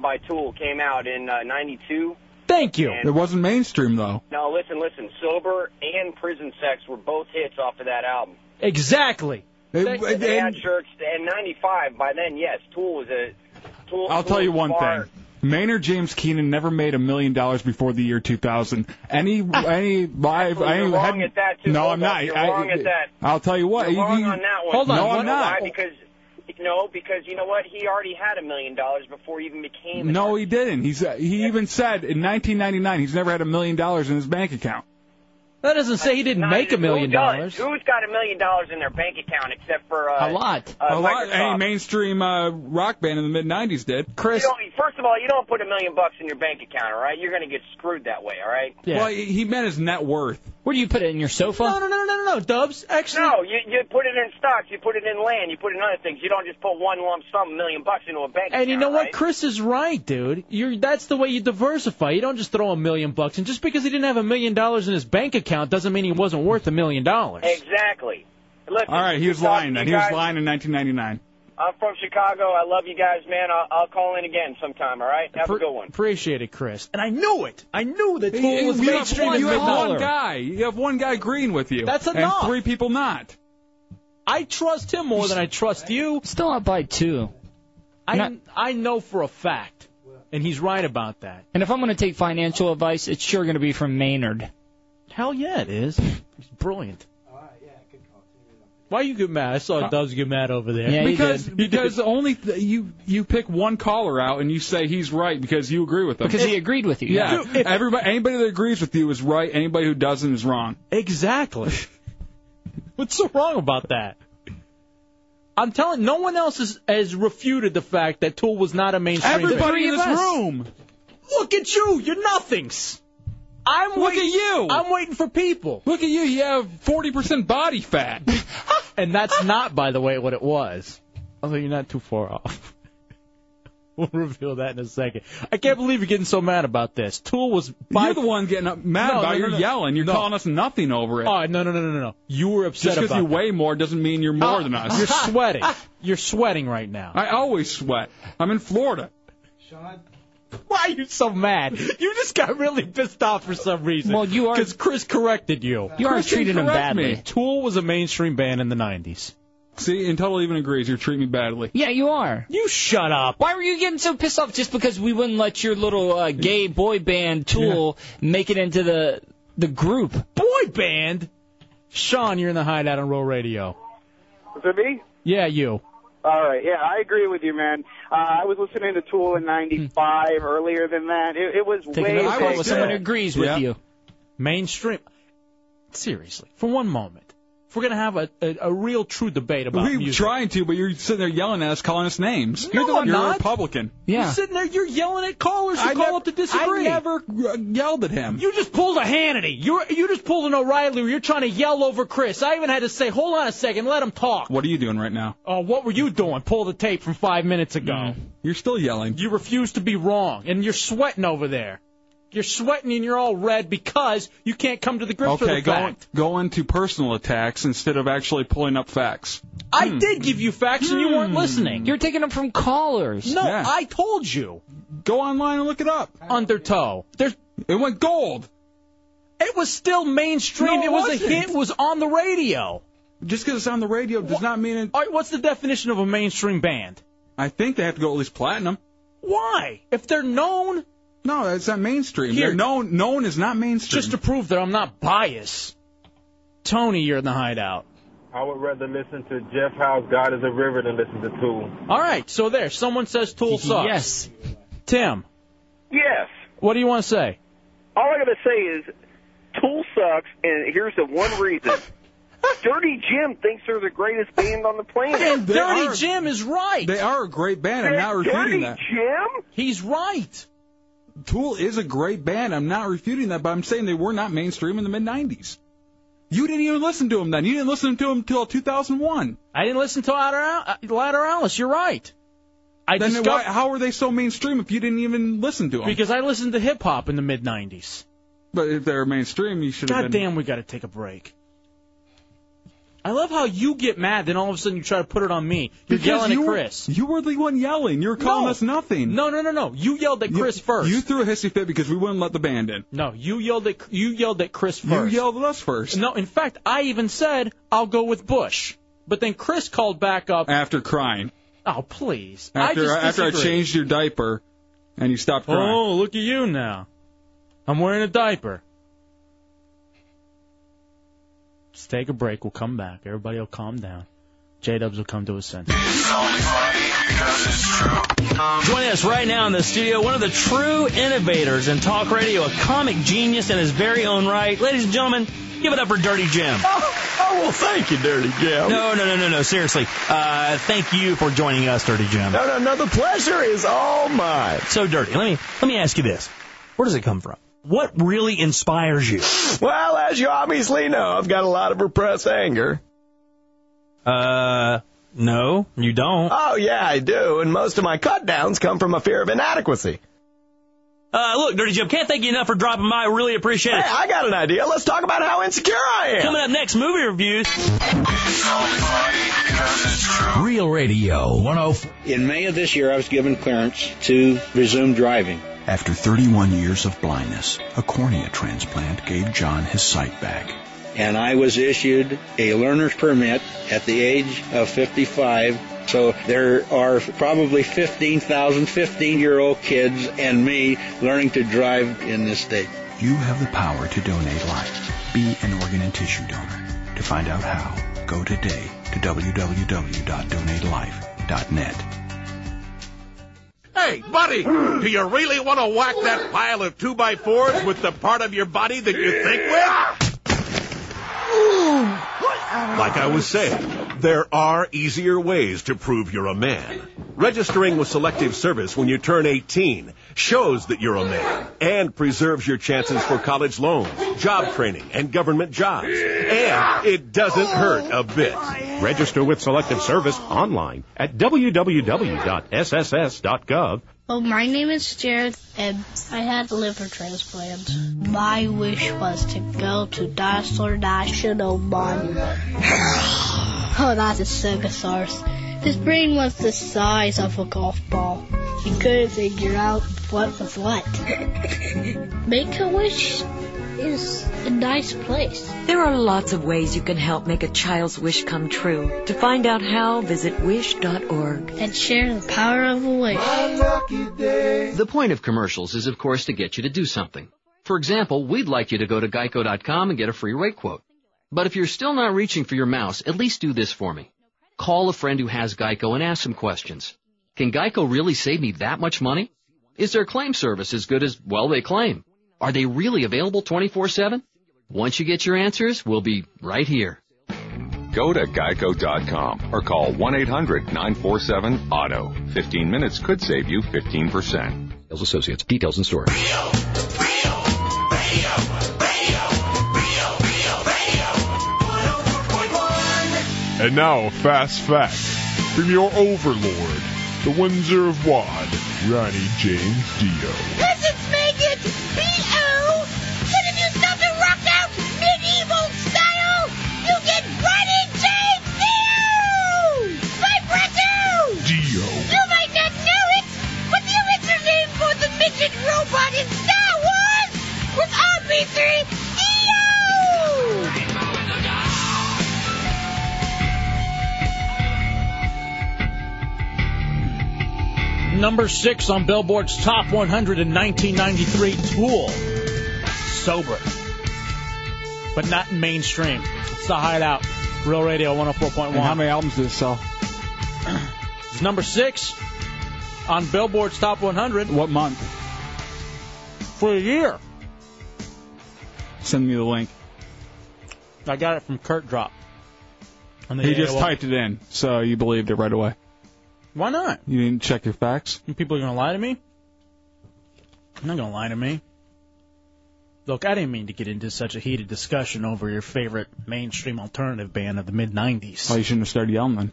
Speaker 12: by Tool came out in uh, 92.
Speaker 8: Thank
Speaker 12: you.
Speaker 1: It wasn't mainstream though.
Speaker 12: Now, listen, listen. Sober and Prison Sex were both hits off of that album.
Speaker 8: Exactly.
Speaker 12: And they had shirts, and 95, by then, yes, Tool was a... Tool,
Speaker 1: I'll
Speaker 12: Tool
Speaker 1: tell you one
Speaker 12: was far-
Speaker 1: thing. Maynard James Keenan never made a million dollars before the year 2000. Any any live
Speaker 12: You're
Speaker 1: any
Speaker 12: wrong
Speaker 1: hadn't-
Speaker 12: at that, too.
Speaker 1: No,
Speaker 12: Hold
Speaker 1: I'm
Speaker 12: on.
Speaker 1: not.
Speaker 12: You're
Speaker 1: I,
Speaker 12: wrong at that.
Speaker 1: I'll tell you what.
Speaker 12: You're wrong
Speaker 1: you-
Speaker 12: on that one.
Speaker 1: No,
Speaker 12: You
Speaker 1: I'm
Speaker 12: know
Speaker 1: not.
Speaker 12: Why? Because no, because you know what? He already had a million dollars before he even became.
Speaker 1: No, he didn't. He's uh, he even said in 1999 he's never had a million dollars in his bank account.
Speaker 8: That doesn't say he didn't make a
Speaker 1: million
Speaker 12: does? Who's got a million dollars in their bank account except for
Speaker 1: a
Speaker 12: uh,
Speaker 1: lot.
Speaker 12: Uh,
Speaker 1: a lot.
Speaker 12: Microsoft?
Speaker 1: Any mainstream uh, rock band in the mid '90s did. Chris.
Speaker 12: You don't, first of all, you don't put a million bucks in your bank account, all right? You're going to get screwed that way, all right?
Speaker 1: Well, he he meant his net worth.
Speaker 4: Where do you put it in your sofa?
Speaker 8: No, no, no, no, no, no, Dubs. Actually,
Speaker 12: no. You you put it in stocks, you put it in land, you put it in other things. You don't just put one lump sum, a million bucks into a bank.
Speaker 8: And you
Speaker 12: account,
Speaker 8: know what?
Speaker 12: right?
Speaker 8: Chris is right, dude. You're that's the way you diversify. You don't just throw a million bucks. And just because he didn't have a million dollars in his bank account doesn't mean he wasn't worth a million dollars.
Speaker 12: Exactly. Listen,
Speaker 1: All right, he was
Speaker 12: good
Speaker 1: lying
Speaker 12: talking to
Speaker 1: then.
Speaker 12: you
Speaker 1: He was
Speaker 12: guys.
Speaker 1: lying in 1999.
Speaker 12: I'm from Chicago. I love you guys, man. I'll, I'll call in again sometime, all right? Have a good one.
Speaker 8: Appreciate it, Chris. And I knew it. I knew that Tool was
Speaker 1: you have,
Speaker 8: mainstream
Speaker 1: one,
Speaker 8: as
Speaker 1: you have
Speaker 8: dollar.
Speaker 1: one guy. You have one guy green with you.
Speaker 8: That's
Speaker 1: and
Speaker 8: enough.
Speaker 1: three people not.
Speaker 8: I trust him more than I trust you.
Speaker 4: Still up by two.
Speaker 8: I
Speaker 4: Not-
Speaker 8: I know for a fact, and he's right about that.
Speaker 4: And if I'm going to take financial advice, it's sure going to be from Maynard.
Speaker 8: Hell yeah, it is. He's brilliant. Why you get mad? I saw Dubs get mad over there.
Speaker 1: because because only th- you you pick one caller out and you say he's right because you agree with him.
Speaker 4: Because he agreed with you,
Speaker 1: Yeah.
Speaker 4: yeah. If-
Speaker 1: Everybody anybody that agrees with you is right. Anybody who doesn't is wrong.
Speaker 8: Exactly. What's so wrong about that? I'm telling no one else has, has refuted the fact that Tool was not a mainstream. band.
Speaker 1: Everybody in this room.
Speaker 8: Look at you. You're nothings. I'm
Speaker 1: Look
Speaker 8: waiting-
Speaker 1: at you.
Speaker 8: I'm waiting for people.
Speaker 1: Look at you. You have 40% body fat.
Speaker 8: and that's not, by the way, what it was. Although you're not too far off. we'll reveal that in a second. I can't believe you're getting so mad about this. Tool was by
Speaker 1: You're the one getting up mad
Speaker 8: No,
Speaker 1: about.
Speaker 8: no,
Speaker 1: it.
Speaker 8: no,
Speaker 1: you're
Speaker 8: no.
Speaker 1: yelling. You're
Speaker 8: No.
Speaker 1: calling us nothing over it.
Speaker 8: Oh no no no no no! You were upset
Speaker 1: Just because
Speaker 8: about
Speaker 1: you
Speaker 8: that.
Speaker 1: weigh more doesn't mean you're more than us.
Speaker 8: Ah, You're sweating. You're sweating right now.
Speaker 1: I always sweat. I'm in Florida.
Speaker 8: Why are you so mad? You just got really pissed off for some reason. Well, you are because Chris corrected you.
Speaker 1: You are Chris treating didn't him correct badly. me.
Speaker 8: Tool was a mainstream band in the '90s.
Speaker 1: See, and Tuttle even agrees. You're treating me badly.
Speaker 4: Yeah, you are.
Speaker 8: You shut up.
Speaker 4: Why were you getting so pissed off just because we wouldn't let your little uh, gay boy band Tool make it into the the group?
Speaker 8: Boy band. Sean, you're in the hideout on Roll Radio.
Speaker 40: Is it me?
Speaker 8: Yeah, you.
Speaker 40: All right. Yeah, I agree with you, man. Uh, I was listening to Tool in '95.
Speaker 8: Hmm.
Speaker 40: Earlier than that, it, it was way. back then.
Speaker 8: Yeah. Mainstream. Seriously, for one moment, if we're gonna have a a, a real true debate about
Speaker 1: We're
Speaker 8: music.
Speaker 1: trying to, but you're sitting there yelling at us, calling us names.
Speaker 8: No,
Speaker 1: you're the one.
Speaker 8: I'm
Speaker 1: You're a
Speaker 8: not.
Speaker 1: Republican.
Speaker 8: You're sitting there, you're yelling at callers who
Speaker 1: I
Speaker 8: call
Speaker 1: nev-
Speaker 8: up to disagree.
Speaker 1: I never uh, yelled at him.
Speaker 8: You just pulled a Hannity. You you just pulled an O'Reilly. You're trying to yell over Chris. I even had to say, hold on a second, let him talk.
Speaker 1: What are you doing right now?
Speaker 8: Oh, what were you doing? Pull the tape from five minutes ago.
Speaker 1: Mm. You're still yelling.
Speaker 8: You refuse to be wrong, and you're sweating over there. You're sweating and you're all red because you can't come to the grips with
Speaker 1: Okay,
Speaker 8: the
Speaker 1: go,
Speaker 8: fact.
Speaker 1: go into personal attacks instead of actually pulling up facts.
Speaker 8: I
Speaker 1: Hmm.
Speaker 8: did give you facts and you weren't listening.
Speaker 4: You're taking them from callers.
Speaker 8: No,
Speaker 1: Yeah.
Speaker 8: I told you.
Speaker 1: Go online and look it up.
Speaker 8: Undertow. There's.
Speaker 1: It went gold.
Speaker 8: It was still mainstream.
Speaker 1: No, it
Speaker 8: it was a
Speaker 1: wasn't.
Speaker 8: hit. It was on the radio.
Speaker 1: Just because it's on the radio does not mean it.
Speaker 8: All right, what's the definition of a mainstream band?
Speaker 1: I think they have to go at least platinum.
Speaker 8: Why? If they're known.
Speaker 1: No, that's not mainstream.
Speaker 8: Here.
Speaker 1: They're known, known is not mainstream.
Speaker 8: Just to prove that I'm not biased, Tony, you're in the hideout.
Speaker 2: I would rather listen to Jeff Howe's God is a River than listen to Tool.
Speaker 8: All right, so there. Someone says Tool sucks.
Speaker 2: Yes.
Speaker 8: Tim,
Speaker 2: Yes.
Speaker 8: what do you want to say?
Speaker 2: All I gotta say is Tool sucks and here's the one reason. Dirty Jim thinks they're the greatest band on the planet.
Speaker 8: And Dirty Jim is right.
Speaker 1: They are a great band. I'm
Speaker 2: They're
Speaker 1: not
Speaker 2: Dirty
Speaker 1: refuting that.
Speaker 2: Jim?
Speaker 8: He's right.
Speaker 1: Tool is a great band. I'm not refuting that, but I'm saying they were not mainstream in the mid 90s. You didn't even listen to him then. You didn't listen to him until 2001.
Speaker 8: I didn't listen to Lateralis. You're right. I
Speaker 1: then
Speaker 8: discover-
Speaker 1: why, how are they so mainstream if you didn't even listen to them?
Speaker 8: Because I listened to hip hop in the mid 90s.
Speaker 1: But if they're mainstream, you should have
Speaker 8: God
Speaker 1: been.
Speaker 8: damn, we got to take a break. I love how you get mad, then all of a sudden you try to put it on me. You're
Speaker 1: Because
Speaker 8: yelling
Speaker 1: you
Speaker 8: at
Speaker 1: were-
Speaker 8: Chris.
Speaker 1: you were the one yelling. You were calling
Speaker 8: No.
Speaker 1: us nothing.
Speaker 8: No, no, no, no. You yelled at Chris first.
Speaker 1: You threw a hissy fit because we wouldn't let the band in.
Speaker 8: no, you yelled at you yelled at Chris first.
Speaker 1: You yelled at us first.
Speaker 8: No, in fact, I even said I'll go with Bush, but then Chris called back up.
Speaker 1: After crying.
Speaker 8: Oh please! I
Speaker 1: After
Speaker 8: just
Speaker 1: after I
Speaker 8: disagree.
Speaker 1: changed your diaper and you stopped crying.
Speaker 8: Oh, look at you now. I'm wearing a diaper. Let's take a break. We'll come back. Everybody will calm down. J Dubs will come to his senses.
Speaker 29: Joining us right now in the studio, one of the true innovators in talk radio, a comic genius in his very own right. Ladies and gentlemen, give it up for Dirty Jim.
Speaker 4: Oh, well, thank you, Dirty Jim.
Speaker 29: No, no, no, no, no. Seriously, uh, thank you for joining us, Dirty Jim.
Speaker 4: No, no, no. The pleasure is all mine.
Speaker 29: So dirty. Let me let me ask you this: Where does it come from? What really inspires you?
Speaker 4: Well, as you obviously know, I've got a lot of repressed anger.
Speaker 29: Uh, no, you don't.
Speaker 4: Oh, yeah, I do. And most of my cut downs come from a fear of inadequacy.
Speaker 29: Uh, look, Dirty Jim, can't thank you enough for dropping by. Really appreciate it.
Speaker 4: Hey, I got an idea. Let's talk about how insecure I am.
Speaker 29: Coming up next, movie reviews.
Speaker 31: Real Radio 104.
Speaker 34: In May of this year, I was given clearance to resume driving.
Speaker 31: After 31 years of blindness, a cornea transplant gave John his sight back.
Speaker 34: And I was issued a learner's permit at the age of 55. So there are probably 15,000 15 year old kids and me learning to drive in this state.
Speaker 31: You have the power to donate life. Be an organ and tissue donor. To find out how, go today to www.donatelife.net.
Speaker 36: Hey, buddy, do you really want to whack that pile of two by fours with the part of your body that you think with?
Speaker 35: Like I was saying, there are easier ways to prove you're a man. Registering with Selective Service when you turn 18 shows that you're a man and preserves your chances for college loans, job training, and government jobs. And it doesn't hurt a bit.
Speaker 41: Register with Selective Service online at www.sss.gov.
Speaker 42: Well, Oh, my name is Jared, and I had a liver transplant. My wish was to go to Dinosaur National Monument. oh, that's a stegosaurus. His brain was the size of a golf ball. He couldn't figure out what was what. Make-A-Wish is a nice place.
Speaker 43: There are lots of ways you can help make a child's wish come true. To find out how, visit wish.org.
Speaker 42: And share the power of a wish.
Speaker 44: The point of commercials is, of course, to get you to do something. For example, we'd like you to go to geico.com and get a free rate quote. But if you're still not reaching for your mouse, at least do this for me. Call a friend who has Geico and ask some questions. Can Geico really save me that much money? Is their claim service as good as, well, they claim? Are they really available 24-7? Once you get your answers, we'll be right here.
Speaker 43: Go to geico.com or call 1 800 947 AUTO. 15 minutes could save you 15%. Sales Associates, details in store.
Speaker 45: And now, a fast fact from your overlord, the Windsor of Wad, Ronnie James Dio.
Speaker 24: Peasants make it B.O. But if you stop to rock out medieval style, you get Ronnie James Dio! Vibrato!
Speaker 45: Dio.
Speaker 24: You might not know it, but the original name for the midget robot in Star Wars was RB3 Dio!
Speaker 8: Number six on Billboard's Top 100 in 1993, Tool. Sober. But not mainstream. It's the hideout. Real Radio 104.1.
Speaker 1: And how many albums did it sell?
Speaker 8: It's number six on Billboard's Top 100.
Speaker 1: What month?
Speaker 8: For a year.
Speaker 1: Send me the link.
Speaker 8: I got it from Kurt Drop. On the
Speaker 1: He just
Speaker 8: AOL.
Speaker 1: typed it in, so you believed it right away.
Speaker 8: Why not?
Speaker 1: You didn't check your facts.
Speaker 8: People are going to lie to me? They're not going to lie to me. Look, I didn't mean to get into such a heated discussion over your favorite mainstream alternative band of the mid 90s.
Speaker 1: Oh, you shouldn't have started yelling then.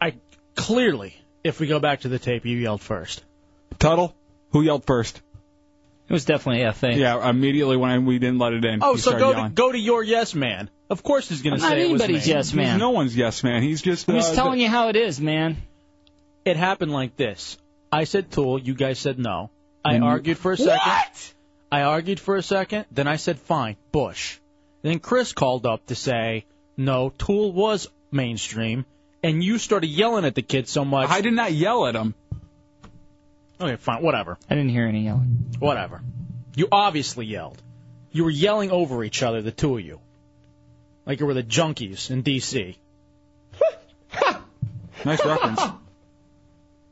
Speaker 8: I clearly, if we go back to the tape, you yelled first.
Speaker 1: Tuttle, who yelled first?
Speaker 27: It was definitely FA.
Speaker 1: Yeah, immediately when I, we didn't let it in.
Speaker 8: Oh,
Speaker 1: you
Speaker 8: so
Speaker 1: started
Speaker 8: go
Speaker 1: yelling.
Speaker 8: to, go to your yes man. Of course he's going
Speaker 27: I'm
Speaker 8: to
Speaker 27: not
Speaker 8: say it was
Speaker 27: anybody's
Speaker 8: me.
Speaker 27: yes man.
Speaker 1: He's no one's yes man. He's just.
Speaker 27: I'm just
Speaker 1: uh,
Speaker 27: telling you how it is, man.
Speaker 8: It happened like this. I said Tool. You guys said no. I
Speaker 1: Mm-hmm.
Speaker 27: And you-
Speaker 8: argued for a second. What? I argued for a second. Then I said fine, Bush. Then Chris called up to say no, Tool was mainstream, and you started yelling at the kid so much. I
Speaker 1: did not yell at him.
Speaker 8: Okay, fine, whatever.
Speaker 27: I didn't hear any yelling.
Speaker 8: Whatever. You obviously yelled. You were yelling over each other, the two of you. Like you were the junkies in D.C.
Speaker 1: nice reference.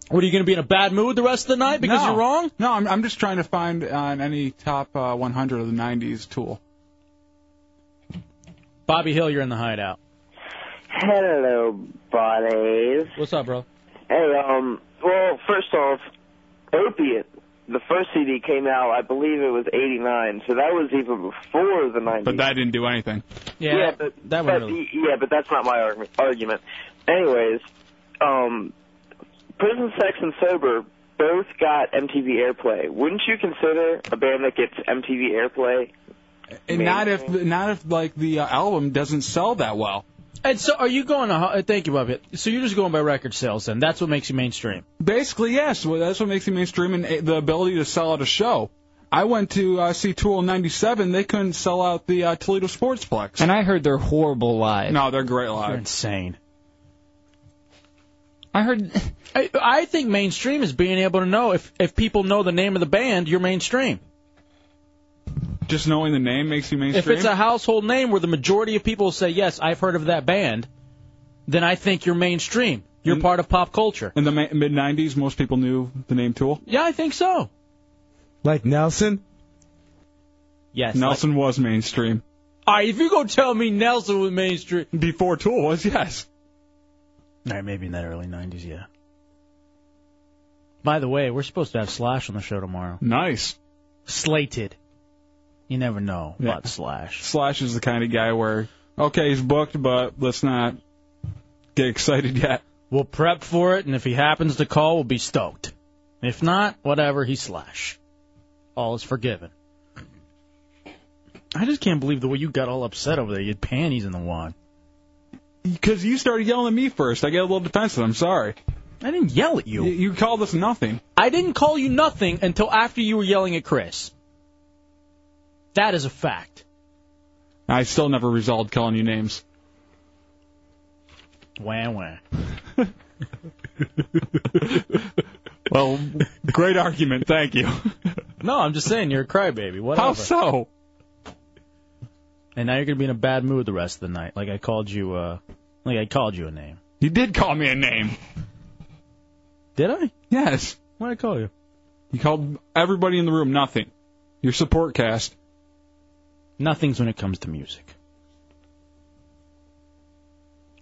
Speaker 8: What are you going to be in a bad mood the rest of the night because
Speaker 1: No.
Speaker 8: you're wrong?
Speaker 1: No, I'm, I'm just trying to find on any top uh, 100 of the 90s tool.
Speaker 8: Bobby Hill, you're in the hideout.
Speaker 2: Hello, buddies.
Speaker 8: What's up, bro?
Speaker 2: Hey, um, well, first off, Opiate, the first CD came out, I believe it was 89, so that was even before the 90s.
Speaker 1: But that didn't do anything.
Speaker 2: Yeah, but,
Speaker 1: that
Speaker 2: but,
Speaker 1: one really-
Speaker 2: Yeah, but that's not my argu- argument. Anyways, um, Prison Sex and Sober both got MTV Airplay. Wouldn't you consider a band that gets MTV Airplay?
Speaker 1: And not if not if like the uh, album doesn't sell that well.
Speaker 8: And so, are you going to? uh, Thank you, Bobby. So you're just going by record sales, then? That's what makes you mainstream.
Speaker 1: Basically, yes. Well, that's what makes it mainstream and uh, the ability to sell out a show. I went to uh, see Tool in '97. They couldn't sell out the uh, Toledo Sportsplex.
Speaker 27: And I heard they're horrible live.
Speaker 1: No, they're great live.
Speaker 8: You're insane.
Speaker 27: I heard.
Speaker 8: I, I think mainstream is being able to know if if people know the name of the band, you're mainstream.
Speaker 1: Just knowing the name makes you
Speaker 8: If
Speaker 1: mainstream.
Speaker 8: it's a household name where the majority of people say yes, I've heard of that band, then I think you're mainstream. You're part of pop culture.
Speaker 1: in the ma- mid '90s, most people knew the name Tool.
Speaker 8: Yeah, I think so.
Speaker 1: Like Nelson.
Speaker 8: Yes.
Speaker 1: Nelson was mainstream
Speaker 8: All right, if you go tell me Nelson was mainstream
Speaker 1: before Tool was. Yes.
Speaker 8: All right, maybe in that early '90s, yeah. By the way, we're supposed to have Slash on the show tomorrow.
Speaker 1: Nice.
Speaker 8: Slated. You never know about Slash.
Speaker 1: Slash is the kind of guy where okay, he's booked, but let's not get excited yet.
Speaker 8: We'll prep for it, and if he happens to call, we'll be stoked. If not, whatever, he slash. All is forgiven. I just can't believe the way you got all upset over there. You had panties in the wad.
Speaker 1: Because you started yelling at me first. I get a little defensive. I'm sorry.
Speaker 8: I didn't yell at you.
Speaker 1: You, called us nothing.
Speaker 8: I didn't call you nothing until after you were yelling at Chris. That is a fact.
Speaker 1: I still never resolved calling you names.
Speaker 8: Wah wah.
Speaker 1: Well, great argument. Thank you.
Speaker 8: No, I'm just saying you're a crybaby. Whatever.
Speaker 1: How so?
Speaker 8: And now you're gonna be in a bad mood the rest of the night. Like I called you. uh Like I called you a name.
Speaker 1: You did call me a name.
Speaker 8: Did I?
Speaker 1: Yes.
Speaker 8: What did I call you?
Speaker 1: You called everybody in the room nothing. Your support cast.
Speaker 8: Nothing's when it comes to music.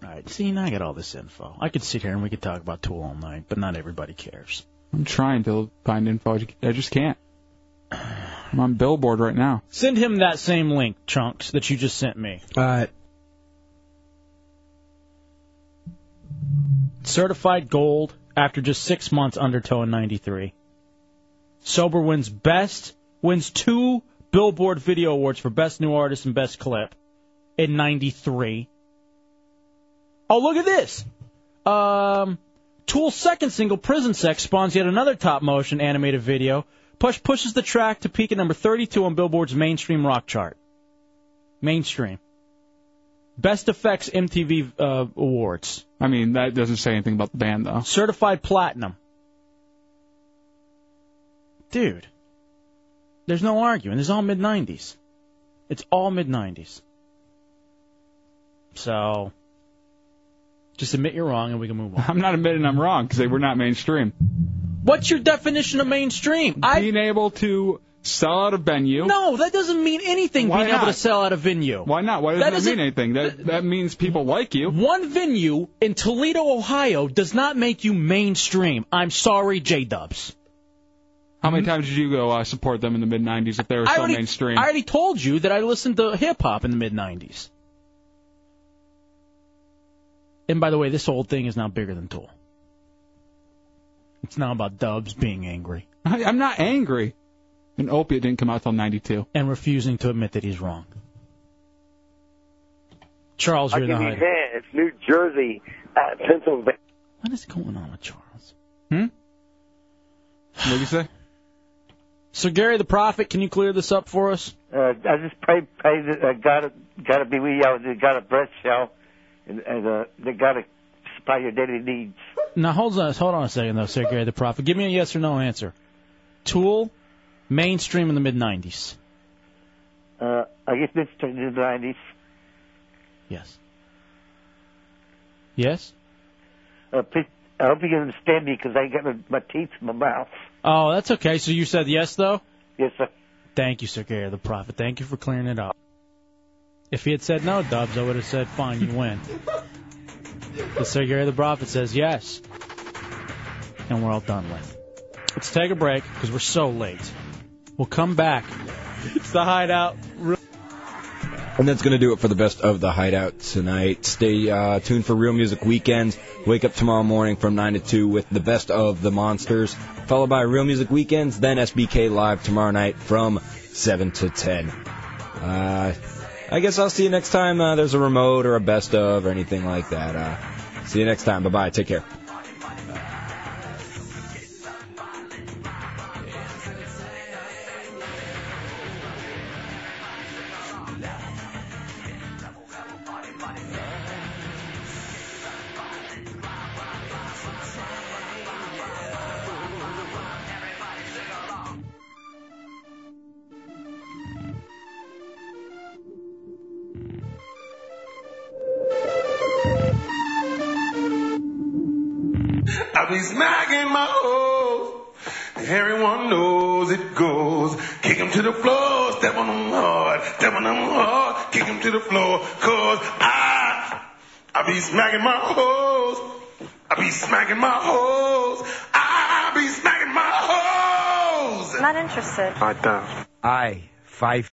Speaker 8: All right. See, now I got all this info. I could sit here and we could talk about Tool all night, but not everybody cares.
Speaker 1: I'm trying to find info. I just can't. I'm on Billboard right now.
Speaker 8: Send him that same link, Chunks, that you just sent me.
Speaker 3: All right.
Speaker 8: Certified gold after just six months undertow in 93. Sober wins best, wins two Billboard Video Awards for Best New Artist and Best Clip in 93. Oh, look at this! Um, Tool's second single, Prison Sex, spawns yet another top motion animated video. Push pushes the track to peak at number 32 on Billboard's mainstream rock chart. Mainstream. Best Effects MTV uh, Awards.
Speaker 1: I mean, that doesn't say anything about the band, though.
Speaker 8: Certified platinum. Dude, there's no arguing. It's all mid 90s. It's all mid 90s. So, just admit you're wrong and we can move on.
Speaker 1: I'm not admitting I'm wrong because they were not mainstream.
Speaker 8: What's your definition of mainstream?
Speaker 1: Being able to sell out a venue.
Speaker 8: No, that doesn't mean anything
Speaker 1: Why
Speaker 8: being
Speaker 1: not?
Speaker 8: able to sell out a venue.
Speaker 1: Why not? Why does
Speaker 8: That
Speaker 1: that, mean
Speaker 8: doesn't-
Speaker 1: anything? That that means people like you.
Speaker 8: One venue in Toledo, Ohio does not make you mainstream. I'm sorry, J Dubs.
Speaker 1: How many times did you go uh, support them in the mid '90s if they were
Speaker 8: I
Speaker 1: so
Speaker 8: already,
Speaker 1: mainstream?
Speaker 8: I already told you that I listened to hip hop in the mid '90s. And by the way, this whole thing is now bigger than Tool. It's now about Dubs being angry
Speaker 1: I, I'm not angry. And Opiate didn't come out till '92.
Speaker 8: and refusing to admit that he's wrong. Charles,
Speaker 1: I
Speaker 8: you're in the
Speaker 1: give you
Speaker 8: hide.
Speaker 46: Man, it's New Jersey, uh, Pennsylvania.
Speaker 8: What is going on with Charles?
Speaker 1: Hmm? What do you say?
Speaker 8: So Gary the Prophet, can you clear this up for us?
Speaker 12: Uh, I just pray, pray that uh, God, gotta be with you. They got a breath shell, and, and uh, they gotta supply your daily needs.
Speaker 8: Now hold on, hold on a second though, Sir Gary the Prophet. Give me a yes or no answer. Tool, mainstream in the mid '90s.
Speaker 12: Uh, I guess this turned into the 90s.
Speaker 8: Yes. Yes.
Speaker 12: Uh, please, I hope you can understand me because I ain't got my, my teeth in my mouth.
Speaker 8: Oh, that's okay. So you said yes though.
Speaker 12: Yes, sir.
Speaker 8: Thank you, Sir Gary the Prophet. Thank you for clearing it up. If he had said no, Dubs, I would have said, "Fine, you win." but Sir Gary the Prophet says yes, and we're all done with. Let's take a break because we're so late. We'll come back. It's the Hideout.
Speaker 4: And that's going to do it for the best of the Hideout tonight. Stay uh, tuned for Real Music Weekends. Wake up tomorrow morning from 9 to 2 with the best of the Monsters, followed by Real Music Weekends, then SBK Live tomorrow night from 7 to 10. Uh, I guess I'll see you next time uh, there's a remote or a best of or anything like that. Uh, see you next time. Bye bye. Take care.
Speaker 7: I've been smacking my hoes. Everyone knows it goes. Kick 'em to the floor, step on 'em hard, step on 'em hard, kick 'em to the floor, cause I, I be smacking my hoes. I be smacking my hoes. I be smacking my hoes.
Speaker 5: Not interested.
Speaker 7: I don't.
Speaker 3: I, five